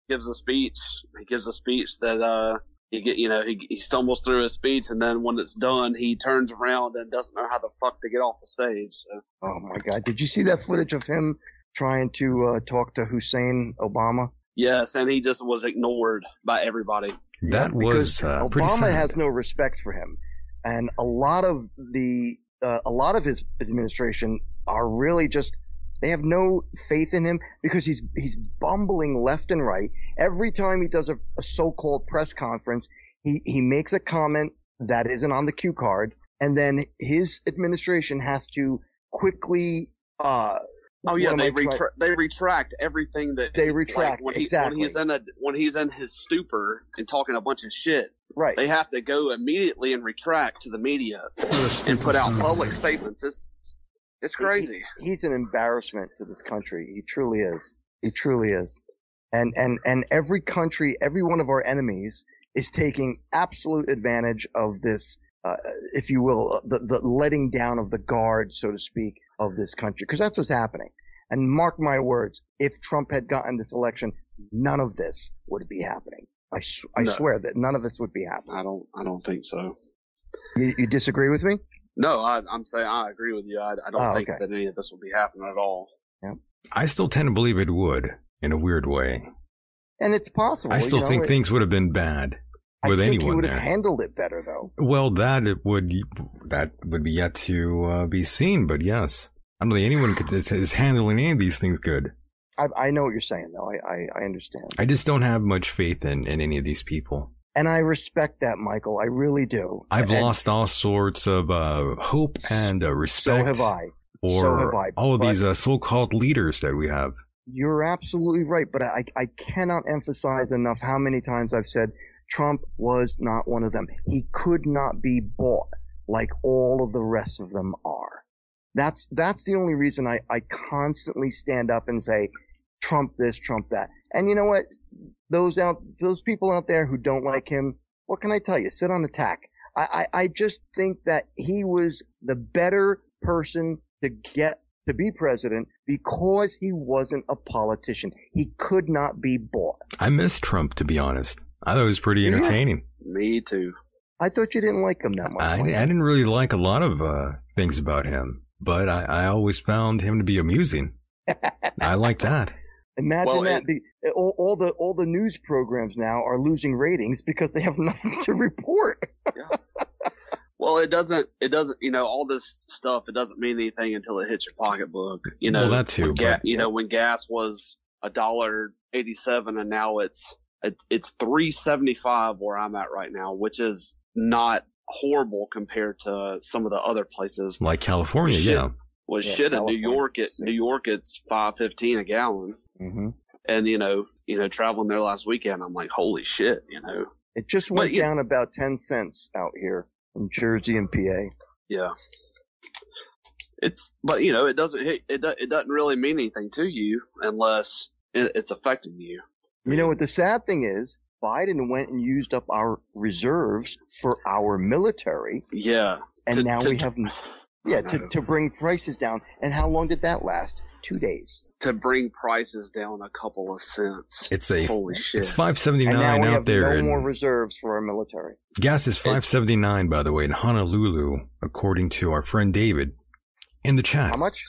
Speaker 3: gives a speech. He gives a speech that uh he get you know he he stumbles through his speech and then when it's done he turns around and doesn't know how the fuck to get off the stage. So,
Speaker 2: Oh my God! Did you see that footage of him trying to uh, talk to Hussein Obama?
Speaker 3: yes, and he just was ignored by everybody.
Speaker 1: that was
Speaker 2: because
Speaker 1: uh, pretty
Speaker 2: Obama
Speaker 1: sad.
Speaker 2: has no respect for him, and a lot of the uh, a lot of his administration are really just they have no faith in him because he's he's bumbling left and right. Every time he does a, a so-called press conference, he he makes a comment that isn't on the cue card, and then his administration has to quickly. Uh,
Speaker 3: Oh yeah,
Speaker 2: what am
Speaker 3: they
Speaker 2: I trying-
Speaker 3: retra- they retract everything that
Speaker 2: They
Speaker 3: like,
Speaker 2: retract,
Speaker 3: when he,
Speaker 2: exactly.
Speaker 3: when he's in a when he's in his stupor and talking a bunch of shit.
Speaker 2: right.
Speaker 3: They have to go immediately and retract to the media and put out public statements. It's it's crazy.
Speaker 2: he's an embarrassment to this country. He truly is. He truly is. And and and every country, every one of our enemies is taking absolute advantage of this, uh, if you will, the, the letting down of the guard, so to speak, of this country, because that's what's happening. And mark my words, if Trump had gotten this election, none of this would be happening. I, s- I
Speaker 3: No.
Speaker 2: swear that none of this would be happening.
Speaker 3: I don't I don't think so.
Speaker 2: You, you disagree with me?
Speaker 3: No, I, I'm saying I agree with you. I, I don't
Speaker 2: Oh,
Speaker 3: think
Speaker 2: okay.
Speaker 3: that any of this will be happening at all.
Speaker 1: I still tend to believe it would in a weird way.
Speaker 2: And it's possible.
Speaker 1: I
Speaker 2: you
Speaker 1: still
Speaker 2: know,
Speaker 1: think
Speaker 2: it-
Speaker 1: things would have been bad with
Speaker 2: I think
Speaker 1: anyone
Speaker 2: he would
Speaker 1: there.
Speaker 2: have handled it better though.
Speaker 1: Well, that it would that would be yet to uh, be seen, but yes, I don't think anyone could, is, is handling any of these things good.
Speaker 2: I, I know what you're saying, though. I, I, I understand.
Speaker 1: I just don't have much faith in, in any of these people.
Speaker 2: And I respect that, Michael. I really do.
Speaker 1: I've
Speaker 2: And
Speaker 1: lost all sorts of uh, hope and uh,
Speaker 2: So
Speaker 1: respect
Speaker 2: have I.
Speaker 1: for
Speaker 2: so have I,
Speaker 1: all of
Speaker 2: but-
Speaker 1: these uh, so-called leaders that we have.
Speaker 2: You're absolutely right, but I, I cannot emphasize enough how many times I've said Trump was not one of them. He could not be bought like all of the rest of them are. That's that's the only reason I, I constantly stand up and say Trump this, Trump that. And you know what? Those out those people out there who don't like him, what can I tell you? Sit on attack. I, I, I just think that he was the better person to get to be president because he wasn't a politician. He could not be bought.
Speaker 1: I miss Trump, to be honest. I thought it was pretty
Speaker 2: Yeah.
Speaker 1: entertaining.
Speaker 3: Me too.
Speaker 2: I thought you didn't like him that much.
Speaker 1: I, I
Speaker 2: Mike.
Speaker 1: didn't really like a lot of uh, things about him, but I, I always found him to be amusing. I like that.
Speaker 2: Imagine
Speaker 3: Well,
Speaker 2: that.
Speaker 3: it-
Speaker 2: be, all, all the all the news programs now are losing ratings because they have nothing to report.
Speaker 3: Well, it doesn't. It doesn't. You know, all this stuff. It doesn't mean anything until it hits your pocketbook. You know
Speaker 1: Well, that too,
Speaker 3: When ga-
Speaker 1: but-
Speaker 3: you know, when gas was a dollar eighty-seven, and now it's it, it's three seventy-five where I'm at right now, which is not horrible compared to some of the other places.
Speaker 1: Like California,
Speaker 3: Shit.
Speaker 1: yeah.
Speaker 3: Well,
Speaker 2: Yeah,
Speaker 3: shit, in New
Speaker 2: California.
Speaker 3: York, it New York, it's five fifteen a gallon,
Speaker 2: Mm-hmm.
Speaker 3: and you know, you know, traveling there last weekend, I'm like, holy shit, you know,
Speaker 2: It just went
Speaker 3: But you-
Speaker 2: down about ten cents out here in Jersey and PA.
Speaker 3: yeah. It's but you know, it doesn't hit, it do- it doesn't really mean anything to you unless it, it's affecting you.
Speaker 2: You know what the sad thing is? Biden went and used up our reserves for our military,
Speaker 3: Yeah,
Speaker 2: and
Speaker 3: To-
Speaker 2: now
Speaker 3: to-
Speaker 2: we have n- yeah
Speaker 3: I
Speaker 2: to,
Speaker 3: know.
Speaker 2: to bring prices down. And how long did that last? Two days.
Speaker 3: to bring prices down a couple of cents.
Speaker 1: It's a
Speaker 3: holy shit.
Speaker 1: it's
Speaker 2: and now
Speaker 1: 579
Speaker 2: we
Speaker 1: out
Speaker 2: have
Speaker 1: there,
Speaker 2: no
Speaker 1: and
Speaker 2: more reserves for our military.
Speaker 1: gas is 579 by the way in Honolulu, according to our friend David in the chat.
Speaker 2: How much?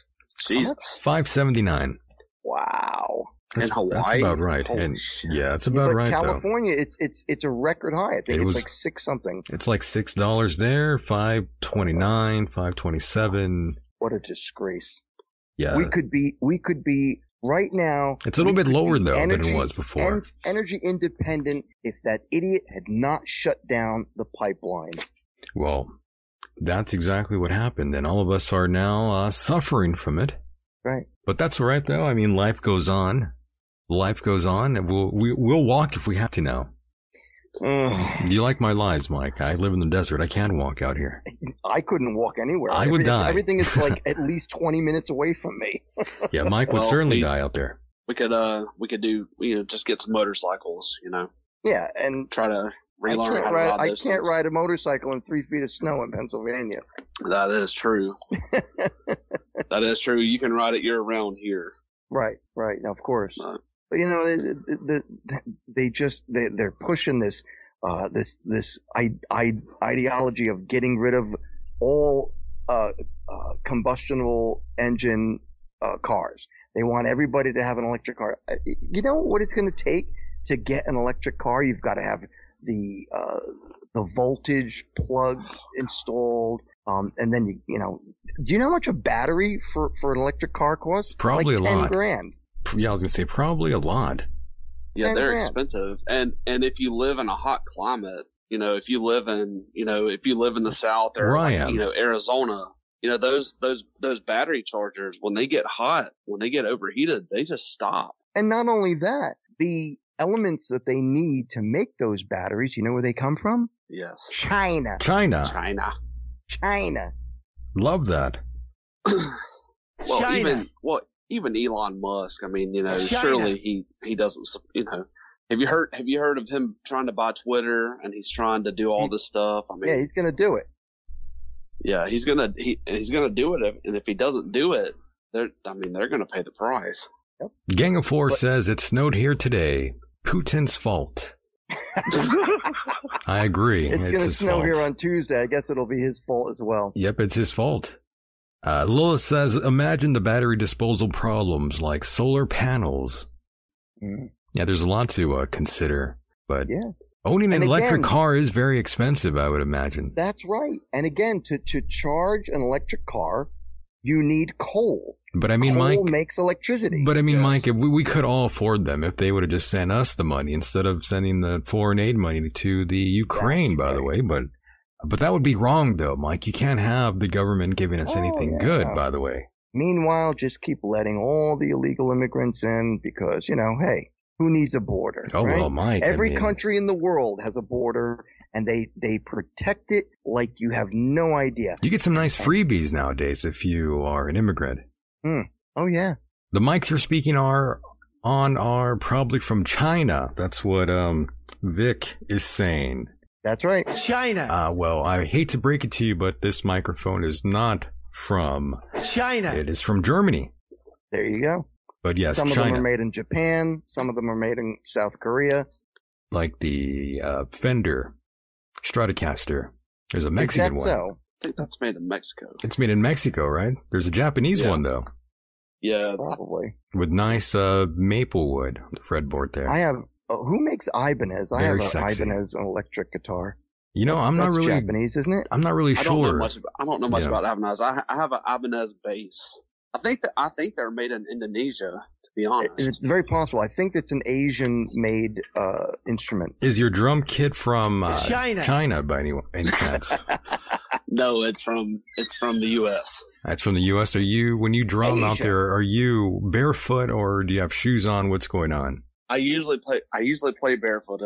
Speaker 3: Jesus.
Speaker 1: 579.
Speaker 2: Wow.
Speaker 1: That's,
Speaker 3: In Hawaii?
Speaker 1: that's about right.
Speaker 3: Holy
Speaker 1: and
Speaker 3: shit.
Speaker 1: yeah, that's about
Speaker 2: but
Speaker 1: right though.
Speaker 2: California, it's it's it's a record high. I think
Speaker 1: It
Speaker 2: it's
Speaker 1: was-
Speaker 2: like six something.
Speaker 1: It's like six dollars there, five twenty nine, five twenty seven.
Speaker 2: What a disgrace.
Speaker 1: Yeah,
Speaker 2: we could be we could be right now.
Speaker 1: It's a little
Speaker 2: we
Speaker 1: bit
Speaker 2: could
Speaker 1: lower,
Speaker 2: be
Speaker 1: though, than it was before.
Speaker 2: en- energy independent if that idiot had not shut down the pipeline.
Speaker 1: Well, that's exactly what happened, and all of us are now uh, suffering from it.
Speaker 2: Right.
Speaker 1: But that's all right, though. I mean, life goes on. Life goes on, and we'll we, we'll walk if we have to. Now,
Speaker 2: Ugh.
Speaker 1: do you like my lies, Mike? I live in the desert. I can walk out here.
Speaker 2: I couldn't walk anywhere.
Speaker 1: I would
Speaker 2: Everything-
Speaker 1: die.
Speaker 2: Everything is like at least twenty minutes away from me.
Speaker 1: Yeah, Mike would
Speaker 3: Well,
Speaker 1: certainly
Speaker 3: we-
Speaker 1: die out there.
Speaker 3: We could uh we could do you know just get some motorcycles you know
Speaker 2: Yeah, and
Speaker 3: try to
Speaker 2: I
Speaker 3: relearn how
Speaker 2: can't
Speaker 3: to
Speaker 2: ride.
Speaker 3: ride
Speaker 2: I
Speaker 3: those
Speaker 2: can't
Speaker 3: things.
Speaker 2: ride a motorcycle in three feet of snow in Pennsylvania.
Speaker 3: That is true. that is true. You can ride it year round here.
Speaker 2: Right, right. Now, of course.
Speaker 3: Right.
Speaker 2: But you know, they, they, they just they, they're pushing this uh, this this I, I, ideology of getting rid of all uh, uh, combustible engine uh, cars. They want everybody to have an electric car. Uh, You know what it's going to take to get an electric car? You've got to have the uh, the voltage plug installed. Um, and then you you know do you know how much a battery for, for an electric car costs?
Speaker 1: Probably
Speaker 2: like
Speaker 1: a
Speaker 2: 10
Speaker 1: lot.
Speaker 2: grand.
Speaker 1: Yeah, I was gonna say probably a lot.
Speaker 3: Yeah,
Speaker 2: Ten
Speaker 3: they're
Speaker 2: grand.
Speaker 3: expensive. And and if you live in a hot climate, you know, if you live in you know, if you live in the south or
Speaker 1: Where I
Speaker 3: like,
Speaker 1: am.
Speaker 3: you know, Arizona, you know, those those those battery chargers, when they get hot, when they get overheated, they just stop.
Speaker 2: And not only that, the elements that they need to make those batteries, you know where they come from?
Speaker 3: Yes.
Speaker 2: China.
Speaker 1: China,
Speaker 3: China.
Speaker 2: China.
Speaker 1: love that.
Speaker 3: Well,
Speaker 6: China.
Speaker 3: even well, even Elon Musk. I mean, you know,
Speaker 6: China.
Speaker 3: surely he he doesn't. sup- You know, have you heard have you heard of him trying to buy Twitter and he's trying to do all this stuff? I mean,
Speaker 2: Yeah, he's going to do it.
Speaker 3: yeah, he's gonna he he's gonna do it, if- and if he doesn't do it, they're I mean they're gonna pay the price.
Speaker 1: Gang of Four
Speaker 2: What-
Speaker 1: says it snowed here today. Putin's fault. I agree.
Speaker 2: It's, going to
Speaker 1: his
Speaker 2: snow
Speaker 1: fault.
Speaker 2: here on Tuesday. I guess it'll be his fault as well.
Speaker 1: Yep, it's his fault. Uh, Lilith says, imagine the battery disposal problems like solar panels.
Speaker 2: Mm.
Speaker 1: Yeah, there's a lot to uh, consider, but
Speaker 2: Yeah.
Speaker 1: owning an
Speaker 2: And
Speaker 1: electric
Speaker 2: again-
Speaker 1: car is very expensive, I would imagine.
Speaker 2: That's right. And again, to, to charge an electric car, You need coal.
Speaker 1: But I mean, Mike.
Speaker 2: coal makes electricity.
Speaker 1: But I mean,
Speaker 6: Yes.
Speaker 1: Mike, if we, we could all afford them if they would have just sent us the money instead of sending the foreign aid money to the Ukraine,
Speaker 2: That's
Speaker 1: by the
Speaker 2: right.
Speaker 1: way. But but that would be wrong, though, Mike. You can't have the government giving us
Speaker 2: Oh,
Speaker 1: anything
Speaker 2: yeah.
Speaker 1: good, by the way.
Speaker 2: Meanwhile, just keep letting all the illegal immigrants in because, you know, hey, who needs a border?
Speaker 1: Oh
Speaker 2: right?
Speaker 1: well, Mike. I
Speaker 2: Every
Speaker 1: mean,
Speaker 2: country in the world has a border and they, they protect it like you have no idea.
Speaker 1: You get some nice freebies nowadays if you are an immigrant.
Speaker 2: Oh yeah.
Speaker 1: The mics you're speaking are on are probably from China. That's what um Vic is saying.
Speaker 2: That's right.
Speaker 7: China,
Speaker 1: Uh, well, I hate to break it to you, but this microphone is not from.
Speaker 7: China.
Speaker 1: It is from Germany.
Speaker 2: There you go.
Speaker 1: But yes,
Speaker 2: some of
Speaker 1: China.
Speaker 2: them are made in Japan. Some of them are made in South Korea.
Speaker 1: like the uh, Fender Stratocaster. There's a Mexican
Speaker 2: Is
Speaker 1: one.
Speaker 2: that so?
Speaker 3: think that's made in Mexico.
Speaker 1: It's made in Mexico, right? There's a Japanese
Speaker 3: Yeah.
Speaker 1: one though,
Speaker 3: Yeah,
Speaker 2: Probably.
Speaker 1: with nice uh, maple wood fretboard there.
Speaker 2: I have. Uh, who makes Ibanez? I
Speaker 1: Very
Speaker 2: have a
Speaker 1: sexy.
Speaker 2: Ibanez an electric guitar.
Speaker 1: you know, I'm not
Speaker 2: That's
Speaker 1: really,
Speaker 2: Japanese, isn't it?
Speaker 1: I'm not really
Speaker 3: I
Speaker 1: sure.
Speaker 3: don't know much. ab- I don't know much
Speaker 1: Yeah.
Speaker 3: about Ibanez. I, I have an Ibanez bass. I think that I think they're made in Indonesia. To be
Speaker 2: It-
Speaker 3: honest,
Speaker 2: It's very possible. I think it's an Asian-made uh, instrument.
Speaker 1: Is your drum kit from uh,
Speaker 7: China.
Speaker 1: China by any, any chance?
Speaker 3: no, it's from it's from the U.S.
Speaker 1: That's from the U.S. Are you when you drum out
Speaker 2: Asia.
Speaker 1: there? Are you barefoot or do you have shoes on? What's going on?
Speaker 3: I usually play I usually play barefoot.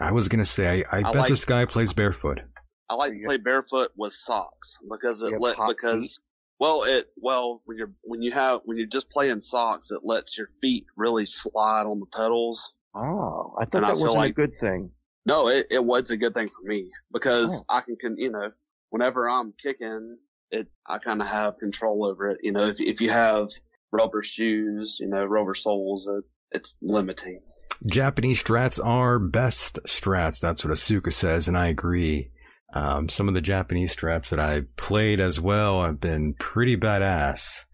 Speaker 1: I was gonna say I, I,
Speaker 3: I
Speaker 1: bet
Speaker 3: like-
Speaker 1: this guy plays barefoot.
Speaker 3: I like to play barefoot with socks because
Speaker 2: You
Speaker 3: it
Speaker 2: have
Speaker 3: let
Speaker 2: hot
Speaker 3: because well it well when you're when you have when you're just playing socks it lets your feet really slide on the pedals.
Speaker 2: Oh, I thought
Speaker 3: And I
Speaker 2: that
Speaker 3: feel
Speaker 2: wasn't a
Speaker 3: like-
Speaker 2: good thing.
Speaker 3: No, it, it was a good thing for me because
Speaker 7: Oh.
Speaker 3: I can, can you know whenever I'm kicking it I kind of have control over it. You know if if you have rubber shoes you know rubber soles it, it's limiting.
Speaker 1: Japanese strats are best strats. That's what Asuka says, and I agree. Um, some of the Japanese strats that I played as well have been pretty badass.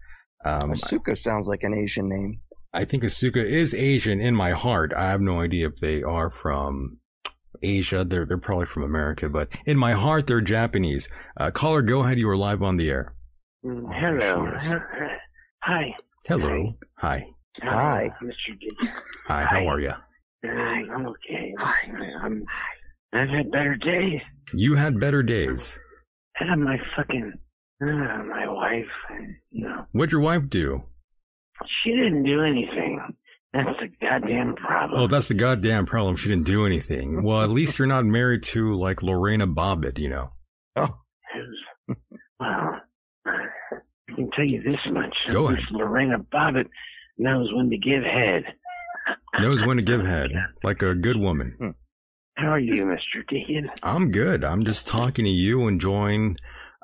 Speaker 1: Um,
Speaker 2: Asuka sounds like an Asian name.
Speaker 1: I think Asuka is Asian in my heart. I have no idea if they are from Asia. They're they're probably from America, but in my heart they're Japanese. Uh, caller, go ahead. You are live on the air. Oh,
Speaker 7: Hello. Hi.
Speaker 1: Hello. Hi.
Speaker 2: Hi.
Speaker 7: Mr. D.
Speaker 1: Hi. How are you?
Speaker 7: I'm I'm okay. I'm, I've had better days.
Speaker 1: You had better days.
Speaker 7: I had my fucking, uh, my wife, you know,
Speaker 1: What'd your wife do?
Speaker 7: she didn't do anything. That's the goddamn problem.
Speaker 1: Oh, that's the goddamn problem. She didn't do anything. Well, at least you're not married to like Lorena Bobbitt, you know.
Speaker 2: Oh,
Speaker 7: Who's- well, I can tell you this much.
Speaker 1: Go ahead.
Speaker 7: Miss Lorena Bobbitt knows when to give head.
Speaker 1: Knows when to give head, like a good woman.
Speaker 7: How are you, Mr. Dean?
Speaker 1: I'm good. I'm just talking to you, enjoying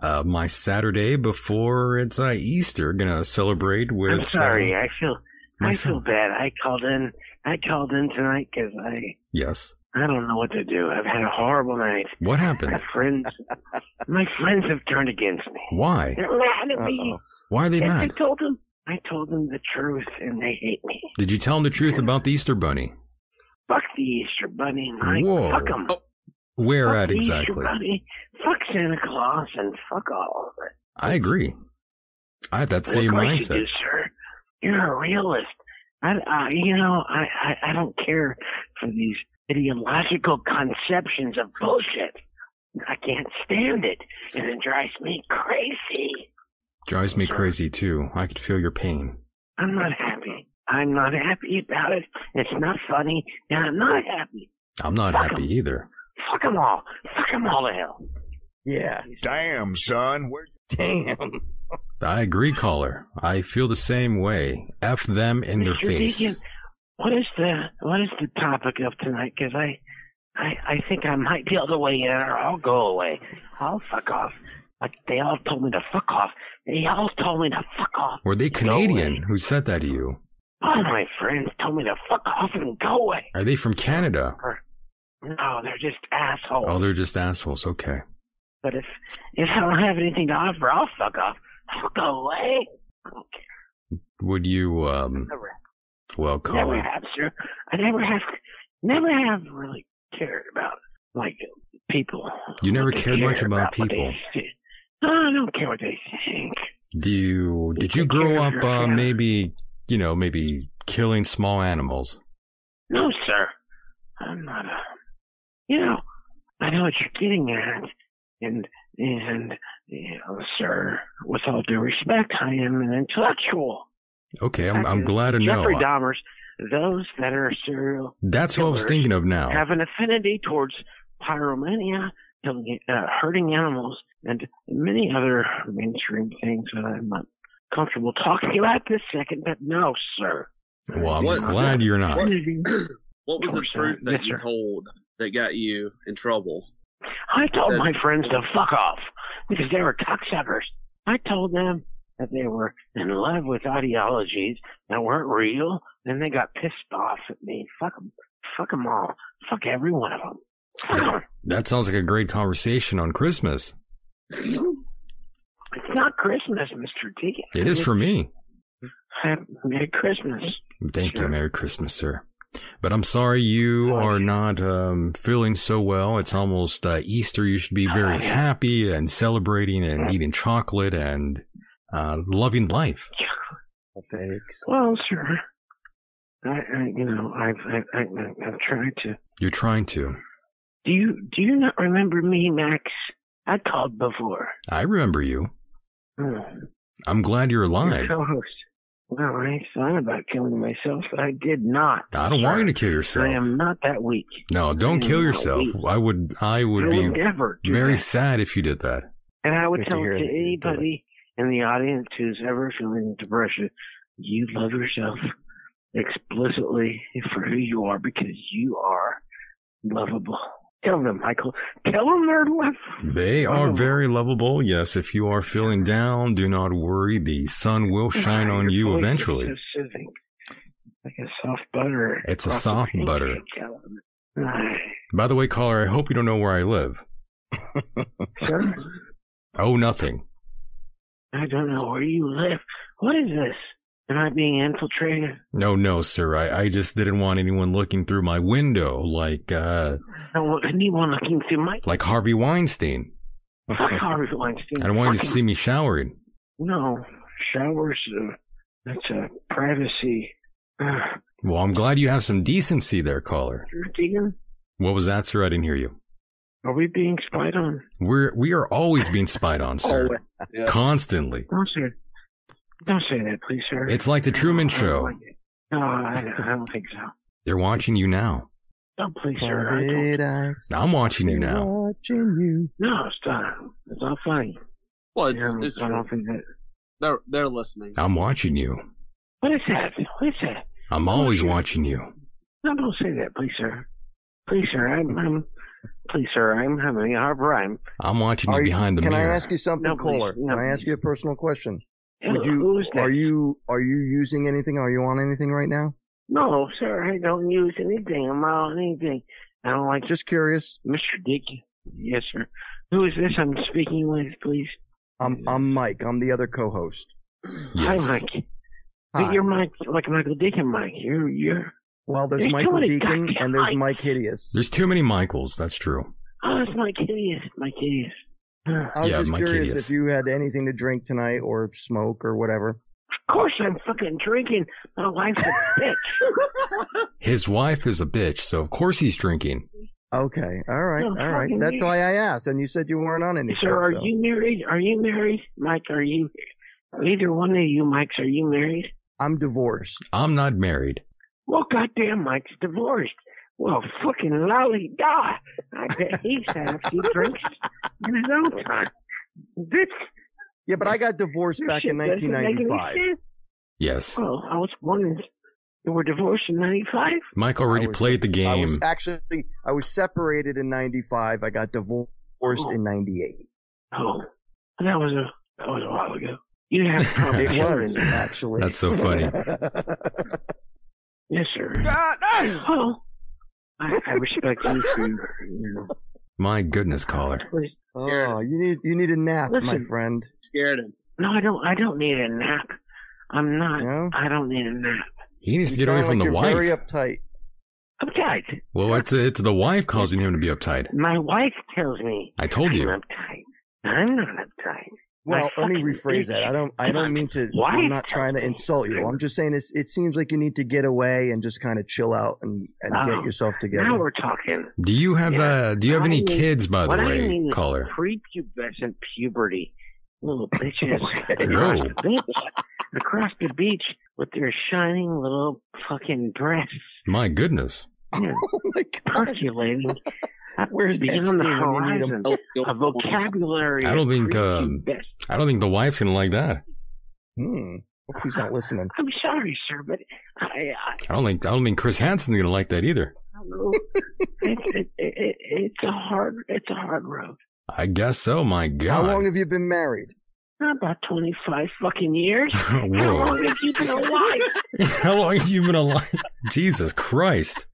Speaker 1: uh, my Saturday before it's uh, Easter. Gonna celebrate with.
Speaker 7: I'm sorry.
Speaker 1: uh,
Speaker 7: I feel I
Speaker 1: myself.
Speaker 7: feel bad. I called in. I called in tonight because I
Speaker 1: yes.
Speaker 7: I don't know what to do. I've had a horrible night.
Speaker 1: What
Speaker 7: My
Speaker 1: happened?
Speaker 7: friends, my friends have turned against me.
Speaker 1: Why?
Speaker 7: They're mad at me.
Speaker 2: uh-oh.
Speaker 1: Why are they
Speaker 7: And I
Speaker 1: mad?
Speaker 7: told them. I told them the truth, and they hate me.
Speaker 1: Did you tell them the truth about the Easter Bunny?
Speaker 7: Fuck the Easter Bunny, Mike.
Speaker 1: Whoa.
Speaker 7: Fuck 'em.
Speaker 1: Where
Speaker 7: Fuck
Speaker 1: at
Speaker 7: the Easter
Speaker 1: exactly?
Speaker 7: Bunny. Fuck Santa Claus and fuck all of it.
Speaker 1: I agree. I had that
Speaker 7: of
Speaker 1: same
Speaker 7: course
Speaker 1: mindset.
Speaker 7: you do, sir. You're a realist. I, I you know, I, I, I don't care for these ideological conceptions of bullshit. I can't stand it, and it drives me crazy.
Speaker 1: Drives me crazy too. I could feel your pain.
Speaker 7: I'm not happy. I'm not happy about it. It's not funny, and I'm not happy.
Speaker 1: I'm not
Speaker 7: Fuck
Speaker 1: happy
Speaker 7: 'em.
Speaker 1: either.
Speaker 7: Fuck 'em all. Fuck 'em all to hell.
Speaker 2: Yeah.
Speaker 6: Damn, son. Where
Speaker 2: Damn.
Speaker 1: I agree, caller. I feel the same way. F them in their
Speaker 7: Mr. Deacon,
Speaker 1: face.
Speaker 7: what is the what is the topic of tonight? Because I, I, I think I might be able to weigh in, or I'll go away. I'll fuck off. Like they all told me to fuck off. They all told me to fuck off.
Speaker 1: Were they
Speaker 7: and go
Speaker 1: Canadian
Speaker 7: away.
Speaker 1: who said that to you?
Speaker 7: All my friends told me to fuck off and go away.
Speaker 1: Are they from Canada?
Speaker 7: No, they're just assholes.
Speaker 1: Oh, they're just assholes. Okay.
Speaker 7: but if if I don't have anything to offer, I'll fuck off. I'll go away. I don't care.
Speaker 1: Would you, um,
Speaker 7: Never,
Speaker 1: well,
Speaker 7: never
Speaker 1: caller,
Speaker 7: have, sir. I never have, never have really cared about like people.
Speaker 1: you never
Speaker 7: what they
Speaker 1: cared much
Speaker 7: care
Speaker 1: about
Speaker 7: what
Speaker 1: people.
Speaker 7: Oh, they say. No, I don't care what they think.
Speaker 1: Do you did you grow up uh, maybe you know maybe killing small animals?
Speaker 7: No, sir. I'm not a. You know, I know what you're getting at, and and you know, sir, with all due respect, I am an intellectual.
Speaker 1: Okay, I'm, I'm
Speaker 7: Because
Speaker 1: glad to know.
Speaker 7: Jeffrey Dahmer's. Those that are serial
Speaker 1: That's what I was
Speaker 7: killers
Speaker 1: thinking of now.
Speaker 7: have an affinity towards pyromania, killing, uh, hurting animals, and many other mainstream things that I'm not comfortable talking about this second. But no, sir.
Speaker 1: Well, I'm
Speaker 3: What-
Speaker 1: glad you're not.
Speaker 3: what- What was the
Speaker 7: Yes,
Speaker 3: truth that
Speaker 7: sir.
Speaker 3: you told that got you in trouble?
Speaker 7: I told
Speaker 3: That-
Speaker 7: my friends to fuck off because they were cocksuckers. I told them that they were in love with ideologies that weren't real, and they got pissed off at me. Fuck 'em. Fuck 'em all. Fuck every one of them.
Speaker 1: That sounds like a great conversation on Christmas.
Speaker 7: It's not Christmas, Mr. T.
Speaker 1: It is for me.
Speaker 7: uh, Merry Christmas.
Speaker 1: Thank
Speaker 7: Sure. Oh,
Speaker 1: you. Merry Christmas, sir. But I'm sorry you are not um, feeling so well. It's almost uh, Easter. You should be
Speaker 7: Ah,
Speaker 1: very happy and celebrating and eating chocolate and uh, loving life.
Speaker 2: Thanks.
Speaker 7: Well, sir, I, I you know, I've, I've, I've, I've tried to.
Speaker 1: You're trying to.
Speaker 7: Do you, do you not remember me, Max? I called before.
Speaker 1: I remember you.
Speaker 7: Hmm.
Speaker 1: I'm glad you're alive.
Speaker 7: Co-host. Well, I thought about killing myself, but I did not.
Speaker 1: I don't want you to kill
Speaker 7: I
Speaker 1: yourself.
Speaker 7: am not that weak.
Speaker 1: No, don't
Speaker 7: I
Speaker 1: kill
Speaker 7: am not
Speaker 1: yourself.
Speaker 7: weak.
Speaker 1: I would. I
Speaker 7: I
Speaker 1: would
Speaker 7: will
Speaker 1: be
Speaker 7: never do
Speaker 1: very
Speaker 7: that.
Speaker 1: sad if you did that.
Speaker 7: And I would
Speaker 2: Good to
Speaker 7: tell
Speaker 2: hear
Speaker 7: to
Speaker 2: that you do
Speaker 7: anybody in the audience who's ever feeling depression, you love yourself explicitly for who you are because you are lovable. Tell them, Michael. Tell them they're lovable.
Speaker 1: They
Speaker 7: Oh.
Speaker 1: are very lovable. Yes, if you are feeling down, do not worry. The sun will shine on
Speaker 7: Your
Speaker 1: you
Speaker 7: voice is
Speaker 1: eventually.
Speaker 7: so soothing. Like a soft butter.
Speaker 1: It's a
Speaker 7: Across the
Speaker 1: soft
Speaker 7: pink,
Speaker 1: butter.
Speaker 7: tell them. Ah,
Speaker 1: By the way, caller, I hope you don't know where I live.
Speaker 7: sir?
Speaker 1: Oh, nothing.
Speaker 7: I don't know where you live. What is this? Am I being infiltrated?
Speaker 1: No, no, sir. I, I just didn't want anyone looking through my window like uh
Speaker 7: I don't want anyone looking through my
Speaker 1: like Harvey Weinstein.
Speaker 7: fuck Harvey Weinstein.
Speaker 1: I don't want you to
Speaker 7: Fucking-
Speaker 1: see me showering.
Speaker 7: No, showers. Uh, that's a privacy. Uh,
Speaker 1: Well, I'm glad you have some decency there, caller.
Speaker 7: Deacon,
Speaker 1: What was that, sir? I didn't hear you.
Speaker 7: are we being spied on?
Speaker 1: We're we are always being spied on, sir.
Speaker 3: Yeah.
Speaker 1: Constantly.
Speaker 7: Don't say, don't say that, please, sir.
Speaker 1: It's like the Truman
Speaker 7: I don't
Speaker 1: Show.
Speaker 7: like it. No, I, I don't think so.
Speaker 1: They're watching you now.
Speaker 7: Don't please, sir. I don't,
Speaker 2: Closed eyes,
Speaker 1: I'm watching you
Speaker 2: they're
Speaker 1: now.
Speaker 2: Watching you.
Speaker 7: no, stop. It's not funny.
Speaker 3: Well, it's,
Speaker 7: I don't-
Speaker 3: it's
Speaker 7: I don't think that.
Speaker 3: they're they're listening.
Speaker 1: I'm watching you.
Speaker 7: What is that? What is that?
Speaker 1: I'm always watching you.
Speaker 7: No, don't say that, please, sir. Please, sir. I'm, I'm please, sir. I'm having a hard time.
Speaker 1: I'm watching
Speaker 2: Are
Speaker 1: you
Speaker 2: you-
Speaker 1: behind the
Speaker 2: Can I
Speaker 1: mirror.
Speaker 2: ask you something,
Speaker 7: No, please.
Speaker 2: caller?
Speaker 7: No,
Speaker 2: Can I ask
Speaker 7: please.
Speaker 2: you a personal question? Would
Speaker 7: Who
Speaker 2: you
Speaker 7: is that?
Speaker 2: are you are you using anything? Are you on anything right now?
Speaker 7: No, sir. I don't use anything. I'm not on anything. I don't like
Speaker 2: Just curious.
Speaker 7: Mr. Dick. Yes, sir. Who is this I'm speaking with, please?
Speaker 2: I'm I'm Mike. I'm the other co-host.
Speaker 1: Yes.
Speaker 7: Hi, Mike. But
Speaker 2: Hi.
Speaker 7: you're Mike, like Michael Deacon, Mike. You're you're.
Speaker 2: Well, there's
Speaker 7: There's so
Speaker 2: Michael
Speaker 7: many
Speaker 2: Deacon
Speaker 7: goddamn
Speaker 2: and there's
Speaker 7: Mikes.
Speaker 2: Mike Hideous.
Speaker 1: There's too many Michaels. That's true.
Speaker 7: Oh, it's Mike Hideous. Mike Hideous. Huh.
Speaker 2: I was
Speaker 1: Yeah,
Speaker 2: just
Speaker 1: Mike
Speaker 2: curious
Speaker 1: Hideous.
Speaker 2: if you had anything to drink tonight or smoke or whatever.
Speaker 7: Of course, I'm fucking drinking. My wife's a bitch.
Speaker 1: His wife is a bitch, so of course he's drinking.
Speaker 2: Okay. All right.
Speaker 7: No,
Speaker 2: all right.
Speaker 7: fucking
Speaker 2: That's
Speaker 7: me.
Speaker 2: why I asked, and you said you weren't on anything.
Speaker 7: Sir, are
Speaker 2: so-
Speaker 7: you married? Are you married, Mike? Are you? Either one of you, Mikes, are you married?
Speaker 2: I'm divorced.
Speaker 1: I'm not married.
Speaker 7: Well, goddamn, Mike's divorced. Well, fucking lolly da. I bet he's had a few drinks in his own time. This,
Speaker 2: Yeah, but I got divorced
Speaker 7: this
Speaker 2: back
Speaker 7: shit
Speaker 2: in
Speaker 7: doesn't make any
Speaker 2: 1995.
Speaker 7: sense.
Speaker 1: Yes.
Speaker 7: Well, I was born in. You were divorced in '95.
Speaker 1: Mike already
Speaker 2: I was-
Speaker 1: played the
Speaker 2: I
Speaker 1: game.
Speaker 2: was actually I was separated in '95. I got divorced in '98.
Speaker 7: Oh, that was a that was a while ago. You have probably
Speaker 2: It was actually.
Speaker 1: That's so funny.
Speaker 7: yes, sir.
Speaker 6: God damn!
Speaker 7: Well, I, I respect you for your, you know,
Speaker 1: My goodness, caller.
Speaker 7: please.
Speaker 2: oh, you need you need a nap, my
Speaker 7: Listen.
Speaker 2: friend.
Speaker 3: Scared him.
Speaker 7: No, I don't. I don't need a nap. I'm not.
Speaker 2: No?
Speaker 7: I don't need a nap.
Speaker 1: He needs to
Speaker 2: You
Speaker 1: get away
Speaker 2: sound
Speaker 1: from
Speaker 2: like
Speaker 1: the
Speaker 2: you're
Speaker 1: wife.
Speaker 2: Very uptight.
Speaker 7: I'm tired.
Speaker 1: well, it's it's the wife causing him to be uptight.
Speaker 7: My wife tells me
Speaker 1: I told
Speaker 7: I'm
Speaker 1: you.
Speaker 7: uptight. I'm not uptight. I
Speaker 2: Well, let me
Speaker 7: fucking-
Speaker 2: rephrase that. I don't. I don't mean to.
Speaker 7: Why?
Speaker 2: I'm not trying to insult you. I'm just saying it's, it seems like you need to get away and just kind of chill out and, and
Speaker 7: Oh,
Speaker 2: get yourself
Speaker 7: Now
Speaker 2: together.
Speaker 7: we're talking.
Speaker 1: Do you have
Speaker 7: Yeah.
Speaker 1: uh do you have
Speaker 7: I
Speaker 1: any
Speaker 7: mean,
Speaker 1: kids by the
Speaker 7: what I
Speaker 1: way,
Speaker 7: mean is
Speaker 1: caller?
Speaker 7: Prepubescent puberty. Little bitches
Speaker 2: Okay.
Speaker 7: across
Speaker 1: No.
Speaker 7: the beach. Across the beach with their shining little fucking breasts.
Speaker 1: My goodness.
Speaker 7: you know,
Speaker 2: Oh my God.
Speaker 7: Percolating
Speaker 2: Where's
Speaker 7: beyond
Speaker 2: Epstein
Speaker 7: the
Speaker 2: when you need him?
Speaker 7: horizon. A vocabulary.
Speaker 1: I don't
Speaker 7: of
Speaker 1: think, um,
Speaker 7: prepubescent-
Speaker 1: I don't think the wife's gonna like that.
Speaker 2: Hmm. Hope he's not listening.
Speaker 7: I'm sorry, sir, but I, I,
Speaker 1: I don't think I don't think Chris Hansen's gonna like that either.
Speaker 7: I don't know. it, it, it, it's a hard, it's a hard road.
Speaker 1: I guess so. My
Speaker 2: How
Speaker 1: God.
Speaker 2: long have you been married?
Speaker 7: About 25 fucking years.
Speaker 1: Oh,
Speaker 7: How
Speaker 1: Whoa.
Speaker 7: long have you been alive?
Speaker 1: How long have you been alive? Jesus Christ.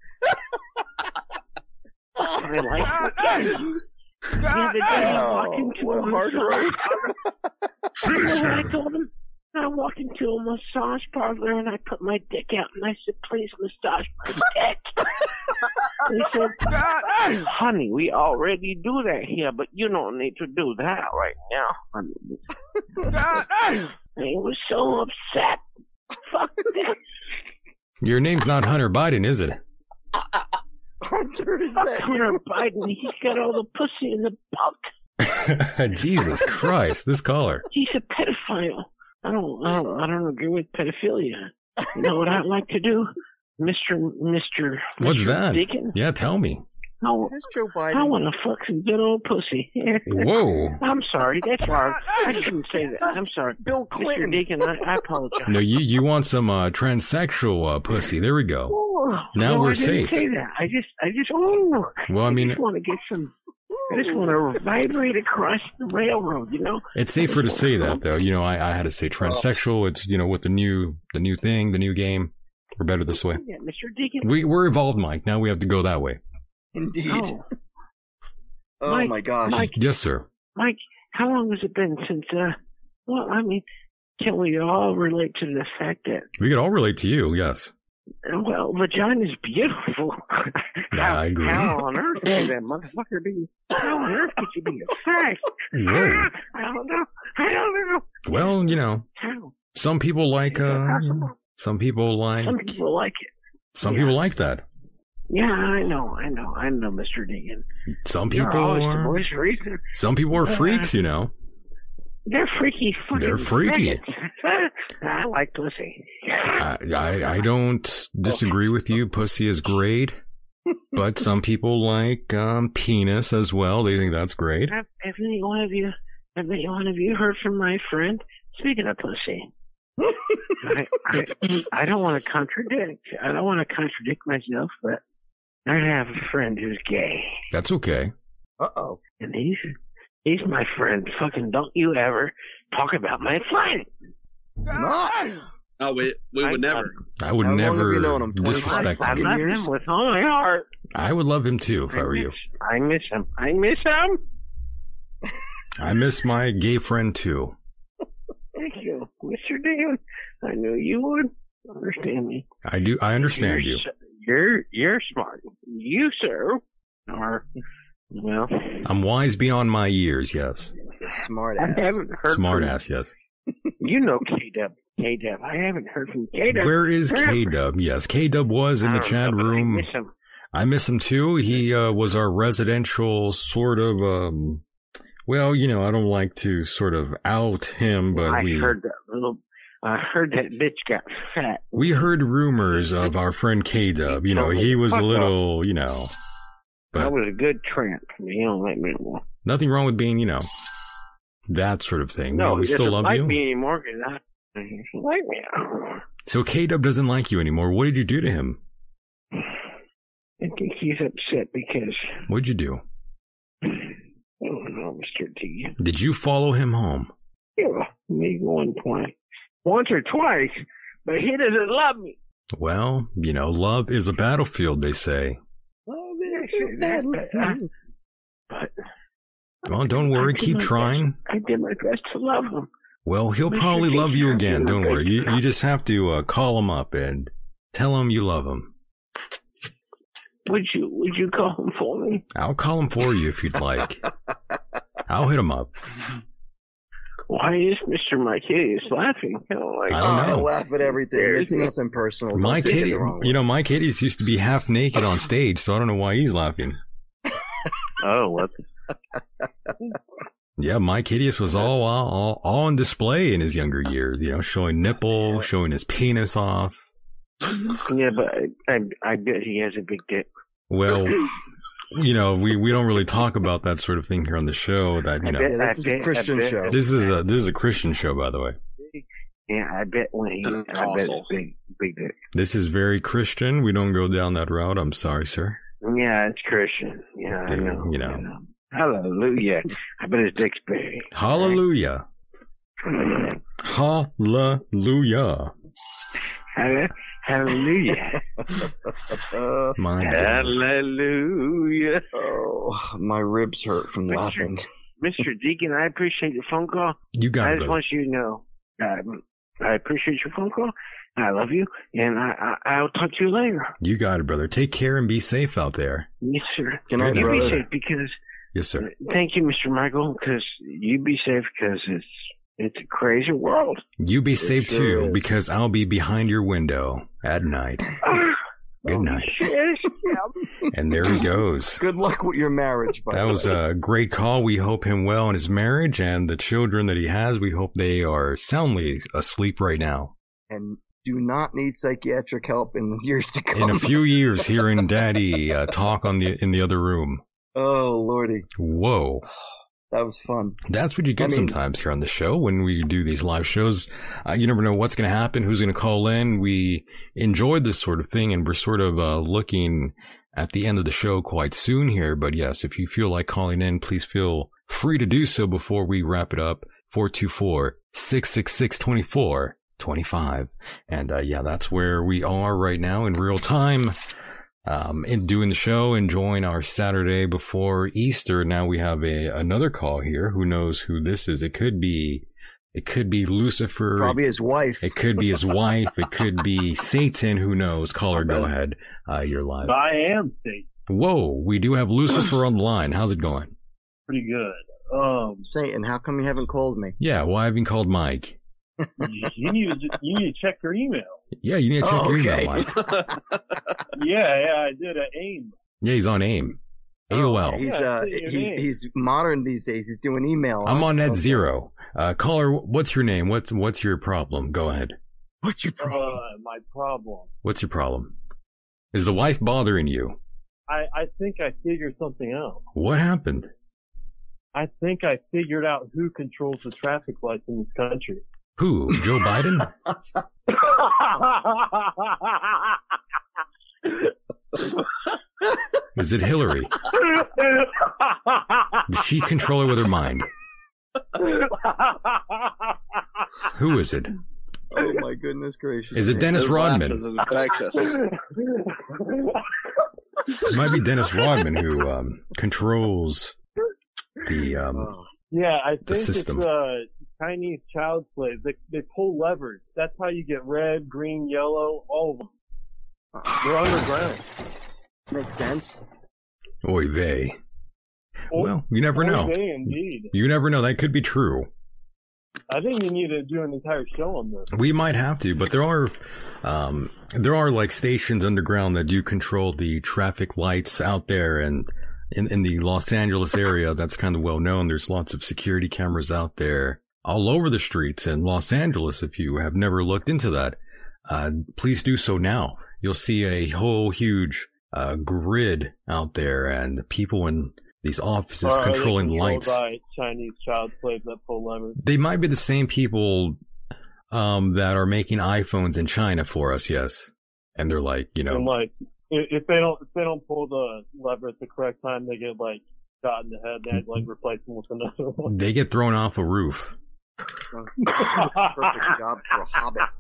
Speaker 7: I like
Speaker 6: God,
Speaker 7: the other day I
Speaker 2: Oh,
Speaker 7: walked into
Speaker 2: what a
Speaker 7: a
Speaker 2: hard
Speaker 7: massage parlor. You know what I told him? I walked into a massage parlor and I put my dick out and I said, please massage my dick. he said, honey, we already do that here, but you don't need to do that right now. honey." And he was so upset. Fuck that.
Speaker 1: Your name's not Hunter Biden, is it?
Speaker 2: Hunter, is
Speaker 7: Fuck
Speaker 2: that
Speaker 7: Hunter
Speaker 2: you?
Speaker 7: Biden. He's got all the pussy in the bunk.
Speaker 1: Jesus Christ, this caller.
Speaker 7: he's a pedophile. I don't, I
Speaker 2: Oh.
Speaker 7: don't, I don't agree with pedophilia. You know what I'd like to do, Mister Mister
Speaker 1: What's
Speaker 7: Mr.
Speaker 1: that?
Speaker 7: Deacon?
Speaker 1: Yeah, tell me.
Speaker 7: I,
Speaker 2: Is this Joe
Speaker 7: I
Speaker 2: Biden?
Speaker 7: want to fuck some good old pussy.
Speaker 1: Whoa.
Speaker 7: I'm sorry, that's hard. I shouldn't say that. I'm sorry,
Speaker 2: Bill
Speaker 7: Mister
Speaker 2: Clinton.
Speaker 7: Deacon. I, I apologize.
Speaker 1: No, you you want some uh, transsexual uh, pussy? There we go.
Speaker 7: Oh,
Speaker 1: Now
Speaker 7: no,
Speaker 1: we're
Speaker 7: I didn't
Speaker 1: safe.
Speaker 7: Say that. I just, I just, oh,
Speaker 1: Well, I
Speaker 7: I
Speaker 1: mean,
Speaker 7: just want to get some. I just want to vibrate across the railroad. You know,
Speaker 1: it's safer to say that though. You know, I, I had to say transsexual. It's you know with the new the new thing, the new game. We're better this way.
Speaker 7: yeah, Mister Deacon.
Speaker 1: We we're evolved, Mike. Now we have to go that way.
Speaker 2: Indeed.
Speaker 7: No.
Speaker 2: Oh
Speaker 7: Mike,
Speaker 2: my gosh.
Speaker 7: Mike,
Speaker 1: Yes, sir.
Speaker 7: Mike, how long has it been since, uh, well, I mean, can we all relate to the fact that,
Speaker 1: We could all relate to you. Yes.
Speaker 7: well, vagina's beautiful.
Speaker 1: Yeah,
Speaker 7: how,
Speaker 1: I agree.
Speaker 7: How on earth could that motherfucker be, how on earth could you be a fact?
Speaker 1: Whoa.
Speaker 7: I don't know. I don't know
Speaker 1: Well, you know,
Speaker 7: how.
Speaker 1: some people like uh, some people
Speaker 7: Some
Speaker 1: like
Speaker 7: people like it.
Speaker 1: some people like that.
Speaker 7: Yeah, I know, I know, I know, Mr. Deegan.
Speaker 1: Some
Speaker 7: You're
Speaker 1: people
Speaker 7: always the
Speaker 1: are
Speaker 7: voice of reason.
Speaker 1: some people are freaks. You know.
Speaker 7: They're freaky fucking
Speaker 1: They're freaky.
Speaker 7: maggots. I like pussy.
Speaker 1: I, I I don't disagree with you. Pussy is great, but some people like um, penis as well. They think that's great.
Speaker 7: Have, have any one of you have any one of you heard from my friend? Speaking of pussy, I, I, I don't want to contradict. I don't want to contradict myself, but I have a friend who's gay,
Speaker 1: That's okay.
Speaker 2: Uh oh.
Speaker 7: and he's he's my friend. Fucking don't you ever talk about my friend.
Speaker 2: Not.
Speaker 3: No, we we
Speaker 7: I-
Speaker 3: would never.
Speaker 1: I would
Speaker 2: How long have
Speaker 1: never
Speaker 2: you known him? 25
Speaker 1: disrespect
Speaker 7: I
Speaker 2: fucking
Speaker 1: him.
Speaker 7: love him
Speaker 2: years?
Speaker 7: with all my heart.
Speaker 1: I would love him too if I were you.
Speaker 7: I miss him. I miss him.
Speaker 1: I miss my gay friend too.
Speaker 7: Thank you, Mr. Dan. I knew you would understand me.
Speaker 1: I do. I understand
Speaker 7: you're,
Speaker 1: you.
Speaker 7: s- You're you're smart. You sir are well.
Speaker 1: I'm wise beyond my years. Yes.
Speaker 2: Smart
Speaker 7: I
Speaker 2: ass.
Speaker 7: haven't heard
Speaker 1: Smart
Speaker 7: from,
Speaker 1: ass. Yes.
Speaker 7: You know K Dub. K Dub. I haven't heard from K Dub.
Speaker 1: Where is K Dub? Yes, K Dub was in the chat room.
Speaker 7: Oh, I miss him.
Speaker 1: I miss him too. He uh, was our residential sort of. Um, well, you know, I don't like to sort of out him, but
Speaker 7: I
Speaker 1: we
Speaker 7: heard that little. I heard that bitch got fat.
Speaker 1: we heard rumors of our friend K Dub. You know, he was a little, you know,
Speaker 7: I
Speaker 1: but
Speaker 7: was a good tramp. You don't like me anymore.
Speaker 1: nothing wrong with being, you know, that sort of thing.
Speaker 7: no,
Speaker 1: we
Speaker 7: he
Speaker 1: still
Speaker 7: doesn't
Speaker 1: love
Speaker 7: like
Speaker 1: you.
Speaker 7: me anymore 'cause I, he doesn't like me anymore.
Speaker 1: So K Dub doesn't like you anymore. What did you do to him?
Speaker 7: I think he's upset because oh,
Speaker 1: What'd you do?
Speaker 7: I don't know, Mister D.
Speaker 1: Did you follow him home?
Speaker 7: Yeah, maybe one twice, once or twice, but he doesn't love me.
Speaker 1: Well, you know, love is a battlefield, they say.
Speaker 2: Oh, man, it's so bad.
Speaker 7: But
Speaker 1: Well, don't worry, keep trying.
Speaker 7: I did my best to love him.
Speaker 1: Well, he'll
Speaker 7: Mr.
Speaker 1: probably love you
Speaker 7: Teacher,
Speaker 1: again.
Speaker 7: you're
Speaker 1: Don't
Speaker 7: good.
Speaker 1: worry. You, you just have to uh, call him up and tell him you love him.
Speaker 7: Would you would you call him for me?
Speaker 1: I'll call him for you if you'd like. I'll hit him up.
Speaker 7: Why is Mr. My Kitty laughing? Oh You know, like,
Speaker 1: I don't
Speaker 2: I
Speaker 1: know.
Speaker 2: laugh at everything. It's nothing personal. Don't
Speaker 1: My
Speaker 2: take it
Speaker 1: kitty,
Speaker 2: the wrong way.
Speaker 1: you know, my kitties used to be half naked on stage, so I don't know why he's laughing.
Speaker 7: oh, what?
Speaker 1: Yeah, my kitties was all, all all- all on display in his younger years. You know, showing nipple, showing his penis off.
Speaker 7: Yeah, but I, I, I bet he has a big dick.
Speaker 1: Well, you know, we we don't really talk about that sort of thing here on the show. That you
Speaker 7: I
Speaker 1: know,
Speaker 7: bet,
Speaker 2: Yeah, this is a
Speaker 7: I bet,
Speaker 2: Christian
Speaker 7: I bet,
Speaker 2: show.
Speaker 1: this is a this is a Christian show, by the way.
Speaker 7: Yeah, I bet when he, I bet it's
Speaker 3: Pentecostal.
Speaker 7: big, big dick.
Speaker 1: This is very Christian. We don't go down that route. I'm sorry, sir.
Speaker 7: Yeah, it's Christian. Yeah, I
Speaker 1: Dude,
Speaker 7: know.
Speaker 1: you know.
Speaker 7: I Hallelujah. I bet his dick's big.
Speaker 1: Hallelujah, hallelujah.
Speaker 7: Halle- Hallelujah.
Speaker 2: Uh,
Speaker 1: My goodness.
Speaker 7: Hallelujah.
Speaker 2: oh, my ribs hurt from laughing.
Speaker 7: Mr. Deacon, I appreciate your phone call.
Speaker 1: you got
Speaker 7: I
Speaker 1: it.
Speaker 7: just
Speaker 1: brother.
Speaker 7: want you to know um, I appreciate your phone call. I love you, and I, I, I'll talk to you later.
Speaker 1: You got it, brother. Take care and be safe out there.
Speaker 7: Yes, sir.
Speaker 2: Good night,
Speaker 7: you be
Speaker 2: brother.
Speaker 7: safe because
Speaker 1: Yes, sir.
Speaker 7: thank you, Mr. Michael. Because you be safe because it's it's a crazy world.
Speaker 1: You be safe
Speaker 2: sure
Speaker 1: too,
Speaker 2: is.
Speaker 1: because I'll be behind your window at night. Good night.
Speaker 7: Yes.
Speaker 1: And there he goes.
Speaker 2: Good luck with your marriage. By
Speaker 1: That
Speaker 2: the
Speaker 1: was
Speaker 2: way.
Speaker 1: a great call. We hope him well in his marriage and the children that he has. We hope they are soundly asleep right now.
Speaker 2: and do not need psychiatric help in the years to come.
Speaker 1: In a few years, hearing Daddy uh, talk on the in the other room.
Speaker 2: oh lordy,
Speaker 1: Whoa,
Speaker 2: that was fun.
Speaker 1: that's what you get
Speaker 2: I mean-
Speaker 1: sometimes here on the show when we do these live shows. Uh, you never know what's going to happen, who's going to call in. We enjoyed this sort of thing, and we're sort of uh, looking at the end of the show quite soon here. But yes, if you feel like calling in, please feel free to do so before we wrap it up. 424 666 2425. And uh, yeah, that's where we are right now in real time. Um, in doing the show, enjoying our Saturday before Easter. Now we have a another call here. Who knows who this is? It could be, it could be Lucifer.
Speaker 2: Probably his wife.
Speaker 1: It could be his wife. It could be Satan. Who knows? Caller, go ahead. Uh, you're live.
Speaker 8: I am Satan.
Speaker 1: Whoa, we do have Lucifer on the line. How's it going?
Speaker 8: Pretty good. Um,
Speaker 2: Satan, how come you haven't called me?
Speaker 1: Yeah, well, I've been called Mike.
Speaker 8: you need to you need to check your email.
Speaker 1: Yeah, you need to check
Speaker 2: Oh,
Speaker 1: your email,
Speaker 2: okay.
Speaker 1: Mike.
Speaker 8: Yeah, yeah, I did. I aim.
Speaker 1: Yeah, he's on AIM. AOL.
Speaker 2: He's
Speaker 8: Yeah,
Speaker 2: uh,
Speaker 8: I see your
Speaker 2: he's,
Speaker 8: name.
Speaker 2: he's modern these days. He's doing email.
Speaker 1: I'm on net
Speaker 2: Okay.
Speaker 1: zero. Uh, caller, what's your name? What, what's your problem? Go ahead.
Speaker 2: What's your
Speaker 8: Uh,
Speaker 2: problem?
Speaker 8: my problem.
Speaker 1: What's your problem? Is the wife bothering you?
Speaker 8: I I think I figured something out.
Speaker 1: What happened?
Speaker 8: I think I figured out who controls the traffic lights in this country.
Speaker 1: Who? Joe Biden? Is it Hillary? Does she control it with her mind? Who is it?
Speaker 2: oh my goodness gracious!
Speaker 1: Is it Dennis
Speaker 3: His laugh
Speaker 1: Rodman?
Speaker 3: is infectious.
Speaker 1: It might be Dennis Rodman who um, controls the. Um,
Speaker 2: Oh,
Speaker 8: yeah, I think it's
Speaker 1: system.
Speaker 8: uh, Chinese child slaves. They they pull levers. That's how you get red, green, yellow, all of them. They're underground.
Speaker 2: makes sense.
Speaker 1: oy vey. Well, you never
Speaker 8: Oh,
Speaker 1: know.
Speaker 8: They indeed.
Speaker 1: You never know. That could be true.
Speaker 8: I think we need to do an entire show on this.
Speaker 1: We might have to, but there are, um, there are like stations underground that do control the traffic lights out there, and in in the Los Angeles area, that's kind of well known. There's lots of security cameras out there all over the streets in Los Angeles. If you have never looked into that, uh, please do so now. You'll see a whole huge uh, grid out there, and people in these offices
Speaker 8: Or are they
Speaker 1: controlling
Speaker 8: controlled
Speaker 1: lights
Speaker 8: By Chinese child slaves that pull levers.
Speaker 1: they might be the same people um, that are making iPhones in China for us, yes. And they're like, you
Speaker 8: And
Speaker 1: know,
Speaker 8: like, i- if they don't, if they don't pull the lever at the correct time, they get like shot in the head. They had to, like replace them with another one.
Speaker 1: Mm-hmm. they get thrown off a roof.
Speaker 2: Perfect job for a hobbit.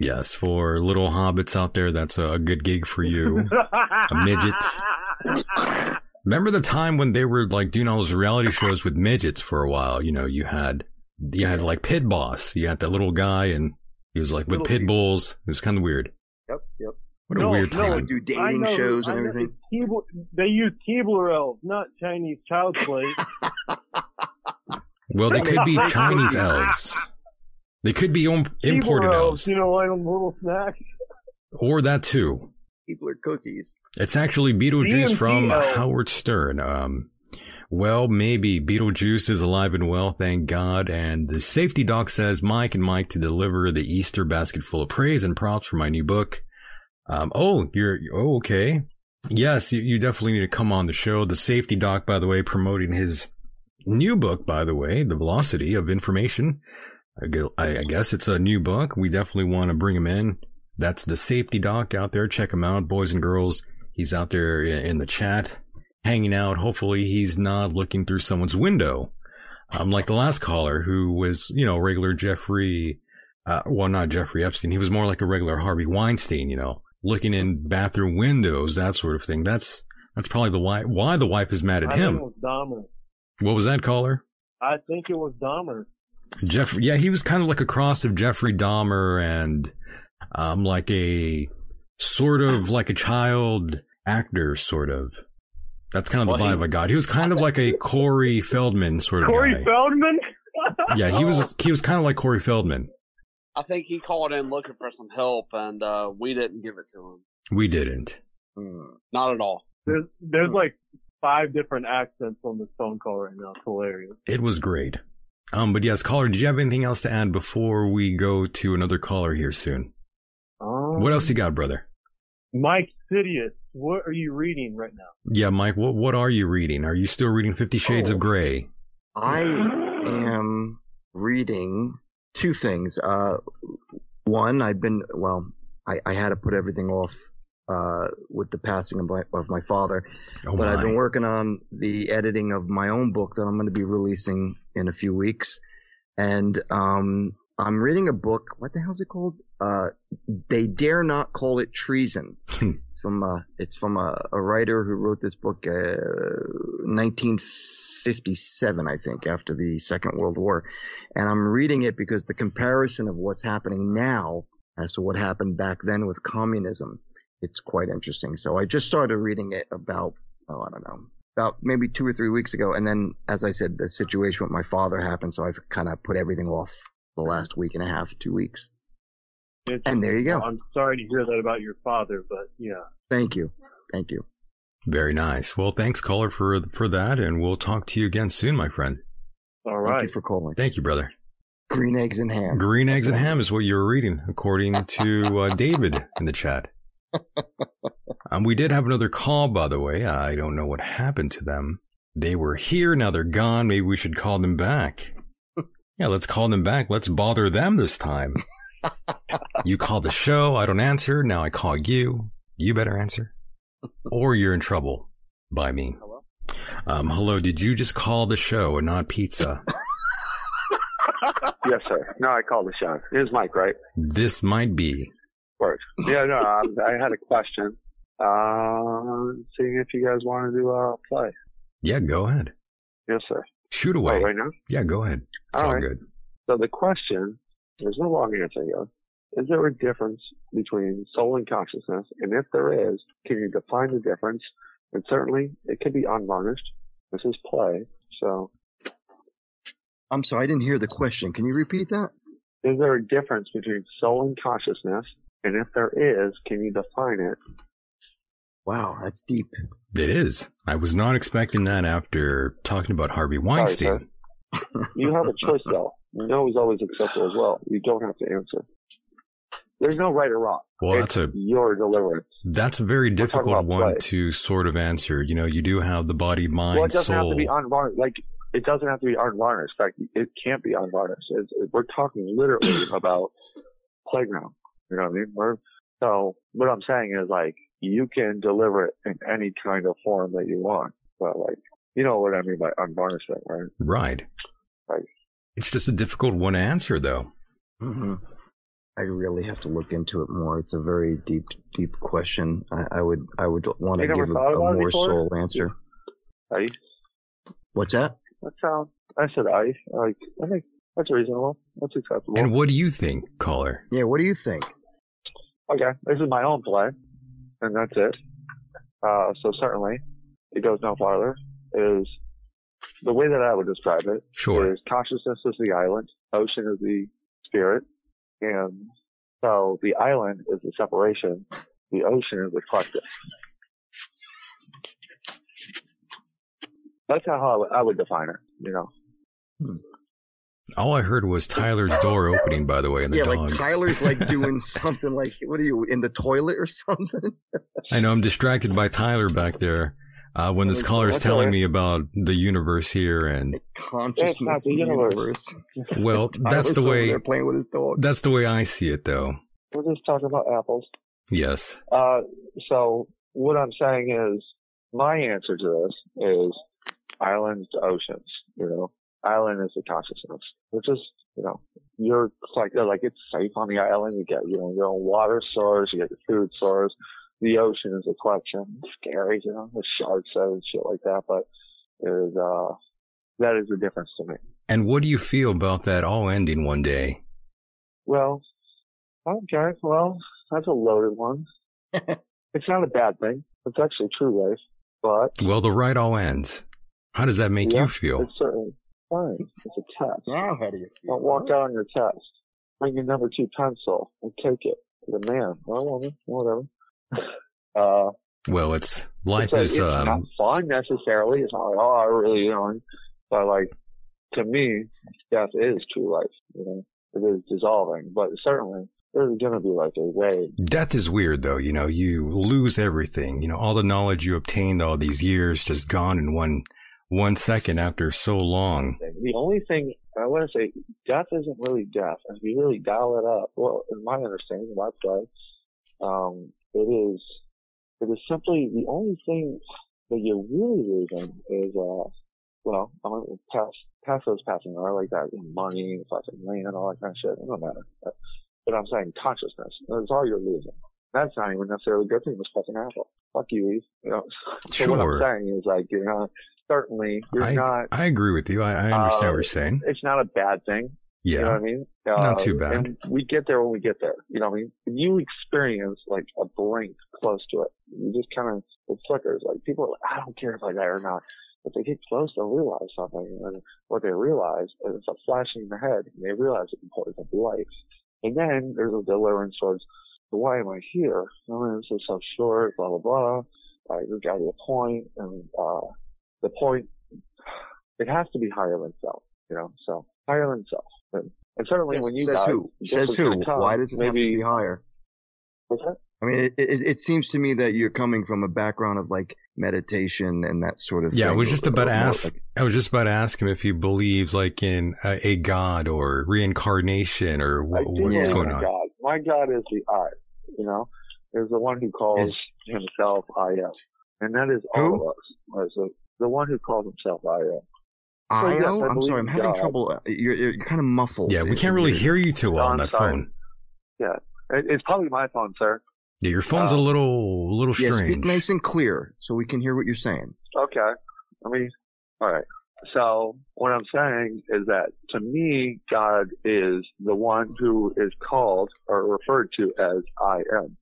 Speaker 1: Yes, for little hobbits out there, that's a good gig for you. a midget. Remember the time when they were like doing all those reality shows with midgets for a while? You know, you had you had like Pit Boss, you had that little guy, and he was like with
Speaker 2: Little
Speaker 1: pit
Speaker 2: dude.
Speaker 1: bulls. It was kind of weird.
Speaker 2: Yep, yep.
Speaker 1: What a
Speaker 8: No,
Speaker 1: weird
Speaker 8: no,
Speaker 1: time.
Speaker 2: They do
Speaker 8: I
Speaker 2: dating
Speaker 8: know-
Speaker 2: shows and
Speaker 8: I know-
Speaker 2: everything.
Speaker 8: Keebler- they use Keebler elves, not Chinese child slaves.
Speaker 1: Well, they could be Chinese elves. They could be om- imported
Speaker 8: Keebler
Speaker 1: elves,
Speaker 8: You know, like them little snacks.
Speaker 1: or that too.
Speaker 3: Keebler cookies.
Speaker 1: It's actually Beetlejuice
Speaker 8: DMT
Speaker 1: from
Speaker 8: elves.
Speaker 1: Howard Stern. Um, well, maybe Beetlejuice is alive and well, thank God. And the safety doc says Mike and Mike to deliver the Easter basket full of praise and props for my new book. Um, oh, you're oh okay. Yes, you, you definitely need to come on the show. The safety doc, by the way, promoting his new book, by the way, The Velocity of Information. I gu- I I guess it's a new book. We definitely want to bring him in. That's the safety doc out there. Check him out, boys and girls. He's out there i- in the chat, hanging out. Hopefully, he's not looking through someone's window, um, like the last caller who was, you know, regular Jeffrey. Uh, well, not Jeffrey Epstein. He was more like a regular Harvey Weinstein, you know, looking in bathroom windows, that sort of thing. That's that's probably the why why the wife is mad at
Speaker 8: I think
Speaker 1: him.
Speaker 8: it was Dahmer.
Speaker 1: What was that caller?
Speaker 8: I think it was Dahmer.
Speaker 1: Jeffrey, yeah, he was kind of like a cross of Jeffrey Dahmer and um, like a sort of like a child actor, sort of. That's kind of the
Speaker 8: Well,
Speaker 1: vibe I got. He was kind of like a Corey Feldman sort of
Speaker 8: Corey
Speaker 1: guy.
Speaker 8: Feldman.
Speaker 1: yeah, he was he was kind of like Corey Feldman.
Speaker 3: I think he called in looking for some help, and uh, we didn't give it to
Speaker 1: We didn't.
Speaker 8: Hmm.
Speaker 3: him. Not at all. Hmm.
Speaker 8: There's there's like five different accents on this phone call right now. It's hilarious.
Speaker 1: It was great. Um, but yes, caller, did you have anything else to add before we go to another caller here soon?
Speaker 8: Um,
Speaker 1: What else you got, brother?
Speaker 8: Mike Sidious. What are you reading right now?
Speaker 1: Yeah, Mike, what what are you reading? Are you still reading Fifty Shades
Speaker 2: Oh.
Speaker 1: of Grey?
Speaker 2: I am reading two things. Uh, one, I've been well. I, I had to put everything off uh, with the passing of my, of my father,
Speaker 1: Oh
Speaker 2: but I've been
Speaker 1: my.
Speaker 2: working on the editing of my own book that I'm going to be releasing in a few weeks, and um, I'm reading a book. What the hell's it called? Uh, they dare not call it treason.
Speaker 1: Hmm.
Speaker 2: It's from a, it's from a, a writer who wrote this book, uh, 1957, I think, after the Second World War. And I'm reading it because the comparison of what's happening now as to what happened back then with communism, it's quite interesting. So I just started reading it about, oh, I don't know, about maybe two or three weeks ago. And then, as I said, the situation with my father happened. So I've kind of put everything off the last week and a half, two weeks. And there you go.
Speaker 8: I'm sorry to hear that about your father, but yeah.
Speaker 2: Thank you. Thank you.
Speaker 1: Very nice. Well, thanks, caller, for for that, and we'll talk to you again soon, my friend.
Speaker 8: All
Speaker 2: Thank you
Speaker 8: right.
Speaker 2: for calling.
Speaker 1: Thank you, brother.
Speaker 2: Green eggs and ham.
Speaker 1: Green eggs and ham is what you were reading, according to uh, David in the chat. Um, we did have another call, by the way. I don't know what happened to them. They were here, now they're gone. Maybe we should call them back. Yeah, let's call them back. Let's bother them this time. You call the show, I don't answer. Now I call you. You better answer, or you're in trouble by me.
Speaker 3: Hello?
Speaker 1: Um, hello. Did you just call the show and not pizza?
Speaker 9: Yes, sir. No, I called the show. It was Mike, right?
Speaker 1: this might be.
Speaker 9: Works. Yeah, no, I, I had a question. Uh, seeing if you guys wanted to uh, play.
Speaker 1: Yeah, go ahead.
Speaker 9: Yes, sir.
Speaker 1: Shoot away.
Speaker 9: Oh, right now?
Speaker 1: Yeah, go ahead. It's all,
Speaker 9: All right.
Speaker 1: good.
Speaker 9: So the question, there's no long answer here. Is there a difference between soul and consciousness? And if there is, can you define the difference? And certainly, it can be unvarnished. This is play. So
Speaker 2: I'm sorry, I didn't hear the question. Can you repeat that?
Speaker 9: is there a difference between soul and consciousness? And if there is, can you define it?
Speaker 2: Wow, that's deep.
Speaker 1: It is. I was not expecting that after talking about Harvey Weinstein.
Speaker 9: sir. You have a choice though. No is always acceptable as well. You don't have to answer. There's no right or wrong.
Speaker 1: Well,
Speaker 9: it's
Speaker 1: that's a
Speaker 9: your deliverance.
Speaker 1: that's a very
Speaker 9: talking
Speaker 1: difficult
Speaker 9: about
Speaker 1: one
Speaker 9: play.
Speaker 1: to sort of answer. You know, you do have the body, mind,
Speaker 9: well, it doesn't have
Speaker 1: soul.
Speaker 9: to be unvarnished. Like it doesn't have to be unvarnished. In fact, it can't be unvarnished. It's, it- we're talking literally about playground. You know what I mean? We're, so what I'm saying is like you can deliver it in any kind of form that you want. But like you know what I mean by unvarnished, right?
Speaker 1: right.
Speaker 9: Right.
Speaker 1: It's just a difficult one to answer, though.
Speaker 2: hmm I really have to look into it more. It's a very deep, deep question. I, I would, I would want to
Speaker 9: You never
Speaker 2: give a,
Speaker 9: thought
Speaker 2: a
Speaker 9: about it
Speaker 2: more
Speaker 9: before?
Speaker 2: soul answer.
Speaker 9: Right?
Speaker 2: What's that?
Speaker 9: That sounds. I said I. Like I think that's reasonable. That's acceptable.
Speaker 1: And what do you think, caller?
Speaker 2: Yeah, what do you think?
Speaker 9: okay, this is my own play, and that's it. Uh, so certainly, it goes no farther. It Is the way that I would describe it
Speaker 1: Sure.
Speaker 9: is consciousness is the island, ocean is the spirit, and so the island is the separation, the ocean is the collective. That's how I would- I would define it, you know.
Speaker 1: All I heard was Tyler's door opening, by the way, and the
Speaker 2: yeah,
Speaker 1: dog.
Speaker 2: like Tyler's like doing something like, what are you in the toilet or something?
Speaker 1: I know I'm distracted by Tyler back there. Uh, when this caller is
Speaker 2: That's
Speaker 1: telling
Speaker 2: all right.
Speaker 1: me about the universe here, and
Speaker 2: Consciousness,
Speaker 9: It's not the
Speaker 2: in
Speaker 9: universe.
Speaker 1: well, that's
Speaker 2: Tyler's
Speaker 1: the
Speaker 2: over
Speaker 1: way.
Speaker 2: there playing with his dog.
Speaker 1: That's the way I see it, though.
Speaker 9: We're just talking about apples.
Speaker 1: Yes,
Speaker 9: Uh, so what I'm saying is, my answer to this is islands to oceans. You know, island is the consciousness, which is you know, you're like they're like it's safe on the island. You get you know your own water source, you get your food source. The ocean is a collection. It's scary, you know, the sharks and shit like that. But it is uh, that is the difference to me.
Speaker 1: and what do you feel about that all ending one day?
Speaker 9: Well, okay. Well, that's a loaded one. it's not a bad thing. It's actually true life, but
Speaker 1: Well, the right all ends. How does that make
Speaker 9: yeah,
Speaker 1: you feel?
Speaker 9: It's certainly fine. It's a test.
Speaker 2: Now, how do you feel?
Speaker 9: Don't walk out on your test. Bring your number two pencil and take it to the man or woman, whatever. Uh,
Speaker 1: Well, it's life
Speaker 9: it's, like,
Speaker 1: is
Speaker 9: it's not
Speaker 1: um,
Speaker 9: fun necessarily. It's not like oh, I really you know. But like to me, death is true life. You know, it is dissolving, but certainly there's gonna be like a way
Speaker 1: death is weird though. You know, you lose everything. You know, all the knowledge you obtained all these years just gone in one one second after so long.
Speaker 9: thing. The only thing I want to say, death isn't really death. If you really dial it up, well, in my understanding, my play, um, it is, it is simply the only thing that you're really losing is, uh, well, I'm gonna pass, pass those passing. I like that money, fucking land, all that kind of shit. It don't matter. But, but I'm saying consciousness. That's all you're losing. That's not even necessarily a good thing. It's fucking apple. Fuck you, Eve. You know? So what
Speaker 1: Sure.
Speaker 9: I'm saying is like, you're not, certainly, you're
Speaker 1: I
Speaker 9: not,
Speaker 1: I agree with you. I, I understand
Speaker 9: uh,
Speaker 1: what you're saying.
Speaker 9: It's not a bad thing.
Speaker 1: Yeah.
Speaker 9: You know what I mean? Uh,
Speaker 1: Not too bad.
Speaker 9: And we get there when we get there. You know what I mean? You experience like a blink close to it. You just kind of, it flickers. Like people are like, I don't care if I die or not. If they get close, they'll realize something. And what they realize is it's a flashing in their head and they realize the importance of life. And then there's a deliverance towards, why am I here? I mean, this is so short, blah, blah, blah. I got uh, to a point and, uh, the point, it has to be higher than self, you know, so higher than self. And, and certainly
Speaker 2: Says-
Speaker 9: when you
Speaker 2: says
Speaker 9: die,
Speaker 2: who?
Speaker 9: death
Speaker 2: Says
Speaker 9: is
Speaker 2: who?
Speaker 9: gonna come.
Speaker 2: Why does it have to
Speaker 9: Maybe-
Speaker 2: be higher?
Speaker 9: what's that?
Speaker 2: I mean, it, it, it seems to me that you're coming from a background of like meditation and that sort of
Speaker 1: Yeah,
Speaker 2: thing.
Speaker 1: I was just
Speaker 2: or-
Speaker 1: about to
Speaker 2: or more
Speaker 1: ask.
Speaker 2: like-
Speaker 1: I was just about to ask him if he believes like in a, a god or reincarnation or
Speaker 9: I
Speaker 1: wh-
Speaker 9: do
Speaker 1: what's
Speaker 9: believe
Speaker 1: going
Speaker 9: in
Speaker 1: on.
Speaker 9: God. My God is the I, you know, is the one who calls himself I am. And that is all of us. Right, So the one who calls himself I am. So, yes,
Speaker 2: Io?
Speaker 9: I
Speaker 2: I'm
Speaker 9: believe
Speaker 2: sorry, I'm
Speaker 9: in
Speaker 2: having
Speaker 9: God.
Speaker 2: trouble. uh, You're, you're kind of muffled.
Speaker 1: Yeah, we can't really hear you too well
Speaker 9: No,
Speaker 1: on
Speaker 9: I'm
Speaker 1: that
Speaker 9: sorry.
Speaker 1: phone.
Speaker 9: Yeah. It, it's probably my phone, sir.
Speaker 1: Yeah, your phone's a
Speaker 9: Uh,
Speaker 1: little a little
Speaker 2: Yeah, speak
Speaker 1: strange.
Speaker 2: nice and clear so we can hear what you're saying.
Speaker 9: Okay. I mean, all right. So what I'm saying is that to me, God is the one who is called or referred to as I am.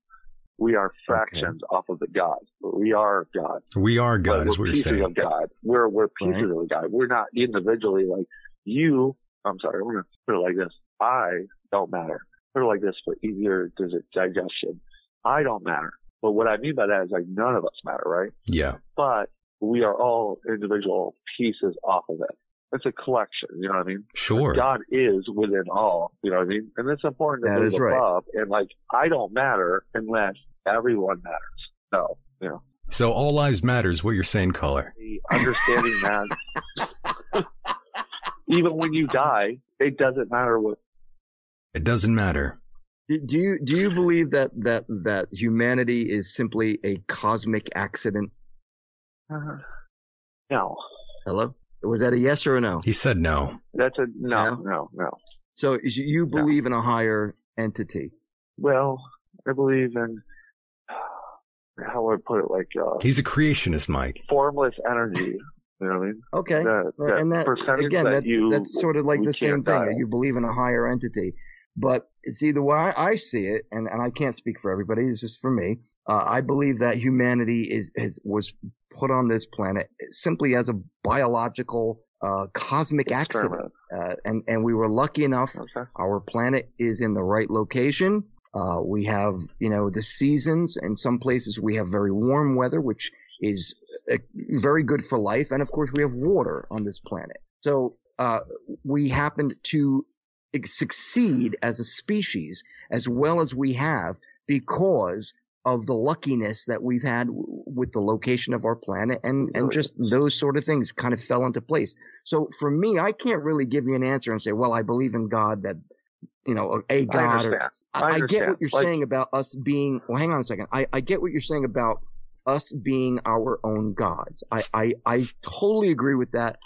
Speaker 9: We are fractions off of the God. We are God.
Speaker 1: We are God,
Speaker 9: but
Speaker 1: is what
Speaker 9: we're
Speaker 1: you're
Speaker 9: pieces
Speaker 1: saying.
Speaker 9: of God. We're we're pieces of God. We're not individually like you. I'm sorry. I'm gonna put it like this. I don't matter. Put it like this for easier dig- digestion. I don't matter. But what I mean by that is like none of us matter, right?
Speaker 1: Yeah,
Speaker 9: But we are all individual pieces off of it. It's a collection. You know what I mean?
Speaker 1: sure.
Speaker 9: God is within all. You know what I mean? And it's important to
Speaker 2: That
Speaker 9: move
Speaker 2: is right.
Speaker 9: above. And like I don't matter unless everyone matters. So you know.
Speaker 1: So all lives matter is what you're saying, caller.
Speaker 9: the understanding that even when you die, it doesn't matter what.
Speaker 1: It doesn't matter.
Speaker 2: Do- Do you do you believe that that that humanity is simply a cosmic accident?
Speaker 9: No,
Speaker 2: Hello, was that a yes or a no?
Speaker 1: He said no.
Speaker 9: that's a no,
Speaker 2: No?
Speaker 9: no, no,
Speaker 2: So is- you believe in a higher entity?
Speaker 9: Well, I believe in how would I put it, like uh,
Speaker 1: He's a creationist, Mike.
Speaker 9: formless energy. You know what I mean?
Speaker 2: Okay,
Speaker 9: That-
Speaker 2: Right,
Speaker 9: that
Speaker 2: and that
Speaker 9: percentage
Speaker 2: again,
Speaker 9: that
Speaker 2: that,
Speaker 9: you-
Speaker 2: that's sort of like
Speaker 9: you
Speaker 2: the same
Speaker 9: can't
Speaker 2: thing
Speaker 9: dial.
Speaker 2: that you believe in a higher entity. But see, the way I I see it, and, and I can't speak for everybody, it's just for me. Uh, I believe that humanity is, is was put on this planet simply as a biological uh, cosmic accident.
Speaker 9: Experiment.
Speaker 2: Uh, and, and we were lucky enough. Our planet is in the right location. Uh, we have, you know, the seasons. In some places, we have very warm weather, which is uh, very good for life. And of course, we have water on this planet. So uh, we happened to succeed as a species as well as we have because of the luckiness that we've had w- with the location of our planet and, and just those sort of things kind of fell into place. So for me, I can't really give you an answer and say, well, I believe in God that, you know, a God.
Speaker 9: understand.
Speaker 2: Or, I,
Speaker 9: I
Speaker 2: I get
Speaker 9: understand.
Speaker 2: what you're
Speaker 9: Like-
Speaker 2: saying about us being, well, hang on a second. I, I get what you're saying about us being our own gods. I, I, I totally agree with that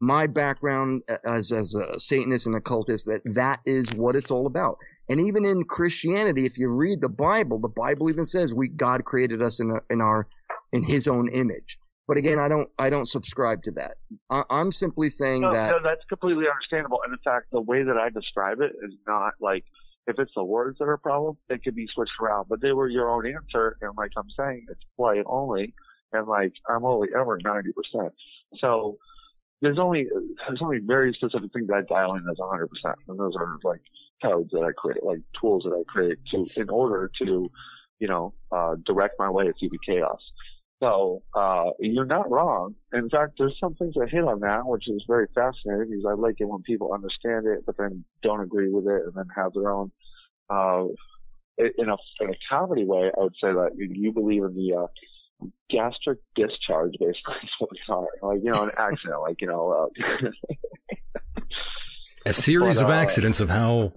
Speaker 2: my background uh, as as a Satanist and occultist that that is what it's all about. And even in Christianity, if you read the Bible, the Bible even says we God created us in a, in our in His own image. But again, I don't I don't subscribe to that. I, I'm simply saying
Speaker 9: No,
Speaker 2: that
Speaker 9: no, that's completely understandable. And in fact, the way that I describe it is not like if it's the words that are a problem, it could be switched around. But they were your own answer, and like I'm saying, it's play only, and like I'm only ever 90 percent. So there's only there's only very specific things I dial in as 100 percent, and those are like codes that I create, like tools that I create to in order to, you know, uh, direct my way through the chaos. So uh, you're not wrong. In fact, there's some things that hit on that, which is very fascinating because I like it when people understand it, but then don't agree with it, and then have their own. Uh, i- in a in a comedy way, I would say that you- you believe in the uh, gastric discharge, basically, is what we call it. Like you know, an accident, like you know, uh,
Speaker 1: A series
Speaker 9: But,
Speaker 1: of
Speaker 9: uh,
Speaker 1: accidents of how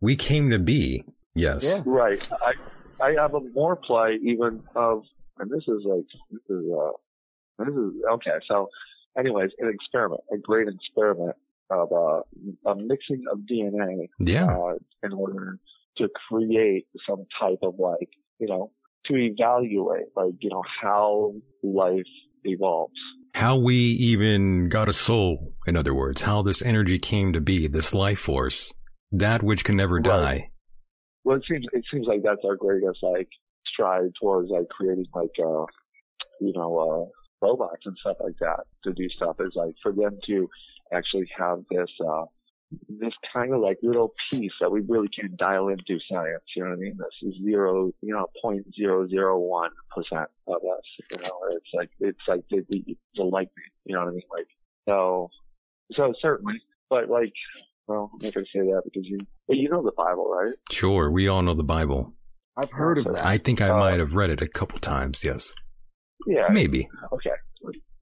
Speaker 1: we came to be. Yes.
Speaker 9: Right. I I have a more play even of, and this is like this is uh this is okay. So, anyways, an experiment, a great experiment of uh, a mixing of DNA.
Speaker 1: Yeah.
Speaker 9: Uh, in order to create some type of like you know to evaluate like you know how life evolves.
Speaker 1: How we even got a soul, in other words, how this energy came to be, this life force, that which can never die.
Speaker 9: Well, it seems it seems like that's our greatest like stride towards like creating like uh you know uh robots and stuff like that to do stuff is like for them to actually have this uh this kind of like little piece that we really can dial into science. You know what I mean? This is zero, you know, point zero zero one percent of us. You know, it's like it's like the the, the lightning. You know what I mean? Like so, so certainly, but like. Well, I'm not gonna say that because you, but you know the Bible, right?
Speaker 1: Sure, we all know the Bible.
Speaker 2: I've heard of
Speaker 1: Oh, I think I might have read it a couple times, yes.
Speaker 9: Uh, Yeah.
Speaker 1: Maybe.
Speaker 9: Okay.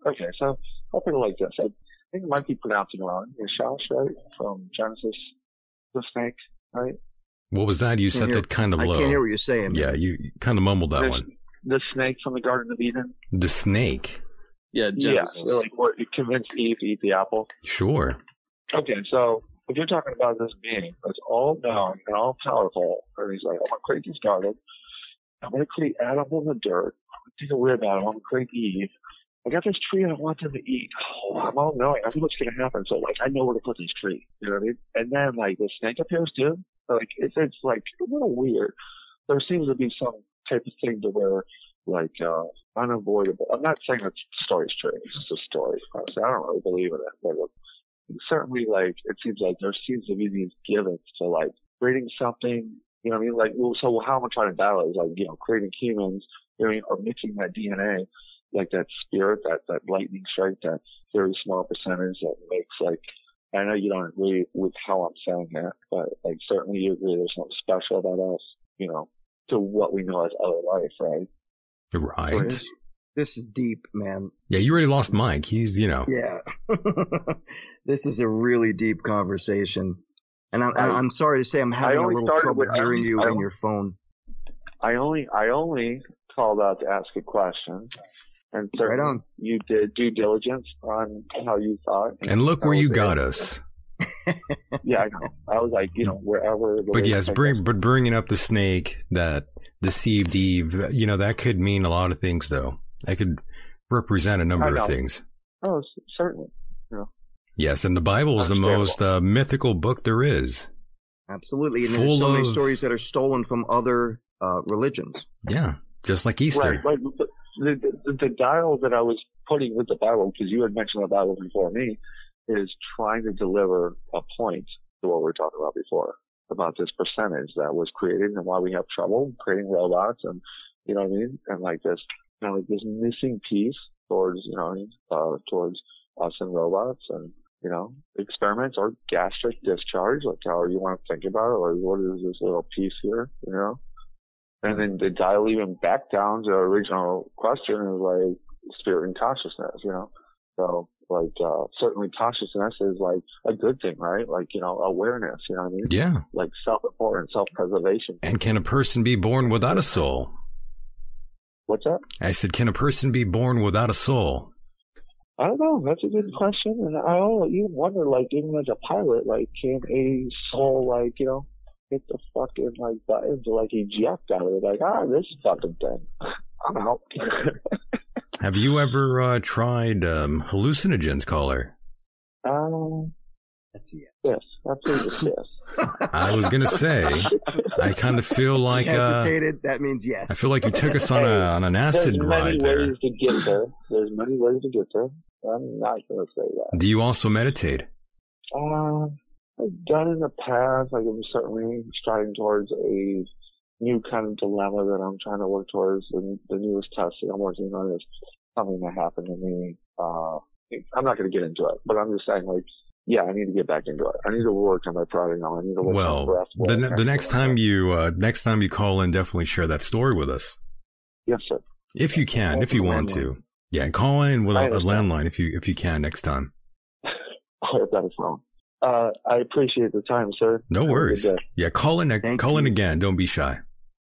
Speaker 9: Okay. So I'll put it like this. I think it might be pronouncing it wrong. It's Shosh, right? From Genesis, the snake, right?
Speaker 1: What was that? You
Speaker 9: Can't
Speaker 1: said
Speaker 9: hear-
Speaker 1: that kind of
Speaker 9: I
Speaker 1: low.
Speaker 9: can't hear what
Speaker 2: you're saying.
Speaker 1: Yeah, you kind of mumbled that
Speaker 9: There's-
Speaker 1: one.
Speaker 9: The snake from the Garden of Eden.
Speaker 1: The snake.
Speaker 3: Yeah,
Speaker 9: Yeah. they're Like what? It convinced Eve to eat the apple.
Speaker 1: Sure.
Speaker 9: Okay. So if you're talking about this being that's all knowing and all powerful, and he's like, "Oh, I'm gonna create this garden. I'm gonna create Adam in the dirt. I'm gonna take a rib out. I'm gonna create Eve. I got this tree I want them to eat. Oh, I'm all knowing. I know what's gonna happen. So like, I know where to put this tree. You know what I mean? And then like the snake appears too. Like it's it's like a little weird. There seems to be some type of thing to where like uh unavoidable. I'm not saying that the story's true. It's just a story. Honestly, I don't really believe in it. But like, certainly like it seems like there seems to be these givens to like creating something. You know what I mean? Like well, so how am I trying to battle it? Is like you know creating humans. You know what I mean? Or mixing that DNA like that spirit, that that lightning strike, that very small percentage that makes like. I know you don't agree with how I'm saying that, but like certainly you agree there's something special about us, you know, to what we know as other life, right?
Speaker 1: Right.
Speaker 2: this, this is deep, man.
Speaker 1: Yeah, you already lost Mike. He's, you know.
Speaker 2: Yeah. this is a really deep conversation. And I'm, I, am sorry to say I'm having a
Speaker 9: only
Speaker 2: little
Speaker 9: started
Speaker 2: trouble
Speaker 9: with- I
Speaker 2: hearing
Speaker 9: only-
Speaker 2: you
Speaker 9: I
Speaker 2: and
Speaker 9: only-
Speaker 2: your phone.
Speaker 9: I only I only called out to ask a question, and certainly
Speaker 2: on.
Speaker 9: you did due diligence on how you thought.
Speaker 1: And look
Speaker 9: I
Speaker 1: where
Speaker 9: was
Speaker 1: you
Speaker 9: there.
Speaker 1: got us.
Speaker 9: Yeah, I know. I was like, you know, wherever. the
Speaker 1: But
Speaker 9: way-
Speaker 1: yes, bring, but bringing up the snake that deceived Eve, that- you know, that could mean a lot of things, though. That could represent a
Speaker 9: I
Speaker 1: number
Speaker 9: know.
Speaker 1: of things.
Speaker 9: Oh, s- certainly. You know.
Speaker 1: Yes, and the Bible is the most uh, mythical book there is.
Speaker 2: Absolutely. And there's
Speaker 1: Full
Speaker 2: so many
Speaker 1: of-
Speaker 2: stories that are stolen from other uh, religions.
Speaker 1: Yeah, just like Easter.
Speaker 9: Right, right. The, the, the dial that I was putting with the Bible, because you had mentioned the Bible before me, is trying to deliver a point to what we were talking about before about this percentage that was created and why we have trouble creating robots and you know what I mean and like this you know like this missing piece towards you know uh, towards us and robots and you know experiments or gastric discharge like however you want to think about it like what is this little piece here you know and then to dial even back down to the original question is like spirit and consciousness you know so like uh certainly consciousness is like a good thing right like you know awareness you know what i mean
Speaker 1: Yeah.
Speaker 9: like self-importance self-preservation
Speaker 1: And can a person be born without a soul?
Speaker 9: what's that
Speaker 1: I said, can a person be born without a soul?
Speaker 9: I don't know. That's a
Speaker 2: Mm-hmm.
Speaker 9: good question, and I all even wonder, like, even as a pilot, like, can a soul, like, you know, hit the fucking like button to like eject out of it, like, ah, this fucking thing, I'm out.
Speaker 1: Have you ever uh, tried um, hallucinogens, caller?
Speaker 9: um,
Speaker 2: that's yes.
Speaker 9: Yes, absolutely yes.
Speaker 1: I was gonna say, I kind of feel like
Speaker 2: he
Speaker 1: uh,
Speaker 2: hesitated. that means yes.
Speaker 1: I feel like you took us on a on an acid
Speaker 9: There's many
Speaker 1: ride there.
Speaker 9: ways to get there. There's many ways to get there. I'm not gonna say that.
Speaker 1: Do you also meditate?
Speaker 9: Uh, I've done in the past. Like I'm certainly striving towards a new kind of dilemma that I'm trying to work towards. And the newest test that I'm working on is something that happened to me. Uh, I'm not going to get into it, but I'm just saying like, yeah, I need to get back into it. I need to work on my product now. I need to work on
Speaker 1: Well,
Speaker 9: breath.
Speaker 1: the
Speaker 9: work.
Speaker 1: ne- the next time you uh, next time you call in, definitely share that story with us
Speaker 9: yes, sir.
Speaker 1: if you can, if you want to. Yeah, call in with a, a landline if you if you can next time.
Speaker 9: I have got a phone. Uh, I appreciate the time, sir.
Speaker 1: No
Speaker 9: Have a good
Speaker 1: worries.
Speaker 9: day.
Speaker 1: Yeah, call in ne- call in again. Don't be shy.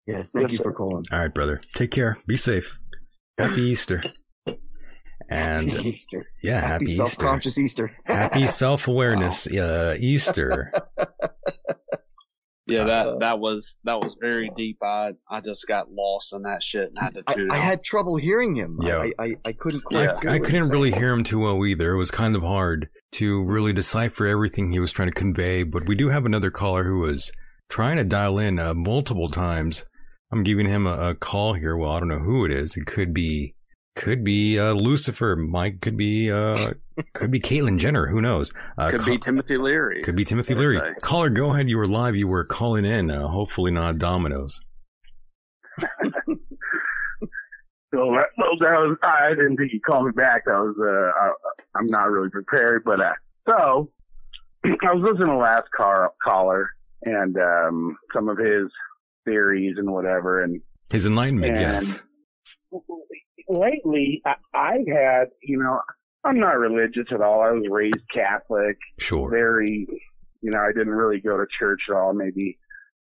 Speaker 2: Yes, thank you for calling.
Speaker 1: All right, brother. Take care. Be safe. Happy Easter. And
Speaker 2: Happy Easter.
Speaker 1: Yeah, happy,
Speaker 2: Happy
Speaker 1: Easter.
Speaker 2: self-conscious Easter.
Speaker 1: happy self-awareness uh, Easter.
Speaker 3: Yeah, that that was that was very deep. I I just got lost in that shit and had to
Speaker 2: I,
Speaker 3: tune
Speaker 2: I
Speaker 3: out.
Speaker 2: had trouble hearing him.
Speaker 1: Yeah.
Speaker 2: I, I, I couldn't
Speaker 1: I,
Speaker 2: quite.
Speaker 1: I couldn't really hear him too well either. It was kind of hard to really decipher everything he was trying to convey. But we do have another caller who was trying to dial in uh, multiple times. I'm giving him a, a call here. Well, I don't know who it is. It could be could be uh, Lucifer. Mike could be uh, could be Caitlyn Jenner. Who knows? Uh,
Speaker 3: Could
Speaker 1: ca-
Speaker 3: be Timothy Leary.
Speaker 1: could be Timothy
Speaker 3: Yes,
Speaker 1: Leary. Caller, go ahead. You were live. You were calling in. Uh, hopefully not Domino's.
Speaker 10: So that, well, that was, I didn't think you called me back. I was, uh, I, I'm not really prepared, but, uh, so I was listening to the last car, caller and, um, some of his theories and whatever. And
Speaker 1: His enlightenment.
Speaker 10: And-
Speaker 1: yes.
Speaker 10: lately I, I've had, you know, I'm not religious at all. I was raised Catholic.
Speaker 1: Sure.
Speaker 10: Very, you know, I didn't really go to church at all, maybe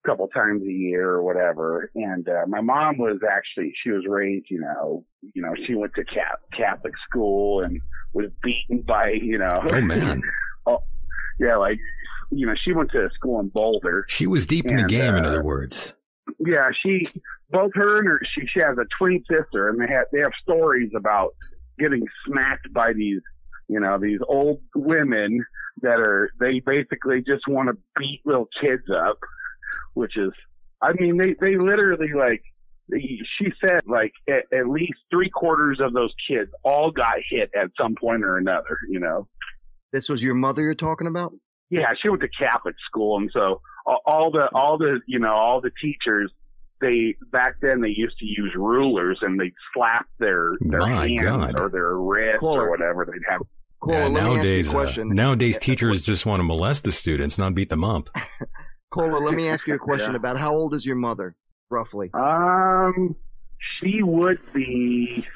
Speaker 10: a couple times a year or whatever. And, uh, my mom was actually, she was raised, you know, you know, she went to Cap- Catholic school and was beaten by, you know,
Speaker 1: Oh man,
Speaker 10: oh, yeah, like, you know, she went to school in Boulder.
Speaker 1: she was deep in the
Speaker 10: And,
Speaker 1: game. in
Speaker 10: uh,
Speaker 1: other words.
Speaker 10: yeah, she both her and her she, she has a twin sister, and they have they have stories about getting smacked by these you know these old women that are they basically just want to beat little kids up, which is I mean they they literally like they- she said like at, at least three quarters of those kids all got hit at some point or another, you know.
Speaker 2: This was your mother you're talking about?
Speaker 10: Yeah, she went to Catholic school, and so all- all the all the you know all the teachers they back then they used to use rulers and they'd slap their their
Speaker 1: My
Speaker 10: hands
Speaker 1: God.
Speaker 10: or their wrists or whatever they'd have.
Speaker 1: Yeah,
Speaker 2: let me ask you a
Speaker 1: nowadays, uh,
Speaker 2: question.
Speaker 1: nowadays teachers just want to molest the students, not beat them up.
Speaker 2: Cola, let me ask you a question about how old is your mother, roughly?
Speaker 10: Um, she would be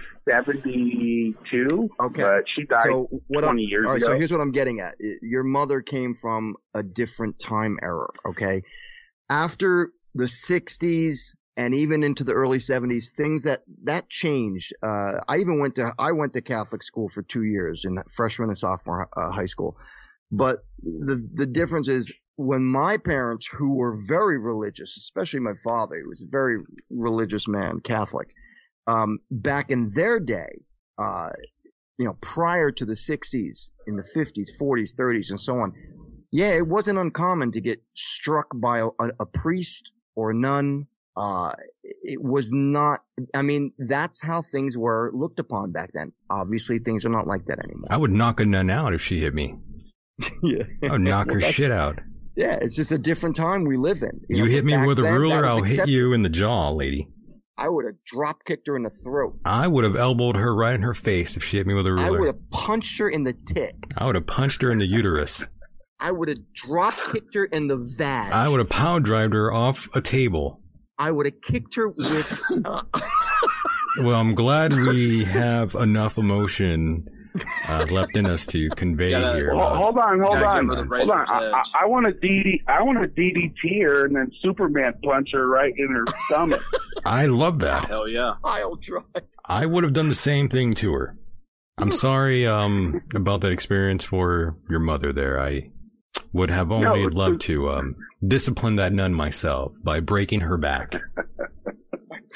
Speaker 10: seventy two.
Speaker 2: Okay,
Speaker 10: but she died
Speaker 2: so what
Speaker 10: twenty
Speaker 2: I'm,
Speaker 10: years
Speaker 2: all right,
Speaker 10: ago.
Speaker 2: So here's what I'm getting at. Y- Your mother came from a different time era, okay? After the 60s and even into the early 70s, things that that changed. Uh, I even went to I went to Catholic school for 2 years in freshman and sophomore uh, high school. But the the difference is when my parents, who were very religious, especially my father, who was a very religious man, Catholic, um, back in their day, uh, you know, prior to the 60s, in the 50s, 40s, 30s, and so on, yeah, it wasn't uncommon to get struck by a, a, a priest or a nun. Uh, it was not, I mean, that's how things were looked upon back then. Obviously, things are not like that anymore.
Speaker 1: I would knock a nun out if she hit me.
Speaker 2: yeah.
Speaker 1: I'll Oh, knock
Speaker 2: Well,
Speaker 1: her
Speaker 2: that's-
Speaker 1: shit out.
Speaker 2: Yeah, it's just a different time we live in.
Speaker 1: You,
Speaker 2: know,
Speaker 1: hit
Speaker 2: but
Speaker 1: me
Speaker 2: back
Speaker 1: with a
Speaker 2: then, that
Speaker 1: ruler,
Speaker 2: was
Speaker 1: I'll hit
Speaker 2: accept-
Speaker 1: you in the jaw, lady.
Speaker 2: I would have drop kicked her in the throat.
Speaker 1: I would have elbowed her right in her face if she hit me with a
Speaker 2: I would
Speaker 1: ruler.
Speaker 2: have punched her in the tit.
Speaker 1: I would have punched her in the uterus.
Speaker 2: I would have drop kicked her in the vag.
Speaker 1: I would have power drived her off a table.
Speaker 2: I would have kicked her with. Uh,
Speaker 1: Well, I'm glad we have enough emotion uh, left in us to convey here.
Speaker 10: Well,
Speaker 1: about-
Speaker 10: hold on, hold
Speaker 1: Yeah,
Speaker 10: on,
Speaker 1: give her the
Speaker 10: hold on.
Speaker 1: razor's
Speaker 10: I, I, I want to DD, I want to DDT her and then Superman punch her right in her stomach.
Speaker 1: I love that.
Speaker 3: Hell yeah.
Speaker 2: I'll try.
Speaker 1: I would have done the same thing to her. I'm
Speaker 10: Hmm.
Speaker 1: sorry um, about that experience for your mother there. I would have only
Speaker 10: No.
Speaker 1: loved to um, discipline that nun myself by breaking her back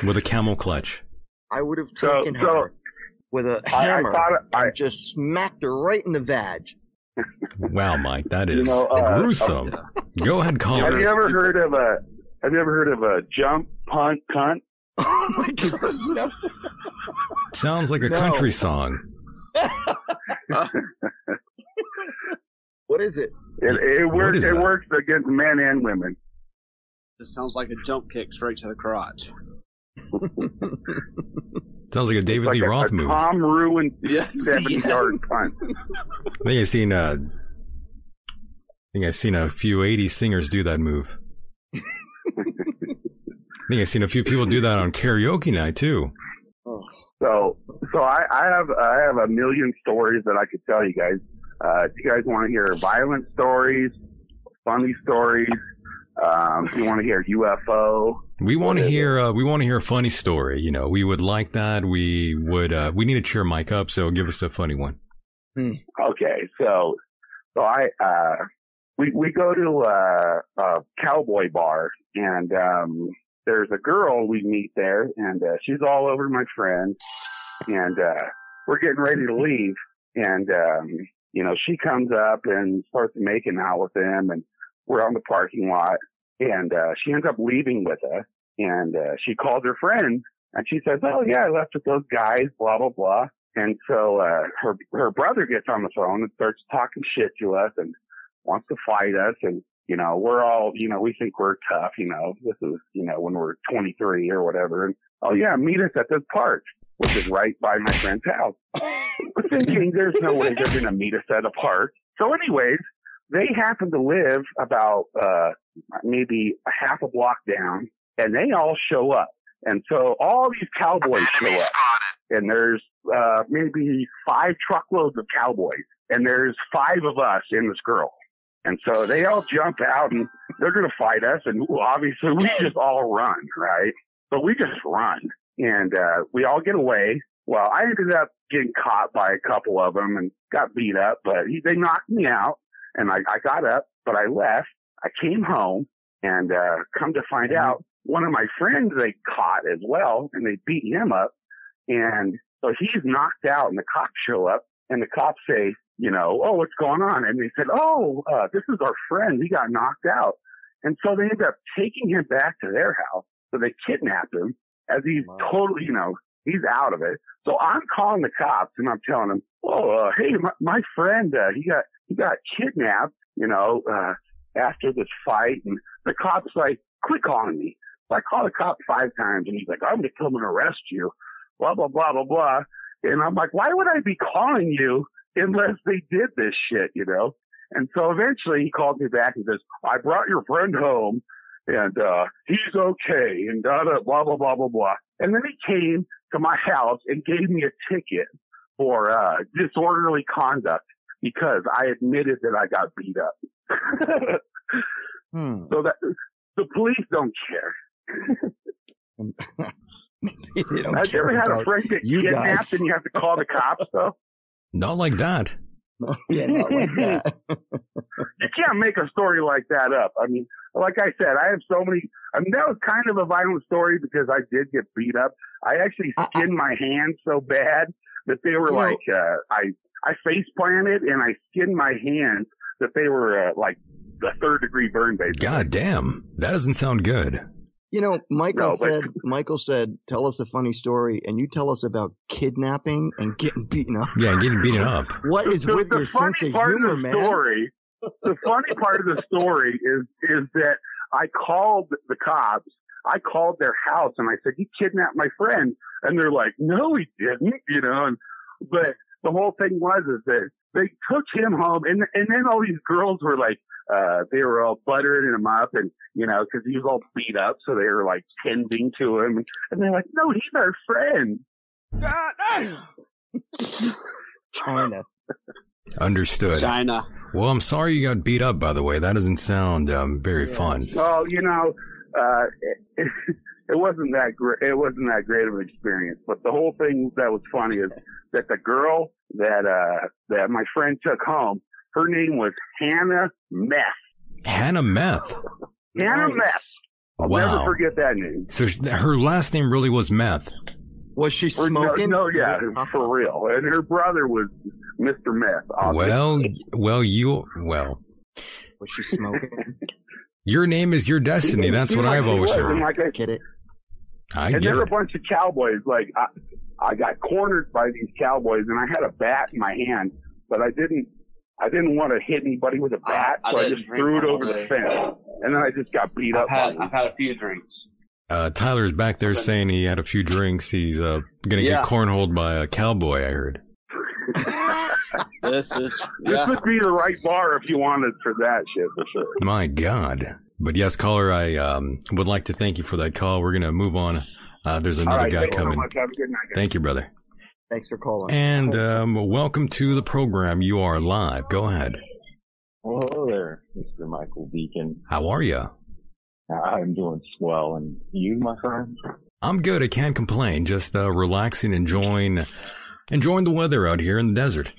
Speaker 1: with a camel clutch.
Speaker 2: I would have taken
Speaker 10: so-
Speaker 2: her with a
Speaker 10: I
Speaker 2: hammer
Speaker 10: thought-
Speaker 2: and just smacked her right in the vag.
Speaker 1: Wow, Mike, that is
Speaker 10: know, uh,
Speaker 1: gruesome. Go ahead, call
Speaker 10: Have
Speaker 1: her.
Speaker 10: you ever heard of a? Have you ever heard of a jump punt cunt?
Speaker 2: Oh my god! No.
Speaker 1: Sounds like a
Speaker 10: No.
Speaker 1: country song.
Speaker 2: What is it?
Speaker 10: It, it
Speaker 3: What
Speaker 10: works.
Speaker 3: is
Speaker 10: It
Speaker 3: that?
Speaker 10: works against men and women.
Speaker 3: This sounds like a jump kick straight to the crotch.
Speaker 1: Sounds like a David
Speaker 10: It's
Speaker 1: Lee
Speaker 10: like a,
Speaker 1: Roth
Speaker 10: a
Speaker 1: move.
Speaker 10: Tom Ruin
Speaker 3: Yes,
Speaker 10: seventy-yard punt.
Speaker 1: I think I've seen. Uh, I think I've seen a few '80s singers do that move. I think I've seen a few people do that on karaoke night too.
Speaker 2: Oh.
Speaker 10: So, so I, I have I have a million stories that I could tell you guys. Uh, if you guys want to hear violent stories, funny stories, um, if you want to hear UFO,
Speaker 1: We want to hear. Uh, we want to hear a funny story. You know, we would like that. We would. Uh, we need to cheer Mike up. So give us a funny one.
Speaker 10: okay. So, so I uh, we we go to uh, a cowboy bar, and um, there's a girl we meet there, and uh, she's all over my friend, and uh, we're getting ready to leave, and um, you know she comes up and starts making out with him, and we're on the parking lot, and uh, she ends up leaving with us, and uh, she calls her friend, and she says, "Oh yeah, I left with those guys, blah blah blah." And so uh, her her brother gets on the phone and starts talking shit to us and wants to fight us and you know we're all you know we think we're tough you know this is you know when we're 23 or whatever and oh yeah meet us at this park which is right by my friend's house. we're thinking there's no way they're gonna meet us at a park. So anyways, they happen to live about uh maybe a half a block down and they all show up. And so all these cowboys show up and there's uh, maybe five truckloads of cowboys, and there's five of us in this girl. And so they all jump out and they're going to fight us. And ooh, obviously we just all run, right? So we just run and, uh, we all get away. Well, I ended up getting caught by a couple of them and got beat up, but he, they knocked me out and I, I got up, but I left. I came home and, uh, come to find out one of my friends they caught as well and they beat him up. And so he's knocked out and the cops show up and the cops say, you know, oh, what's going on? And they said, oh, uh, this is our friend. He got knocked out. And so they end up taking him back to their house. So they kidnap him as he's totally, you know, he's out of it. So I'm calling the cops and I'm telling them, oh, uh, hey, my, my friend, uh, he got, he got kidnapped, you know, uh, after this fight. And the cop's like, quit calling me. So I call the cop five times and he's like, I'm going to come and arrest you blah blah blah blah blah. And I'm like, why would I be calling you unless they did this shit, you know? And so eventually he called me back and says, I brought your friend home and uh he's okay and da da blah blah blah blah blah. And then he came to my house and gave me a ticket for uh disorderly conduct because I admitted that I got beat up.
Speaker 2: Hmm.
Speaker 10: So that the police don't care.
Speaker 2: They don't
Speaker 10: Have you ever
Speaker 2: care
Speaker 10: had a
Speaker 2: about
Speaker 10: friend get
Speaker 2: you
Speaker 10: kidnapped
Speaker 2: guys.
Speaker 10: and you have to call the cops though?
Speaker 1: Not like that.
Speaker 2: yeah, not like that.
Speaker 10: you can't make a story like that up. I mean, like I said, I have so many. I mean, that was kind of a violent story because I did get beat up. I actually skinned my hand so bad that they were
Speaker 2: You know-
Speaker 10: like, uh, I I face planted and I skinned my hand that they were uh, like the third degree burn. Basically,
Speaker 1: God damn, that doesn't sound good.
Speaker 2: You know, Michael
Speaker 10: No, but-
Speaker 2: said, Michael said, tell us a funny story, and you tell us about kidnapping and getting beaten up.
Speaker 1: Yeah, and getting beaten up.
Speaker 2: What is
Speaker 10: the,
Speaker 2: with
Speaker 10: the
Speaker 2: your
Speaker 10: funny
Speaker 2: sense of
Speaker 10: part
Speaker 2: humor,
Speaker 10: of the
Speaker 2: man?
Speaker 10: story, the funny part of the story is is that I called the cops. I called their house and I said, "You kidnapped my friend," and they're like, "No, he didn't," you know. And but the whole thing was is that they took him home, and and then all these girls were like, uh, they were all buttering him up, and you know, because he was all beat up, so they were like tending to him, and they're like, "No, he's our friend."
Speaker 2: China.
Speaker 1: Understood.
Speaker 3: China.
Speaker 1: Well, I'm sorry you got beat up, by the way. That doesn't sound um, very fun.
Speaker 10: Oh, you know, uh, it, it, wasn't that great. It wasn't that great of an experience. But the whole thing that was funny is that the girl that uh that my friend took home, her name was Hannah Meth.
Speaker 1: Hannah Meth.
Speaker 10: Hannah Meth. I'll never
Speaker 1: Wow.
Speaker 10: forget that name.
Speaker 1: So sh- her last name really was Meth.
Speaker 2: Was she Uh-huh.
Speaker 10: Or no- No, yeah, for real. And her brother was Mr. Meth. obviously.
Speaker 1: Well, well, you, well,
Speaker 2: Was she smoking?
Speaker 1: your name is your destiny. That's what I've always
Speaker 10: And
Speaker 1: heard.
Speaker 10: like I,
Speaker 2: get it.
Speaker 1: I
Speaker 10: and
Speaker 1: get
Speaker 10: there were a
Speaker 1: it.
Speaker 10: bunch of cowboys. Like I, I got cornered by these cowboys, and I had a bat in my hand, but I didn't. I didn't want to hit anybody with a bat,
Speaker 3: I
Speaker 10: so I,
Speaker 3: didn't
Speaker 10: just
Speaker 3: drink
Speaker 10: threw it
Speaker 3: all
Speaker 10: over the
Speaker 3: day.
Speaker 10: fence, and then I just got beat
Speaker 3: I've
Speaker 10: up.
Speaker 3: had
Speaker 10: by
Speaker 3: I've had a few drinks.
Speaker 1: Uh, Tyler's back there saying he had a few drinks. He's uh, gonna
Speaker 3: Yeah.
Speaker 1: get cornholed by a cowboy. I heard.
Speaker 3: This is
Speaker 10: This
Speaker 3: yeah.
Speaker 10: would be the right bar if you wanted for that shit for sure.
Speaker 1: My God. But yes, caller, I um, would like to thank you for that call. We're gonna move on. Uh, there's
Speaker 10: All
Speaker 1: another
Speaker 10: right,
Speaker 1: guy
Speaker 10: thanks so
Speaker 1: coming.
Speaker 10: much. Have a good night.
Speaker 1: Thank you, brother.
Speaker 2: Thanks for calling.
Speaker 1: And um, welcome to the program. You are live. Go ahead.
Speaker 2: Oh,
Speaker 11: Well, hello there, Mr. Michael Deacon.
Speaker 1: How are you?
Speaker 11: I'm doing swell, and you, my friend?
Speaker 1: I'm good. I can't complain. Just uh, relaxing, enjoying, enjoying the weather out here in the desert.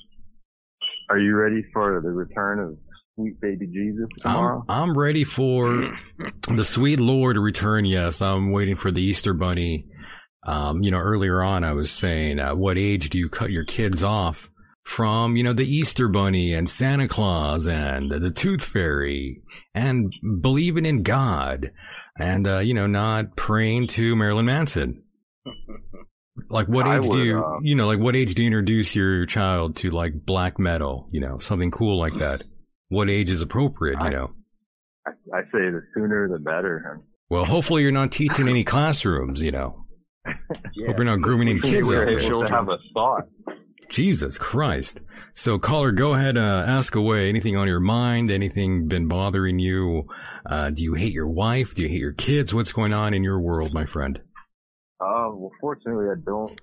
Speaker 11: Are you ready for the return of sweet baby Jesus tomorrow?
Speaker 1: I'm, I'm ready for the sweet Lord to return. Yes, I'm waiting for the Easter Bunny. Um, you know, earlier on, I was saying, at what age do you cut your kids off from, you know, the Easter Bunny and Santa Claus and the Tooth Fairy and believing in God and, uh, you know, not praying to Marilyn Manson? Like what
Speaker 11: I
Speaker 1: age do
Speaker 11: would,
Speaker 1: you,
Speaker 11: uh,
Speaker 1: you know, like what age do you introduce your child to like black metal, you know, something cool like that? What age is appropriate, you know?
Speaker 11: I, I say the sooner the better.
Speaker 1: Well, hopefully you're not teaching any classrooms, you know. Hope you're not grooming any
Speaker 11: Hopefully
Speaker 1: kids
Speaker 11: we're
Speaker 1: out
Speaker 11: able to
Speaker 1: there.
Speaker 11: have a thought.
Speaker 1: Jesus Christ. So, caller, go ahead, uh, ask away. Anything on your mind? Anything been bothering you? Uh, do you hate your wife? Do you hate your kids? What's going on in your world, my friend?
Speaker 11: Uh, well, fortunately, I don't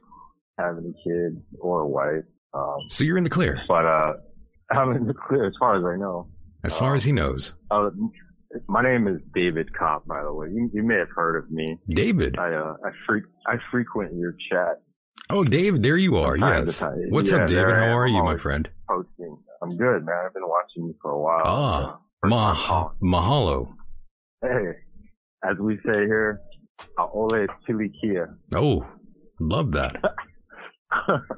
Speaker 11: have any kids or a wife. Um,
Speaker 1: So you're in the clear,
Speaker 11: but uh, I'm in the clear as far as I know.
Speaker 1: as far as he knows.
Speaker 11: Uh, my name is David Kopp, by the way. You, you may have heard of me.
Speaker 1: David.
Speaker 11: I uh, I, fre- I frequent your chat
Speaker 1: Oh, Dave, there you are.
Speaker 11: From time to
Speaker 1: Yes.
Speaker 11: time.
Speaker 1: What's
Speaker 11: Yeah,
Speaker 1: up, David?
Speaker 11: there I
Speaker 1: How
Speaker 11: am.
Speaker 1: are you,
Speaker 11: I'm
Speaker 1: my
Speaker 11: always-
Speaker 1: friend?
Speaker 11: posting. I'm good, man. I've been watching you for a while.
Speaker 1: Ah, mah- mahalo.
Speaker 11: Hey, as we say here, ole tilikia.
Speaker 1: Oh, love that.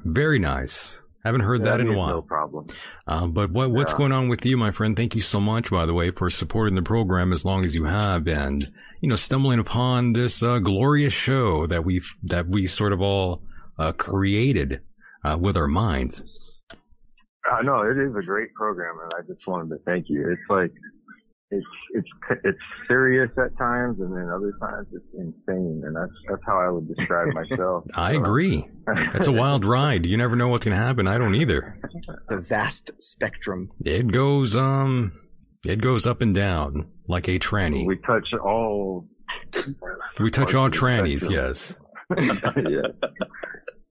Speaker 1: Very nice. Haven't heard that in a while.
Speaker 11: No problem.
Speaker 1: Um, but what what's
Speaker 11: Yeah.
Speaker 1: going on with you, my friend? Thank you so much, by the way, for supporting the program as long as you have, and you know, stumbling upon this uh, glorious show that we have that we sort of all uh, created uh, with our minds.
Speaker 11: Uh, no, it is a great program, and I just wanted to thank you. It's like it's it's it's serious at times, and then other times it's insane, and that's that's how I would describe myself.
Speaker 1: I
Speaker 11: So,
Speaker 1: agree. It's a wild ride. You never know what's going to happen. I don't either.
Speaker 2: The vast spectrum.
Speaker 1: It goes um, it goes up and down like a tranny.
Speaker 11: We touch all.
Speaker 1: We touch all trannies. Yes.
Speaker 11: yeah.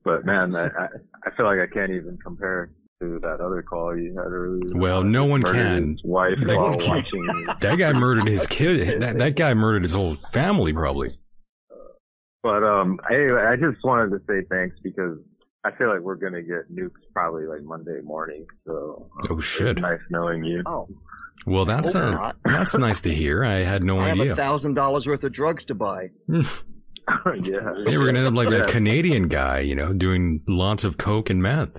Speaker 11: But man, I, I I feel like I can't even compare to that other call you had earlier.
Speaker 1: Well, no one
Speaker 11: Murdered
Speaker 1: can.
Speaker 11: his wife
Speaker 1: That-
Speaker 11: while watching.
Speaker 1: That guy murdered his kid. That, that guy murdered his whole family, probably.
Speaker 11: But um, anyway, I just wanted to say thanks because I feel like we're gonna get nukes probably like Monday morning. So um,
Speaker 1: Oh shit.
Speaker 11: nice knowing you.
Speaker 2: Oh,
Speaker 1: Well, that's
Speaker 2: Hope
Speaker 1: uh,
Speaker 2: not.
Speaker 1: that's nice to hear. I had no
Speaker 2: I have a
Speaker 1: idea.
Speaker 2: thousand dollars worth of drugs to buy.
Speaker 11: yeah.
Speaker 1: They were gonna end up like that
Speaker 11: Yeah.
Speaker 1: Canadian guy, you know, doing lots of coke and meth.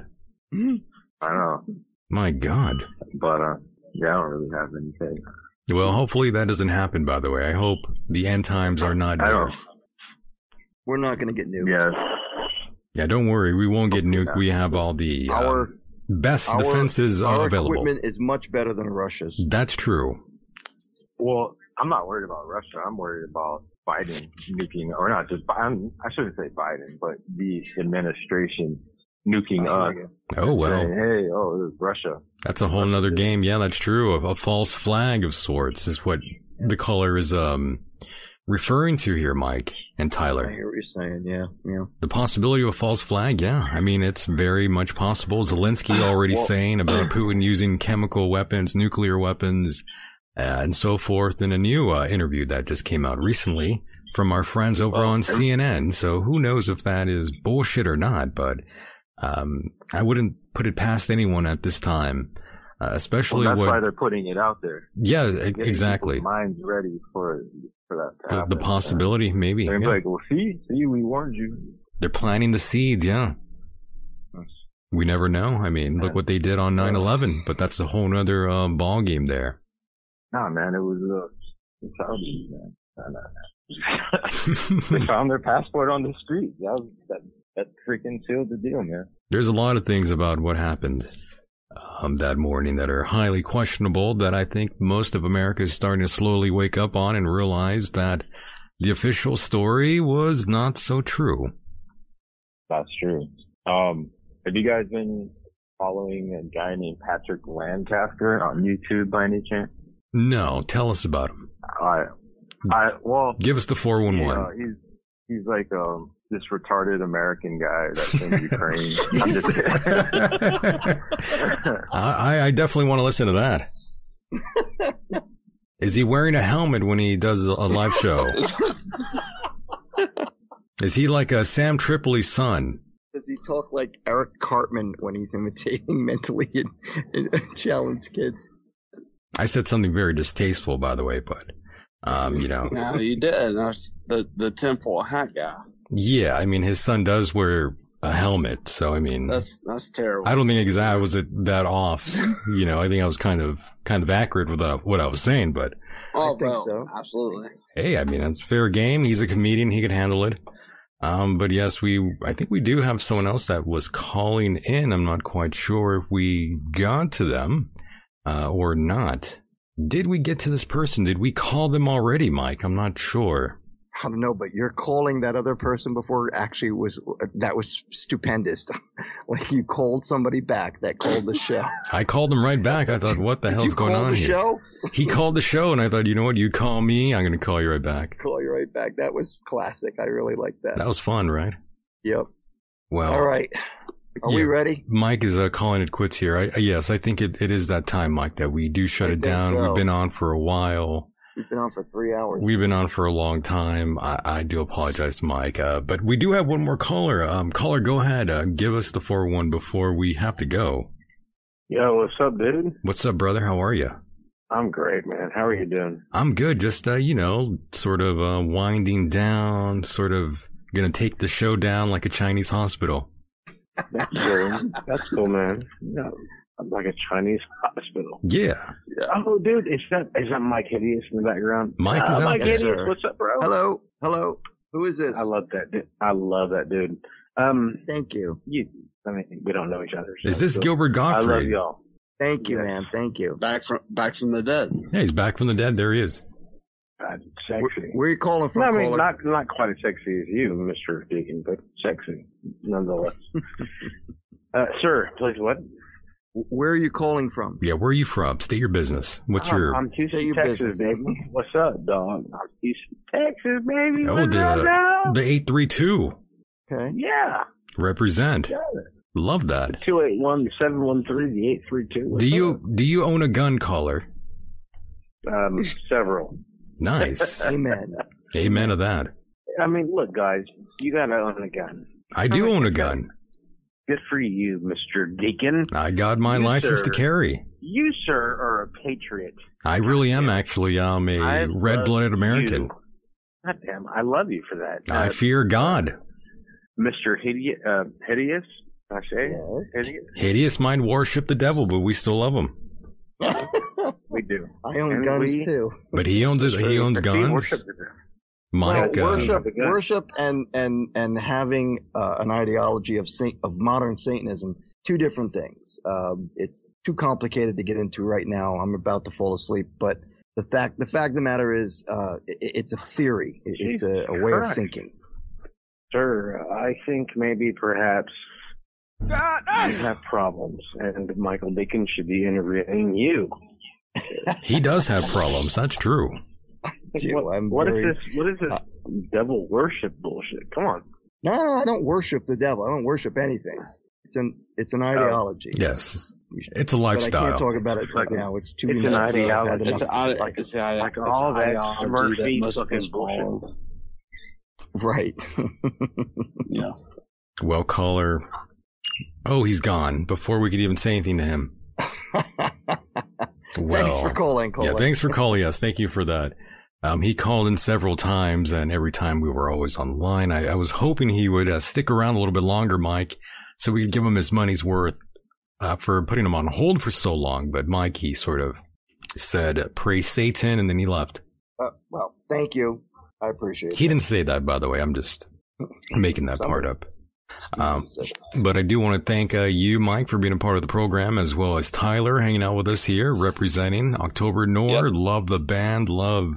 Speaker 2: Mm-hmm.
Speaker 11: I don't know,
Speaker 1: My God.
Speaker 11: but uh, yeah, I don't really have anything.
Speaker 1: Well, hopefully that doesn't happen. By the way, I hope the end times are not.
Speaker 2: I
Speaker 1: near.
Speaker 2: don't- We're not going to get nuked.
Speaker 1: Yeah, don't worry, we won't get nuked. We have all the uh,
Speaker 2: Our-
Speaker 1: best
Speaker 2: Our-
Speaker 1: defenses are
Speaker 2: our
Speaker 1: available.
Speaker 2: equipment is much better than Russia's.
Speaker 1: That's true.
Speaker 11: Well, I'm not worried about Russia. I'm worried about Biden nuking, or not just Biden. I shouldn't say Biden, but the administration nuking us.
Speaker 1: Oh well,
Speaker 11: Saying, hey, oh, this is Russia.
Speaker 1: that's a whole nother game. Yeah, that's true. A, a false flag of sorts is what the caller is um referring to here, Mike and Tyler.
Speaker 2: I hear what you're saying. Yeah, yeah.
Speaker 1: The possibility of a false flag, yeah. I mean, it's very much possible. Zelensky already
Speaker 2: Well-
Speaker 1: saying about Putin using chemical weapons, nuclear weapons, uh, and so forth in a new uh, interview that just came out recently from our friends over on CNN. So who knows if that is bullshit or not, but um, I wouldn't put it past anyone at this time, uh,
Speaker 11: Well,
Speaker 1: especially
Speaker 11: that's why
Speaker 1: what.
Speaker 11: they're putting it out there.
Speaker 1: Yeah, e-
Speaker 11: Getting
Speaker 1: exactly.
Speaker 11: people's Minds ready for for that. To
Speaker 1: The,
Speaker 11: happen.
Speaker 1: the possibility, maybe.
Speaker 11: They're gonna be
Speaker 1: yeah.
Speaker 11: like, well, see, see, we warned you.
Speaker 1: They're planting the seeds, yeah. We never know. I mean, look what they did on 9-11, but that's a whole nother uh, ball game there.
Speaker 11: Nah, man, it was uh, the Saudis, man. Nah, nah, nah. they found their passport on the street. That was that that freaking sealed the deal, man.
Speaker 1: There's a lot of things about what happened um, that morning that are highly questionable that I think most of America is starting to slowly wake up on and realize that the official story was not so true.
Speaker 11: That's true. Um, have you guys been following a guy named Patrick Lancaster on YouTube by any chance?
Speaker 1: No, tell us about him.
Speaker 11: I, I well,
Speaker 1: Give us the
Speaker 11: Yeah,
Speaker 1: 411.
Speaker 11: he's he's like um this retarded American guy that's in Ukraine. I'm just-
Speaker 1: I, I- I definitely want to listen to that. Is he wearing a helmet when he does a a live show? Is he like a Sam Tripoli's son?
Speaker 2: Does he talk like Eric Cartman when he's imitating mentally and, and challenged kids?
Speaker 1: I said something very distasteful, by the way, but um, you know,
Speaker 3: No, you did. That's the the tinfoil hat guy.
Speaker 1: yeah, I mean, his son does wear a helmet, so I mean,
Speaker 3: That's that's terrible.
Speaker 1: I don't think exactly I was it- that off. You know, I think I was kind of kind of accurate with uh, what I was saying, but
Speaker 3: oh, think so. Absolutely.
Speaker 1: hey, I mean, it's fair game. He's a comedian. He can handle it. Um, but yes, we, I think we do have someone else that was calling in. I'm not quite sure if we got to them, uh, or not. Did we get to this person? Did we call them already, Mike? I'm not sure.
Speaker 2: I don't know, but you're calling that other person before actually was that was stupendous. like you called somebody back that called the show.
Speaker 1: I called him right back. I thought, what the hell's
Speaker 2: you
Speaker 1: going
Speaker 2: call
Speaker 1: on
Speaker 2: the
Speaker 1: here?
Speaker 2: show?
Speaker 1: He called the show and I thought, you know what? You call me. I'm going to call you right back.
Speaker 2: Call you right back. That was classic. I really like that.
Speaker 1: That was fun, right?
Speaker 2: Yep.
Speaker 1: Well,
Speaker 2: All right. Are we
Speaker 1: Yeah.
Speaker 2: ready?
Speaker 1: Mike is uh, calling it quits here. I, I- yes, I think it, it is that time, Mike, that we do shut it
Speaker 2: think
Speaker 1: down.
Speaker 2: so.
Speaker 1: We've been on for a while.
Speaker 2: We've been on for three hours.
Speaker 1: We've been on for a long time. I, I do apologize, Mike. Uh, but we do have one more caller. Um, caller, go ahead. Uh, give us the 4-1 before we have to go.
Speaker 12: Yo, what's up, dude?
Speaker 1: What's up, brother? How are you?
Speaker 12: I'm great, man. How are you doing?
Speaker 1: I'm good. Just, uh, you know, sort of uh, winding down, sort of going to take the show down like a Chinese hospital.
Speaker 12: That's cool. That's cool, man. No, I'm like a Chinese hospital.
Speaker 1: Yeah.
Speaker 12: Oh, dude, is that is that Mike Hideous in the background?
Speaker 1: Mike
Speaker 12: Uh,
Speaker 1: is out
Speaker 12: Mike
Speaker 1: there.
Speaker 12: Hideous,
Speaker 1: Yes, sir.
Speaker 12: what's up, bro?
Speaker 2: Hello, hello. Who is this?
Speaker 12: I love that. Dude. I love that dude. Um,
Speaker 2: thank you.
Speaker 12: You, I mean, we don't know each other.
Speaker 1: Is this Gilbert
Speaker 12: I love
Speaker 1: Gottfried?
Speaker 12: y'all.
Speaker 2: Thank you, man. Thank you.
Speaker 3: Back from back from the dead.
Speaker 1: Yeah, he's back from the dead. There he is.
Speaker 12: Sexy.
Speaker 2: Where are you calling
Speaker 12: No, I mean, not not quite as sexy as you, Mister Deacon, but sexy nonetheless. uh, sir, please what?
Speaker 2: Where are you calling from?
Speaker 1: Yeah, where are you from? State your business. What's your?
Speaker 12: Um, I'm, I'm Houston, Texas, baby. What's up, dog? I'm Houston, Texas, baby.
Speaker 1: oh,
Speaker 12: What's up,
Speaker 1: the
Speaker 12: dog?
Speaker 1: the eight three two
Speaker 2: Okay.
Speaker 12: Yeah.
Speaker 1: represent. Love that.
Speaker 12: Two eight one seven one three the eight three two.
Speaker 1: Do you do you own a gun collar?
Speaker 12: Um, several.
Speaker 1: Nice.
Speaker 2: Amen.
Speaker 1: Amen to that.
Speaker 12: I mean, look, guys, you gotta own a gun.
Speaker 1: I do own a gun.
Speaker 12: Good for you, Mister Deacon.
Speaker 1: I got my
Speaker 12: You,
Speaker 1: license to
Speaker 12: sir.
Speaker 1: carry.
Speaker 12: You, sir, are a patriot.
Speaker 1: I really am actually. I'm
Speaker 12: I
Speaker 1: a
Speaker 12: love
Speaker 1: red blooded American.
Speaker 12: God damn, I love you for that,
Speaker 1: I
Speaker 12: Uh,
Speaker 1: fear God.
Speaker 12: Mister Hideous. Uh, hideous, I say. Hideous.
Speaker 1: Hideous mind worship the devil, but we still love him.
Speaker 12: We do.
Speaker 2: I own guns too.
Speaker 1: But he owns it. He owns guns. um, My
Speaker 2: Well,
Speaker 1: God.
Speaker 2: worship, worship, and and and having uh, an ideology of Saint, of modern Satanism, two different things. Um, it's too complicated to get into right now. I'm about to fall asleep, but the fact the fact of the matter is, uh, it, it's a theory. It, it's a, a way of
Speaker 12: Christ.
Speaker 2: thinking.
Speaker 12: Sir, I think maybe perhaps you have problems, and Michael Deacon should be interviewing you.
Speaker 1: He does have problems. That's true.
Speaker 12: what,
Speaker 2: I'm
Speaker 12: what is
Speaker 2: very- uh,
Speaker 12: this? What is this devil worship bullshit? Come on.
Speaker 2: No, no, I don't worship the devil. I don't worship anything. It's an it's
Speaker 12: Oh.
Speaker 2: an ideology.
Speaker 1: Yes. It's a
Speaker 2: But I
Speaker 1: lifestyle.
Speaker 2: can't talk about it right now. It's too.
Speaker 12: It's an
Speaker 2: nuts. I've had
Speaker 12: ideology.
Speaker 2: enough.
Speaker 12: It's an ide- Like-
Speaker 3: It's the idea.
Speaker 12: Like all
Speaker 3: it's the
Speaker 12: that
Speaker 3: ideology
Speaker 12: Murphy
Speaker 3: that most
Speaker 12: fucking
Speaker 3: people follow.
Speaker 2: Right.
Speaker 3: yeah.
Speaker 1: Well, caller. Oh, he's gone before we could even say anything to him. well,
Speaker 2: Thanks for calling,
Speaker 1: Yeah,
Speaker 2: caller.
Speaker 1: thanks for calling us. Thank you for that. Um, he called in several times, and every time we were always online. I, I was hoping he would uh, stick around a little bit longer, Mike, so we could give him his money's worth uh, for putting him on hold for so long. But Mike, he sort of said, "Praise Satan," and then he left.
Speaker 2: Uh, well, thank you. I appreciate it.
Speaker 1: He didn't say that, by the way. I'm just making that part up. Um, but I do want to thank uh, you, Mike, for being a part of the program, as well as Tyler hanging out with us here, representing October Nor. Love the band. Love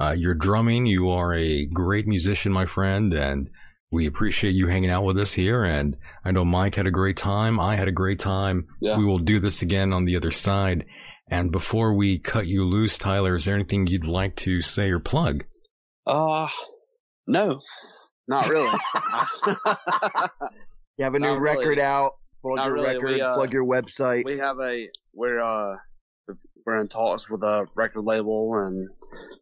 Speaker 1: uh, your drumming. You are a great musician, my friend, and we appreciate you hanging out with us here. And I know Mike had a great time. I had a great time.
Speaker 3: Yeah.
Speaker 1: We will do this again on the other side. And before we cut you loose, Tyler, is there anything you'd like to say or plug?
Speaker 3: Uh, no, not really.
Speaker 2: You have a new
Speaker 3: Not really.
Speaker 2: record out. Plug
Speaker 3: Not
Speaker 2: your
Speaker 3: really.
Speaker 2: record.
Speaker 3: We, uh,
Speaker 2: plug your website.
Speaker 3: we have a we're uh we're in talks with a record label, and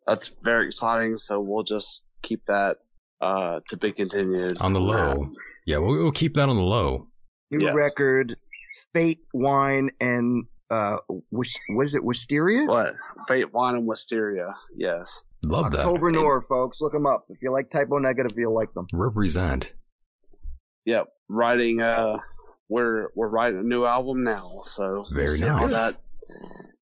Speaker 3: that's very exciting. So we'll just keep that uh to be continued
Speaker 1: On the low. Yeah, we'll, we'll keep that on the low.
Speaker 2: new record. Fate wine and uh, wis- what is it? Wisteria.
Speaker 3: What? Fate wine and wisteria. Yes.
Speaker 1: Love that.
Speaker 2: October Nor, folks. Look them up. If you like typo negative, you'll like them.
Speaker 1: Represent.
Speaker 3: Yep. Writing. Uh, we're we're writing a new album now. So
Speaker 1: Very
Speaker 3: we'll see how
Speaker 1: nice.
Speaker 3: That,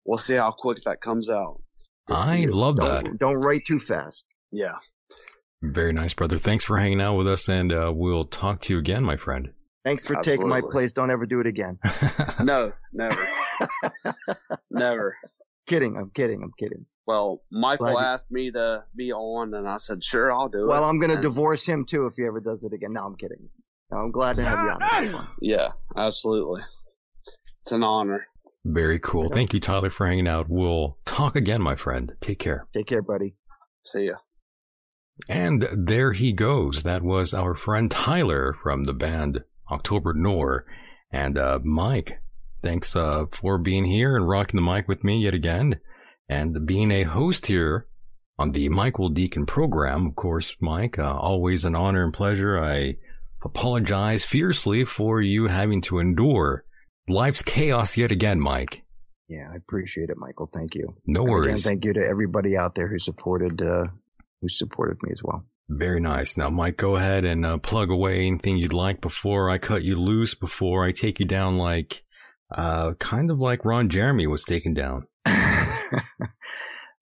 Speaker 3: we'll see how quick that comes out.
Speaker 1: I love that.
Speaker 2: Don't write too fast.
Speaker 3: Yeah.
Speaker 1: Very nice, brother. Thanks for hanging out with us, and uh, we'll talk to you again, my friend.
Speaker 2: Thanks for taking my
Speaker 3: Absolutely.
Speaker 2: place. Don't ever do it again.
Speaker 3: No, never. never.
Speaker 2: kidding. I'm kidding. I'm kidding.
Speaker 3: Well, Michael
Speaker 2: Glad you-
Speaker 3: asked me to be on, and I said, "Sure, I'll do it."
Speaker 2: Well, I'm gonna
Speaker 3: And-
Speaker 2: divorce him too if he ever does it again. No, I'm kidding. No, I'm glad to have you on. this one.
Speaker 3: Yeah, absolutely. It's an honor.
Speaker 1: Very cool. Thank you, Tyler, for hanging out. We'll talk again, my friend. Take care.
Speaker 2: Take care, buddy.
Speaker 3: See ya.
Speaker 1: And there he goes. That was our friend Tyler from the band October Nor. And uh, Mike, thanks uh, for being here and rocking the mic with me yet again and being a host here on the Michael Deacon program. Of course, Mike, uh, always an honor and pleasure. I apologize fiercely for you having to endure life's chaos yet again, Mike.
Speaker 2: Yeah, I appreciate it, Michael. Thank you.
Speaker 1: No
Speaker 2: And Again,
Speaker 1: worries.
Speaker 2: thank you to everybody out there who supported uh, who supported me as well.
Speaker 1: Very nice. Now, Mike, go ahead and uh, plug away anything you'd like before I cut you loose, before I take you down like, uh, kind of like Ron Jeremy was taken down.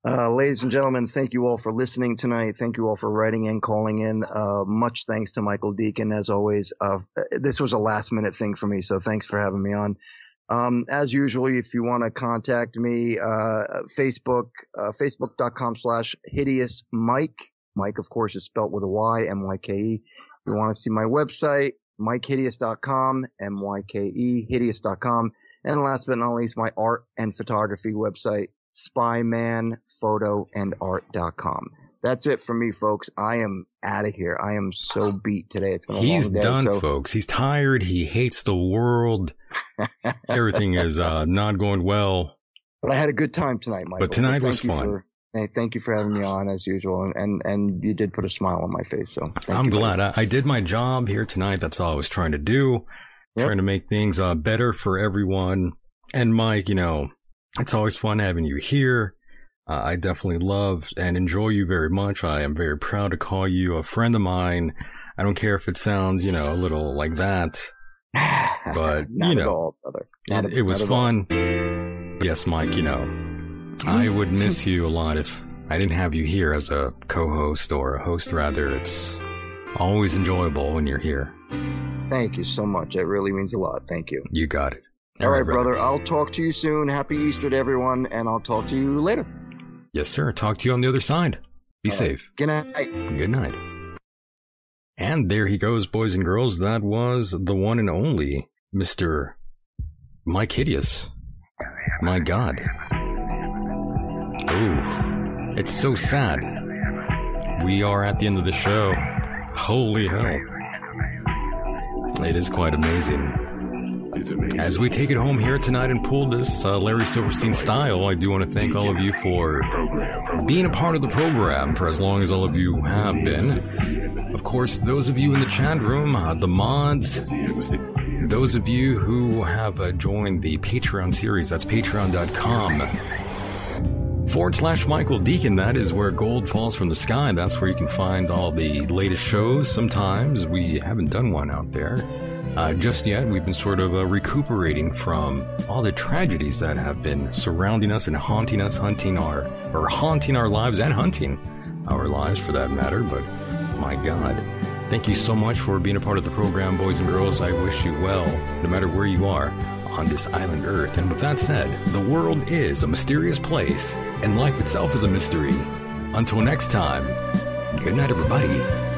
Speaker 2: Uh, ladies and gentlemen, thank you all for listening tonight. Thank you all for writing in, calling in. Uh, much thanks to Michael Deacon, as always. Uh, this was a last minute thing for me, so thanks for having me on. Um, as usual, if you want to contact me, uh, Facebook, uh, facebook.com slash hideous Mike. Mike, of course, is spelt with a Y, M-Y-K-E. If you want to see my website, MikeHideous.com, M-Y-K-E, E, hideous.com. And last but not least, my art and photography website, SpymanPhotoAndArt.com. That's it for me, folks. I am out of here. I am so beat today. It's been a
Speaker 1: He's
Speaker 2: long day.
Speaker 1: done,
Speaker 2: Oh, so
Speaker 1: folks. He's tired. He hates the world. Everything is uh, not going well.
Speaker 2: But I had a good time tonight, Michael.
Speaker 1: But tonight
Speaker 2: So
Speaker 1: was
Speaker 2: thank you
Speaker 1: fun.
Speaker 2: For, hey, thank you for having me on as usual, and, and and you did put a smile on my face. So thank
Speaker 1: I'm
Speaker 2: you.
Speaker 1: glad I, I did my job here tonight. That's all I was trying to do, trying to make things uh, better for everyone. And Mike, you know, it's always fun having you here. Uh, I definitely love and enjoy you very much. I am very proud to call you a friend of mine. I don't care if it sounds, you know, a little like that, but
Speaker 2: Not
Speaker 1: you
Speaker 2: at
Speaker 1: know,
Speaker 2: all, brother. Not
Speaker 1: it,
Speaker 2: at-
Speaker 1: it was
Speaker 2: not at all.
Speaker 1: fun. Yes, Mike, you know, I would miss you a lot if I didn't have you here as a co host or a host, rather. It's always enjoyable when you're here.
Speaker 2: Thank you so much. That really means a lot. Thank you.
Speaker 1: You got it.
Speaker 2: All right, brother. I'll talk to you soon. Happy Easter to everyone, and I'll talk to you later.
Speaker 1: Yes, sir. Talk to you on the other side. Be safe.
Speaker 2: Good night.
Speaker 1: Good night. And there he goes, boys and girls. That was the one and only Mr. Mike Hideous. My God. Ooh, it's so sad. We are at the end of the show. Holy hell. It is quite amazing. As we take it home here tonight and pull this uh, Larry Silverstein style, I do want to thank all of you for being a part of the program for as long as all of you have been. Of course, those of you in the chat room, uh, the mods, those of you who have uh, joined the Patreon series, that's patreon.com. Forward slash Michael Deacon, that is where gold falls from the sky. That's where you can find all the latest shows. Sometimes we haven't done one out there. Uh, just yet, we've been sort of uh, recuperating from all the tragedies that have been surrounding us and haunting us, hunting our, or haunting our lives and hunting our lives for that matter. But my God, thank you so much for being a part of the program, boys and girls. I wish you well, no matter where you are on this island earth. And with that said, the world is a mysterious place, and life itself is a mystery. Until next time, good night, everybody.